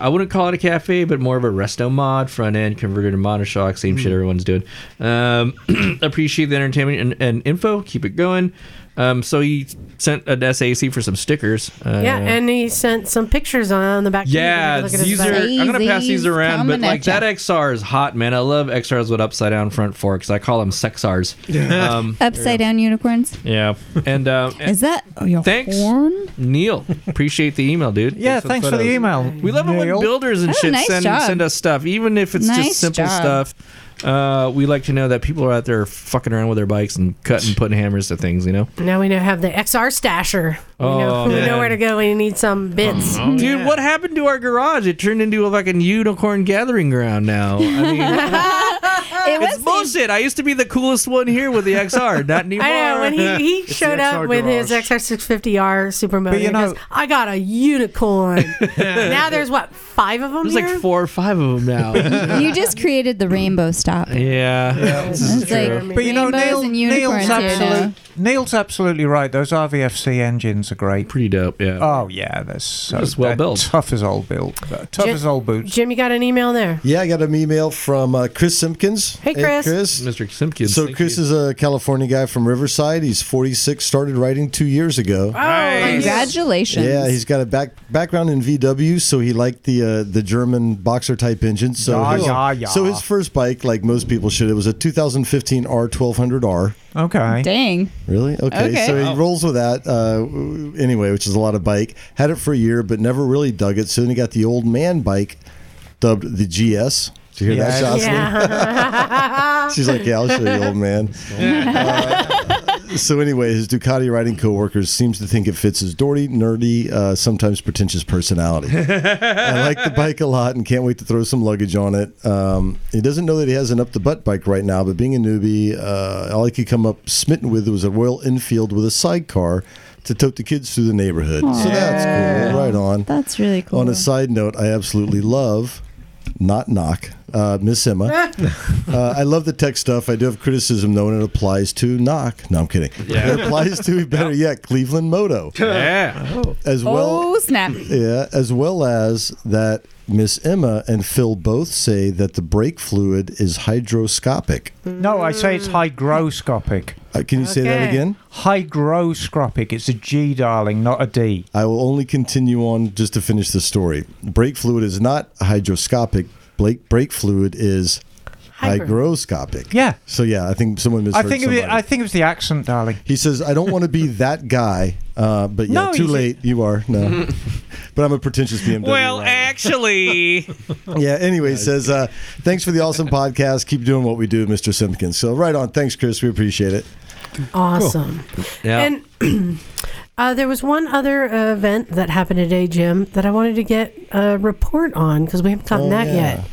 S3: I wouldn't call it a cafe, but more of a resto mod, front end converted to monoshock, same shit everyone's doing. Um, appreciate the entertainment and, and info. Keep it going. Um, so he sent an SAC for some stickers. Uh,
S10: yeah, and he sent some pictures on the back.
S3: yeah, these are. I'm gonna pass these around, but like that XR is hot, man. I love XRs with upside down front forks. I call them sexars. Um,
S11: Upside down unicorns.
S3: yeah, and um,
S11: Is that your
S3: Thanks,
S11: horn?
S3: Neil. Appreciate the email, dude.
S4: Yeah, thanks for the
S3: photos.
S4: email.
S3: We love it when builders and
S4: Oh,
S3: shit
S4: nice
S3: send
S4: job.
S3: send us stuff, even if it's
S4: Nice
S3: just simple
S4: job.
S3: stuff. Uh, we like to know that people are out there fucking around with their bikes and cutting, putting hammers to things. You know,
S10: Now we know have the XR stasher. we know,
S3: Oh,
S10: we
S3: man. Oh,
S10: know where to go when you need some bits.
S3: dude, what happened to our garage? It turned into a fucking unicorn gathering ground now. Oh, I mean.
S11: it
S3: It's bullshit. I used to be the coolest one here with the XR, not anymore.
S10: I know when he, he showed up with his XR650R Supermoto.
S3: But you
S10: he goes,
S3: know-
S10: I got a unicorn. now there's what five of them
S3: There's
S10: here.
S3: like four or five of them now.
S11: you just created the rainbow stop.
S3: yeah, this is
S11: It's like
S3: true.
S11: rainbows
S4: Neil-
S11: and
S4: Neil's
S11: unicorns here now.
S4: absolute Neil's absolutely right. Those RVFC engines are great.
S7: Pretty dope, yeah.
S4: Oh yeah, they're so
S7: Just well
S4: they're
S7: built.
S4: tough as old built, but tough
S10: Jim-
S4: as old boots.
S10: Jim, you got an email there.
S2: Yeah, I got an email from uh, Chris Simpkins.
S10: Hey, Chris.
S7: Mr. Simpkins.
S2: So Chris is a California guy from Riverside. He's 46. Started writing two years ago.
S10: Oh,
S11: Congratulations.
S2: Yeah, he's got a back background in VW, so he liked the uh, the German boxer type engine. So
S4: Yeah,
S2: his,
S4: yeah, yeah.
S2: so his first bike, like most people should, it was a 2015 R 1200R.
S4: Okay.
S11: Dang.
S2: Really? Okay.
S11: Okay.
S2: So he
S11: Wow.
S2: rolls with that uh, anyway, which is a lot of bike. Had it for a year, but never really dug it. So then he got the old man bike, dubbed the GS. Did you hear that, Jocelyn?
S10: Yeah.
S2: She's like, yeah, I'll show you, old man. Uh, so anyway, his Ducati riding coworkers seems to think it fits his dorky, nerdy, uh, sometimes pretentious personality. I like the bike a lot and can't wait to throw some luggage on it. Um, he doesn't know that he has an up the butt bike right now, but being a newbie, uh, all he could come up smitten with was a Royal Enfield with a sidecar to tote the kids through the neighborhood. So that's cool. Right on.
S11: That's really cool.
S2: On a side note, I absolutely love, not knock, uh, Miss Emma. uh, I love the tech stuff. I do have criticism though, and it applies to knock. No, I'm kidding.
S7: Yeah.
S2: It applies to better yet, Cleveland Moto.
S7: Yeah.
S2: As well.
S11: oh snap!
S2: Yeah, as well as that Miss Emma and Phil both say that the brake fluid is hydroscopic.
S4: No, I say it's hygroscopic.
S2: Uh, can you say that
S4: Okay.
S2: again?
S4: Hygroscopic. It's a G, darling, not a D.
S2: I will only continue on just to finish the story. Brake fluid is not hydroscopic. Brake brake fluid is hygroscopic.
S4: Yeah.
S2: So yeah, I think someone
S4: I
S2: misheard
S4: think it was,
S2: somebody.
S4: I think it was the accent, darling.
S2: He says, "I don't want to be that guy," uh, but yeah,
S4: No,
S2: too
S4: he's-
S2: late. You are no, but I'm a pretentious BMW.
S12: Well,
S2: rider.
S12: actually.
S2: yeah. Anyway, he says, uh, "Thanks for the awesome podcast. Keep doing what we do, Mr. Simpkins." So right on. Thanks, Chris. We appreciate it.
S10: Awesome. And uh, there was one other uh, event that happened today, Jim, that I wanted to get a report on because we haven't gotten
S2: Oh,
S10: that
S2: yeah.
S10: yet.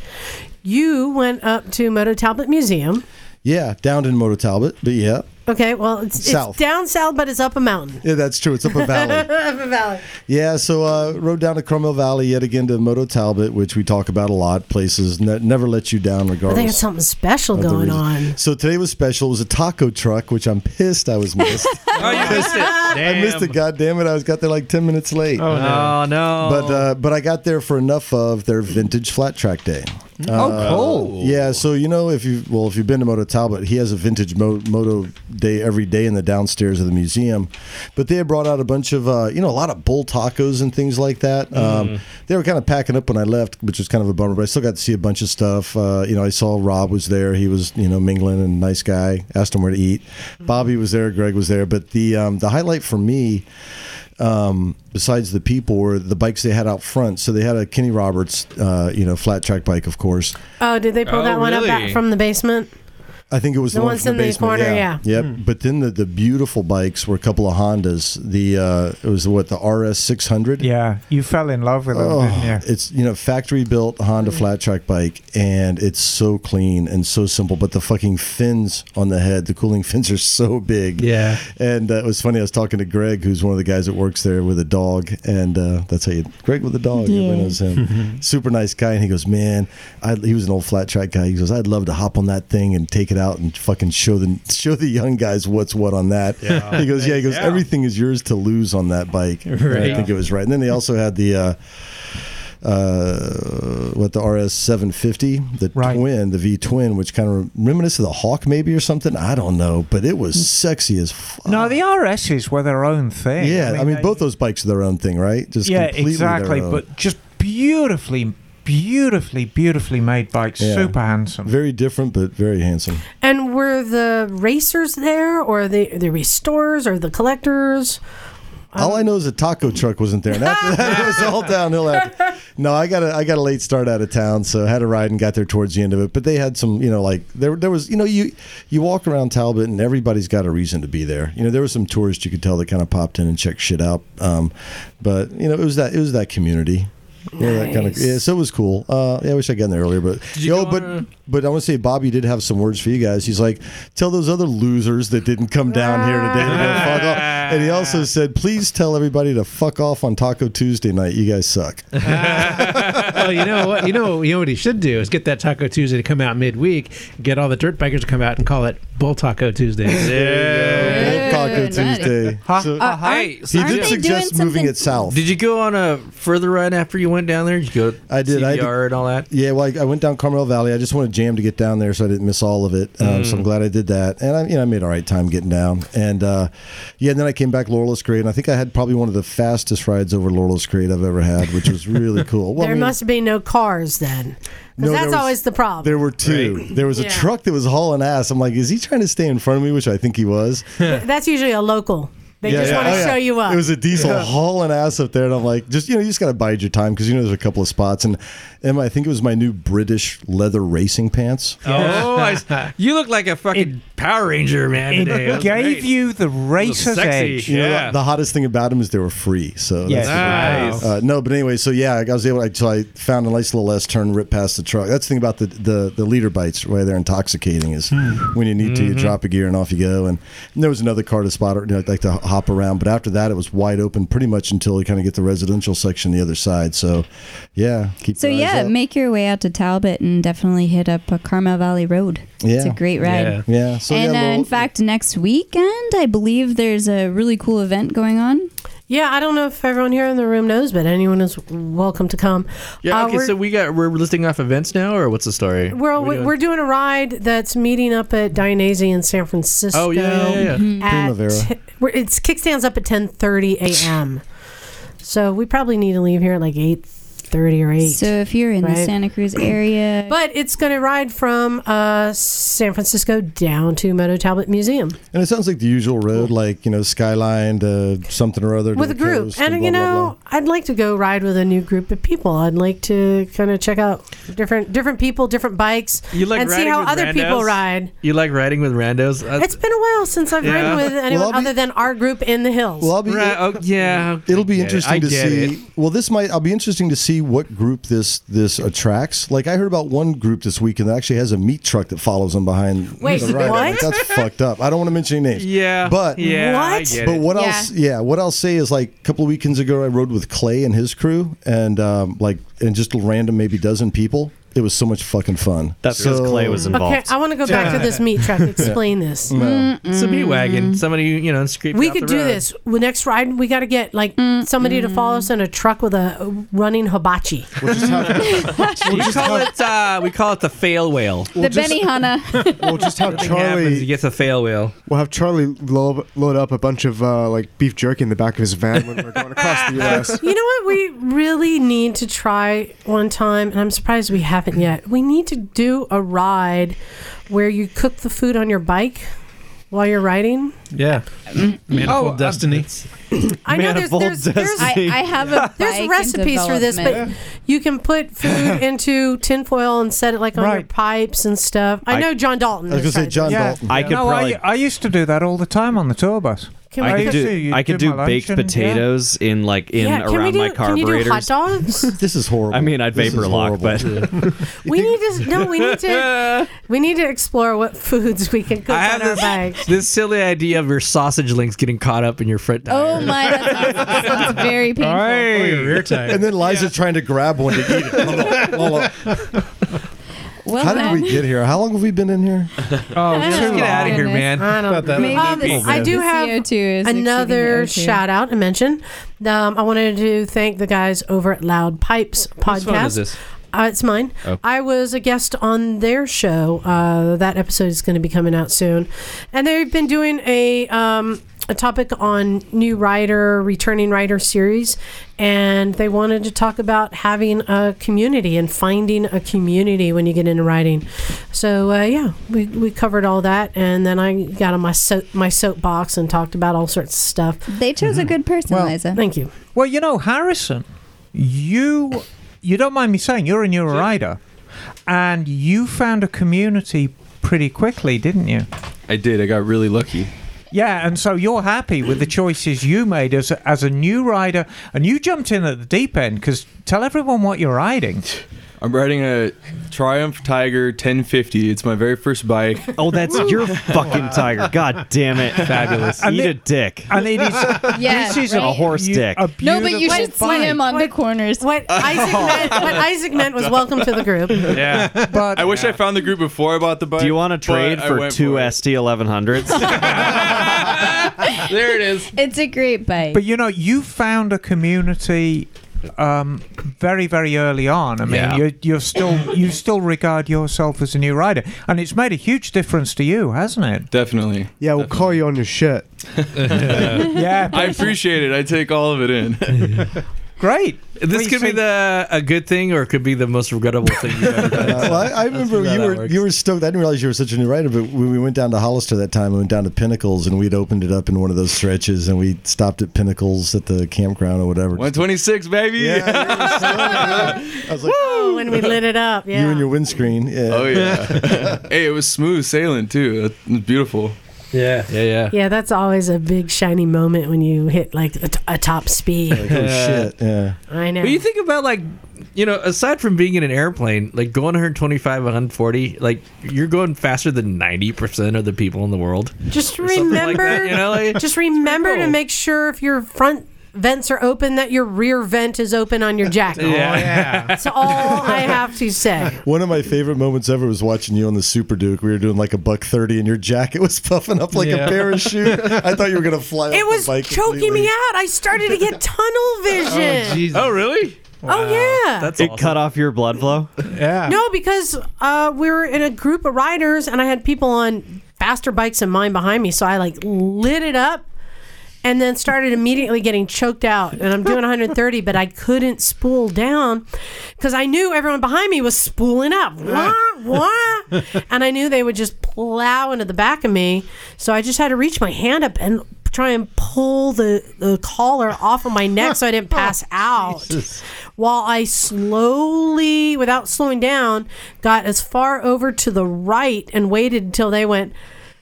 S10: You went up to Moto Talbot Museum.
S2: yeah, down in Moto Talbot, but yeah,
S10: Okay, well, it's,
S2: South.
S10: it's down south, but it's up a mountain.
S2: yeah, that's true. It's up a valley.
S10: up a valley.
S2: Yeah, so uh, rode down to Cromwell Valley yet again to Moto Talbot, which we talk about a lot. Places ne- never let you down,
S10: I
S2: regardless.
S10: think it's something special
S2: of the
S10: going
S2: reason.
S10: on.
S2: So today was special. It was a taco truck, which I'm pissed I was missed. I Oh, missed it. God damn it! I was got there like ten minutes late.
S7: Oh, no. Oh, no.
S2: But uh, but I got there for enough of their vintage flat track day.
S7: Oh,
S2: Uh,
S7: cool.
S2: Yeah, so you know if you well if you've been to Moto Talbot, he has a vintage mo- moto day every day in the downstairs of the museum. But they had brought out a bunch of uh, you know a lot of bull tacos and things like that.
S7: Mm.
S2: Um, they were kind of packing up when I left, which was kind of a bummer. But I still got to see a bunch of stuff. Uh, you know, I saw Rob was there. He was you know mingling and nice guy. Asked him where to eat.
S10: Mm-hmm.
S2: Bobby was there. Greg was there. But the um, the highlight for me um, besides the people were the bikes they had out front. So they had a Kenny Roberts, uh, you know, flat track bike, of course.
S10: Oh, did they pull
S2: Oh,
S10: that one up
S2: really?
S10: back from the basement?
S2: I think it was the,
S10: The
S2: one
S10: ones
S2: from
S10: in
S2: the
S10: the
S2: basement.
S10: corner, yeah. Mm.
S2: Yep. But then the, the beautiful bikes were a couple of Hondas. The uh, it was what the RS six hundred.
S4: Yeah, you fell in love with them,
S2: Oh,
S4: didn't you?
S2: It's you know factory built Honda flat track bike, and it's so clean and so simple. But the fucking fins on the head, the cooling fins are so big.
S13: Yeah.
S2: And uh, it was funny. I was talking to Greg, who's one of the guys that works there with a dog, and uh, that's how you Greg with a dog. Everybody
S7: Yeah.
S2: knows him. Super nice guy, and he goes, man, I, he was an old flat track guy. He goes, I'd love to hop on that thing and take it out and fucking show the show the young guys what's what on that.
S7: Yeah.
S2: He goes, yeah. He goes, everything is yours to lose on that bike. And I
S7: Right.
S2: think it was right. And then they also had the. Uh, uh, what the RS 750, the twin, the V twin, which kind of reminiscent of the Hawk maybe or something. I don't know, but it was sexy as fuck.
S4: Hmm. No, the RSs were their own thing.
S2: Yeah, I mean,
S4: they-
S2: both those bikes are their own thing, right? Just
S4: yeah,
S2: completely uh, their
S4: exactly.
S2: own.
S4: But just beautifully, beautifully, beautifully made bikes.
S2: Yeah.
S4: Super handsome.
S2: very different, but very handsome.
S10: And were the racers there, or the the restorers, or the collectors?
S2: all I know is the taco truck wasn't there, and after that it was all downhill. After. No, I got a I got a late start out of town, so I had a ride and got there towards the end of it. But they had some, you know, like there there was, you know, you you walk around Talbot and everybody's got a reason to be there. You know, there were some tourists you could tell that kind of popped in and checked shit out. Um, but you know, it was that it was that community. Yeah, that kind of
S7: Nice.
S2: yeah. So it was cool. Uh, yeah, I wish I would gotten there earlier, but you know, but but I want to say Bobby did have some words for you guys. He's like, tell those other losers that didn't come down here today to go fuck off. and he also said, "Please tell everybody to fuck off on Taco Tuesday night. You guys suck."
S13: well, you know what? You know, you know what he should do is get that Taco Tuesday to come out midweek. Get all the dirt bikers to come out and call it Bull Taco Tuesday.
S2: Yeah, Bull Taco Tuesday.
S13: Huh?
S2: So-
S13: Uh,
S3: hey,
S2: he
S3: so did-
S2: did suggest moving it south.
S3: Did you go on a further run after you went down there? Did you go
S2: I did. I
S3: CPR and all that?
S2: Yeah, well, I, I went down Carmel Valley. I just wanted Jam to get down there, so I didn't miss all of it. Um, So I'm
S3: Mm.
S2: glad I did that, and I, you know, I made all right time getting down. And uh, yeah, and then I came back Laurel's Grade, and I think I had probably one of the fastest rides over Laurel's Grade I've ever had, which was really cool. Well, I
S10: there
S2: mean,
S10: must be no cars then,
S2: No,
S10: because
S2: there
S10: that's
S2: was-
S10: always the problem.
S2: There were two. There was a
S10: Yeah.
S2: truck that was hauling ass. I'm like, is he trying to stay in front of me? Which I think he was.
S10: that's usually a local. They
S2: Yeah,
S10: just
S2: yeah.
S10: want to
S2: Oh, yeah.
S10: show you up.
S2: It was a diesel hauling ass up there, and I'm like, just you know, you just gotta bide your time because you know there's a couple of spots, and and I think it was my new British leather racing pants.
S3: Oh, I s you look like a fucking Power Ranger man
S2: it
S3: today. That was
S2: gave
S3: great.
S4: you the racer's
S3: sexy.
S2: You know,
S3: Yeah.
S2: the, the hottest thing about them is they were free. So
S3: Yes.
S2: that's the-
S3: Nice.
S2: uh, no, but anyway, so yeah, I was able. I, so I found a nice little S turn, rip past the truck. That's the thing about the the, the leader bites why they're intoxicating is when you need to,
S3: Mm-hmm.
S2: you
S15: Mhm.
S2: drop a gear and off you go. And, and there was another car to spot or you know, like to hop around, but after that, it was wide open pretty much until you kind of get the residential section the other side. So yeah, keep
S11: So
S2: your eyes
S11: yeah,
S2: up.
S11: make your way out to Talbot and definitely hit up a Carmel Valley Road.
S2: yeah,
S11: It's a great ride.
S2: Yeah, yeah. so
S11: and
S2: yeah,
S11: uh,
S2: Laurel-
S11: in fact, next weekend, I believe there's a really cool event going on.
S10: Yeah, I don't know if everyone here in the room knows, but anyone is welcome to come.
S3: Yeah.
S10: Uh,
S3: Okay.
S10: we're-
S3: So we got we're listing off events now, or what's the story?
S10: We're,
S3: What are we
S10: we're, doing
S3: doing?
S10: a ride that's meeting up at Dionysi in San Francisco.
S3: Oh, yeah, yeah, yeah.
S11: Mm-hmm.
S3: Mhm.
S10: at-
S3: Primavera.
S10: we're- it's kickstands up at 10:30 a.m. so we probably need to leave here at like 8:30 or 8.
S11: So if you're in the Santa Cruz area-
S10: but it's going to ride from uh, San Francisco down to Moto Talbot Museum
S2: and it sounds like the usual road, like you know, skyline to something or other to
S10: with a
S2: the
S10: group.
S2: coast
S10: and you
S2: blah, blah, blah.
S10: know, I'd like to go ride with a new group of people. I'd like to kind of check out different different people, different bikes,
S3: You like
S10: and see
S3: riding
S10: how
S3: with
S10: other people
S3: randos?
S10: ride.
S3: You like riding with randos? That's-
S10: It's been a while since I've
S3: Yeah.
S10: ridden with
S3: Well,
S10: anyone
S3: I'll be-
S10: other than our group in the hills.
S2: Well, I'll be- Right,
S3: oh, yeah.
S2: It'll be
S3: I get it. I
S2: interesting to
S3: get
S2: see.
S3: it.
S2: Well, this might. I'll be interesting to see what group this this attracts. Like I heard about one group this weekend that actually has a meat truck that follows them behind.
S3: Wait,
S2: the ride. I'm like,
S3: what?
S2: that's fucked up. I don't want to mention any names.
S3: Yeah,
S2: but
S3: yeah, I What? get
S2: But
S3: it.
S2: what
S3: Yeah.
S2: else? Yeah, what I'll say is like a couple of weekends ago, I rode with Clay and his crew, and um, like and just a random maybe dozen people. It was so much fucking fun.
S8: That's 'cause Clay was
S10: Okay, I want to go back to this meat truck. Explain this.
S3: It's a meat wagon. Somebody you know scraped.
S10: We
S3: off
S10: could
S3: the
S10: do
S3: road.
S10: this. The next ride, we got to get like somebody to follow us in a truck with a running hibachi.
S3: we call it uh, we call it the fail whale.
S11: the Benihana.
S5: Well, just how Charlie
S3: you get the fail wheel.
S5: We'll have Charlie load, load up a bunch of uh, like beef jerky in the back of his van when we're going across the U.S.
S10: you know what? We really need to try one time, and I'm surprised we haven't yet. We need to do a ride where you cook the food on your bike while you're riding.
S13: Yeah.
S10: Mm-hmm. Oh,
S13: Manifold Destiny.
S10: um, I know there's, there's, there's
S11: I- I have a bike
S10: there's
S11: in
S10: recipes for this, but
S11: development.
S10: you can put food into tinfoil and set it like on your
S4: Right.
S10: pipes and stuff. I,
S4: I-
S10: know John Dalton.
S4: I was
S10: has
S4: gonna say
S10: tried
S4: John
S10: that.
S4: Dalton. I could No, I- probably-
S5: I,
S4: used to do that all the time on the tour bus.
S10: Can
S8: I
S10: we
S8: could
S10: do-
S8: do I could do
S4: my
S8: baked
S4: luncheon, yeah.
S8: potatoes in like in
S10: Yeah, can we
S8: around
S10: do-
S8: my
S10: can you
S8: carburetors.
S10: do hot dogs?
S2: this is horrible.
S8: I mean, I'd
S2: This is
S8: vapor lock,
S2: horrible.
S8: but
S10: We need to no. We need to we need to explore what foods we can cook
S3: I have
S10: on our
S3: this-
S10: bike.
S3: This silly idea of your sausage links getting caught up in your front tire.
S11: Oh my, that sounds- that sounds very painful.
S2: And then Liza trying to grab one to eat it. Hold on, hold on.
S11: Well,
S2: How did we get here? How long have we been in here?
S13: Oh,
S10: Let's
S3: too get long. outta here, man.
S10: I don't
S3: About that
S10: know. Um,
S3: little bit.
S10: I do
S3: The
S10: have another shout out and mention. Um, I wanted to thank the guys over at Loud Pipes podcast.
S3: Whose phone is this?
S10: Uh, it's mine.
S3: Oh.
S10: I was a guest on their show. Uh, that episode is going to be coming out soon, and they've been doing a um, a topic on new writer, returning writer series, and they wanted to talk about having a community and finding a community when you get into writing. So uh, yeah, we, we covered all that, and then I got on my soap my soapbox and talked about all sorts of stuff.
S11: They chose
S3: Mm-hmm.
S11: a good person, Liza.
S10: Thank you.
S4: Well, you know, Harrison, you you don't mind me saying you're a new rider, and you found a community pretty quickly, didn't you?
S14: I did. I got really lucky.
S4: Yeah, and so you're happy with the choices you made as a, as a new rider, and you jumped in at the deep end because tell everyone what you're riding.
S14: I'm riding a Triumph Tiger 1050. It's my very first bike.
S8: Oh, that's your fucking Tiger. God damn it.
S14: Fabulous.
S8: Eat a dick.
S4: I need
S11: Yeah,
S8: This is a
S11: right?
S8: horse dick.
S11: No, but you should see him on the corners.
S10: What
S2: Oh.
S10: Isaac meant, what Isaac meant was welcome to the group.
S14: Yeah.
S4: but
S14: I wish I found the group before I bought the bike.
S8: Do you want to trade
S14: but I
S8: for
S14: went
S8: two ST1100s?
S14: there it is.
S11: It's a great bike.
S4: But you know, you found a community um, very, very early on. I mean,
S11: Yeah.
S4: you're, you're still you still regard yourself as a new rider, and it's made a huge difference to you, hasn't it?
S14: Definitely.
S5: Yeah, we'll call you on your shit.
S4: yeah.
S14: I appreciate it. I take all of it in.
S4: Great.
S3: This could be the a good thing, or it could be the most regrettable thing you've ever done.
S2: Uh, well, I, I remember you were you were stoked. I didn't realize you were such a new writer, but when we went down to Hollister that time, we went down to Pinnacles and we'd opened it up in one of those stretches and we stopped at Pinnacles at the campground or whatever.
S14: 126, baby.
S10: I
S2: was like,
S10: Woo! Oh, when we lit it up, yeah.
S2: You and your windscreen. Yeah.
S14: Oh yeah. hey, it was smooth sailing too. It was beautiful.
S3: Yeah. Yeah. Yeah.
S10: Yeah, that's always a big shiny moment when you hit like a, t- a top speed.
S2: Yeah.
S10: I know.
S3: But you think about like, you know, aside from being in an airplane, like going 125, 140, like you're going faster than 90% of the people in the world.
S10: just
S3: or something like
S10: remember,
S3: that, you know, like,
S10: just remember to make sure if your front vents are open that your rear vent is open on your jacket.
S2: yeah.
S10: That's all I have to say.
S2: One of my favorite moments ever was watching you on the Super Duke. We were doing like a buck thirty, and your jacket was puffing up like
S10: Yeah.
S2: a parachute. I thought you were gonna fly.
S10: It
S2: off
S10: was
S2: the bike
S10: choking me out. I started to get tunnel vision.
S3: Oh, really?
S10: Oh, yeah.
S8: it cut off your blood flow?
S13: Yeah.
S10: No, because uh, we were in a group of riders, and I had people on faster bikes than mine behind me, so I like lit it up, and then started immediately getting choked out. And I'm doing 130, but I couldn't spool down because I knew everyone behind me was spooling up, wah wah, and I knew they would just plow into the back of me. So I just had to reach my hand up and try and pull the, the collar off of my neck so I didn't pass out while I slowly, without slowing down, got as far over to the right and waited until they went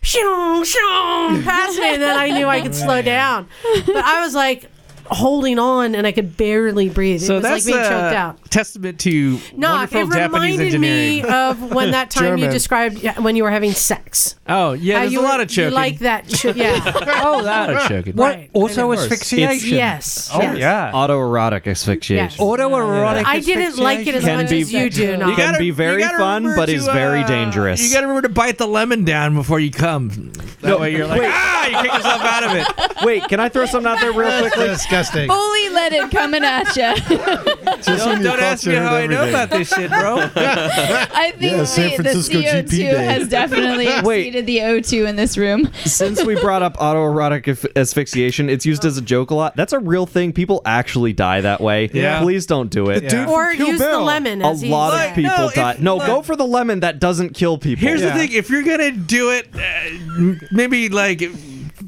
S10: shoo shoo past me, and then I knew I could slow down. But I was like holding on, and I could barely breathe.
S3: So
S10: it was
S3: that's
S10: like being choked
S3: uh,
S10: out.
S3: testament to
S10: No, it
S3: wonderful Japanese
S10: reminded me
S3: engineering.
S10: of when that time you
S3: German.
S10: described yeah, when you were having sex.
S3: Oh yeah,
S10: How
S3: there's
S10: you
S3: a lot
S10: were-
S3: of choking.
S10: You like that? Cho- yeah.
S3: oh, that lot of choking.
S10: What? Right.
S4: Auto
S10: Of course.
S4: asphyxiation.
S10: Yes, Oh, yes.
S8: yeah. Autoerotic
S10: Yes.
S8: asphyxiation.
S4: Autoerotic
S10: I didn't like it as
S8: Can
S10: much
S8: be-
S10: as you do. Now.
S8: Can be very fun, but is very dangerous.
S3: uh, You got to remember to bite the lemon down before you come. That
S8: No,
S3: way you're like,
S8: wait.
S3: ah, you kick yourself out of it.
S8: Wait, can I throw something out there real quickly?
S13: disgusting.
S11: Fully let it coming at you.
S3: Don't, don't ask me how I know about this shit, bro.
S11: I think
S8: Yeah, San
S11: the, the
S8: Francisco
S11: CO2
S8: GP day.
S11: has definitely
S8: Wait.
S11: exceeded the O2 in this room.
S8: Since we brought up autoerotic af- asphyxiation, it's used as a joke a lot. That's a real thing. People actually die that way.
S3: Yeah.
S8: Please don't do it.
S10: or use the lemon.
S8: a
S10: As he
S8: lot
S10: said.
S8: of people die. No, go for the lemon that doesn't kill people.
S3: Here's the thing: if you're gonna do it, uh, m- maybe like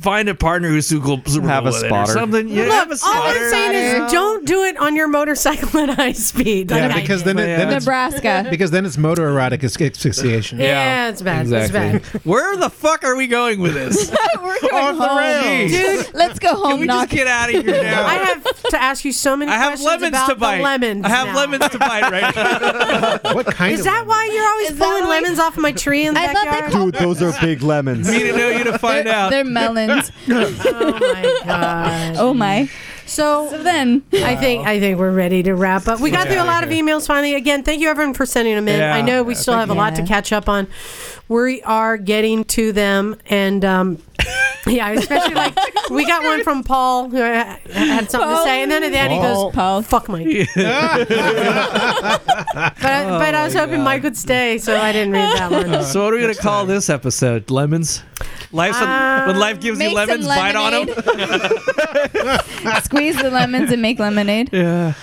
S3: find a partner who's super, super
S8: Have
S3: cool
S8: a
S3: with it
S8: spotter.
S3: or something. Yeah,
S10: Look,
S3: have a
S10: all
S3: spotter.
S10: I'm saying is don't do it on your motorcycle at high speed.
S13: Yeah,
S10: Like I
S13: because
S10: did.
S13: then, it, then it's,
S11: Nebraska.
S13: Because then it's motoerotic as- asphyxiation.
S10: Yeah, Yeah. it's bad, it's Exactly.
S3: Where the fuck are we going with this?
S11: We're going home.
S3: rails.
S11: Dude, let's go home.
S3: Can we just get out of here now?
S10: I have to ask you so many
S3: I have
S10: questions
S3: lemons
S10: about
S3: to bite.
S10: the lemons.
S3: I have
S10: now.
S3: lemons to bite right
S13: what kind
S10: Is that why you're always pulling lemons off my tree in the backyard?
S8: Dude, those are big lemons.
S3: Me to know you to find out.
S11: They're melons.
S10: God.
S11: Oh my.
S10: So,
S11: then
S10: I think I think we're ready to wrap up. We got through a lot of emails finally. Again, thank you everyone for sending them in.
S11: Yeah.
S10: I know we still have a lot to
S11: Yeah.
S10: catch up on. We are getting to them, and um, yeah, especially like we got one from Paul who had had something to
S11: Paul.
S10: say, and then at the end he
S11: Paul.
S10: goes, "Paul, fuck Mike." but I, but
S11: Oh
S10: I was hoping Mike would stay, so I didn't read that one.
S3: so what are we gonna call this episode? Lemons. Life's
S10: Uh,
S3: when life gives you
S11: make some
S3: lemons, bite on them.
S11: Squeeze the lemons and make lemonade.
S3: Yeah.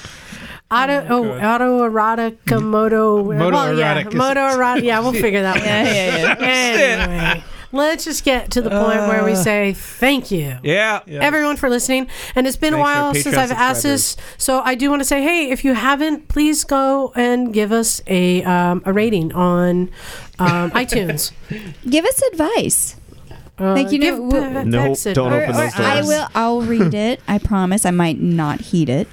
S10: Auto, oh, autoerotic, moto, well, yeah,
S11: Motoerotic is-
S10: motoerotic. Yeah, we'll figure that one.
S11: Yeah, yeah, yeah.
S10: Anyway, let's just get to the point where we say thank you.
S3: Uh, Yeah.
S10: Everyone for listening, and it's been a
S3: Thanks to our
S10: while since
S3: Patreon
S10: I've asked this, so I do want to say, hey, if you haven't, please go and give us a um, a rating on um, iTunes.
S11: Give us advice.
S10: Uh,
S11: like you
S10: give
S11: know, w-
S10: Bex Nope, advice. don't open those
S11: I
S10: doors.
S11: will. I'll read it. I promise. I might not heed it.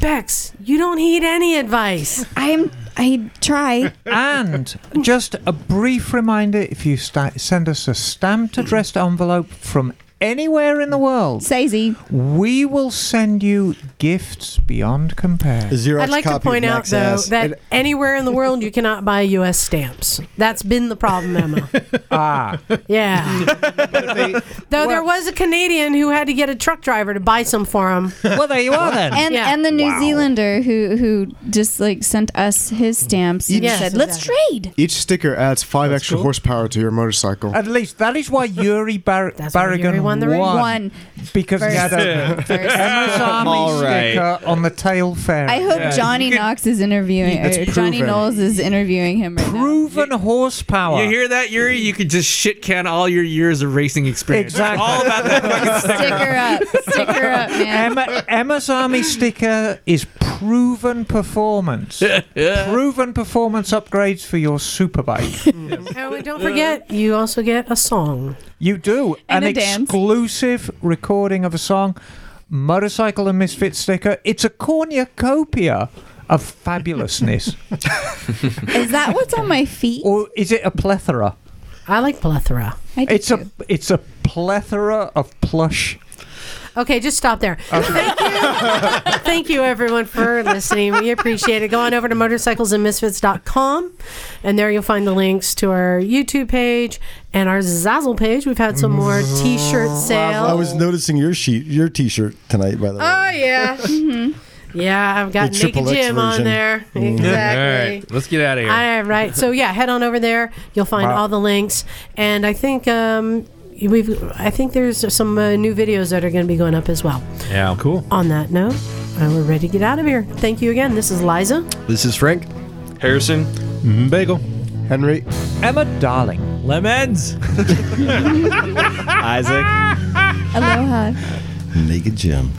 S10: Bex, you don't need any advice.
S11: I'm. I try.
S4: and just a brief reminder if you sta send us a stamped addressed envelope from anywhere in the world,
S11: Sazy,
S4: we will send you gifts beyond compare.
S10: I'd like to point out, though, that anywhere in the world you cannot buy U.S. stamps. That's been the problem, Emma.
S4: ah,
S10: Yeah. Though there was a Canadian who had to get a truck driver to buy some for him.
S4: Well, there you are then.
S11: and and the New Zealander who who just like sent us his stamps and
S5: Yes,
S11: said, "Let's trade."
S5: Each sticker adds five extra horsepower to your motorcycle.
S4: At least that is why Yuri Bar- Barragan
S5: Yuri won
S4: won,
S5: the ring. Won.
S4: because he had a
S5: First.
S4: Emma's Army
S5: All right.
S4: sticker on the tail fairing.
S11: I hope Johnny Knox is interviewing.
S4: That's
S11: Or Johnny
S4: proven.
S11: Knowles is interviewing him right
S4: Proven horsepower.
S7: You hear that, Yuri? You could just shit can all your years of racing experience.
S4: Exactly.
S7: All about that fucking sticker.
S4: Emma, Emma's Army sticker is proven performance. Proven performance upgrades for your superbike.
S10: Oh, and don't forget, you also get a song.
S4: You do
S10: And
S4: an
S10: a dance.
S4: exclusive recording of a song, motorcycle and misfit sticker. It's a cornucopia of fabulousness.
S11: now. Is that what's on my feet?
S4: or is it a plethora?
S10: I like plethora.
S11: I do
S4: it's a it's a plethora of plush.
S10: Okay, just stop there. Thank you. Thank you, everyone, for listening. We appreciate it. Go on over to motorcyclesandmisfits.com, and there you'll find the links to our YouTube page and our Zazzle page. We've had some more t shirt
S2: I
S10: sales.
S2: was noticing your sheet, your T-shirt tonight, by the way.
S10: Oh, yeah. Mhm. Yeah, I've got
S2: The
S10: Naked
S2: XXX
S10: Jim on
S2: version.
S10: there.
S2: Mm.
S10: Exactly.
S7: Let's get out of here.
S10: All right. So yeah, head on over there. You'll find
S7: Wow.
S10: all the links, and I think um, we've. I think there's some uh, new videos that are going to be going up as well.
S7: Yeah, cool.
S10: On that note, uh, we're ready to get out of here. Thank you again. This is Liza.
S14: This is Frank. Harrison.
S13: Bagel.
S5: Henry.
S4: Emma Darling.
S7: Lemons.
S8: Isaac.
S11: Aloha.
S2: Naked Jim.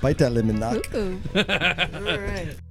S2: Bite that lemon knock.
S11: Ooh.
S9: All right.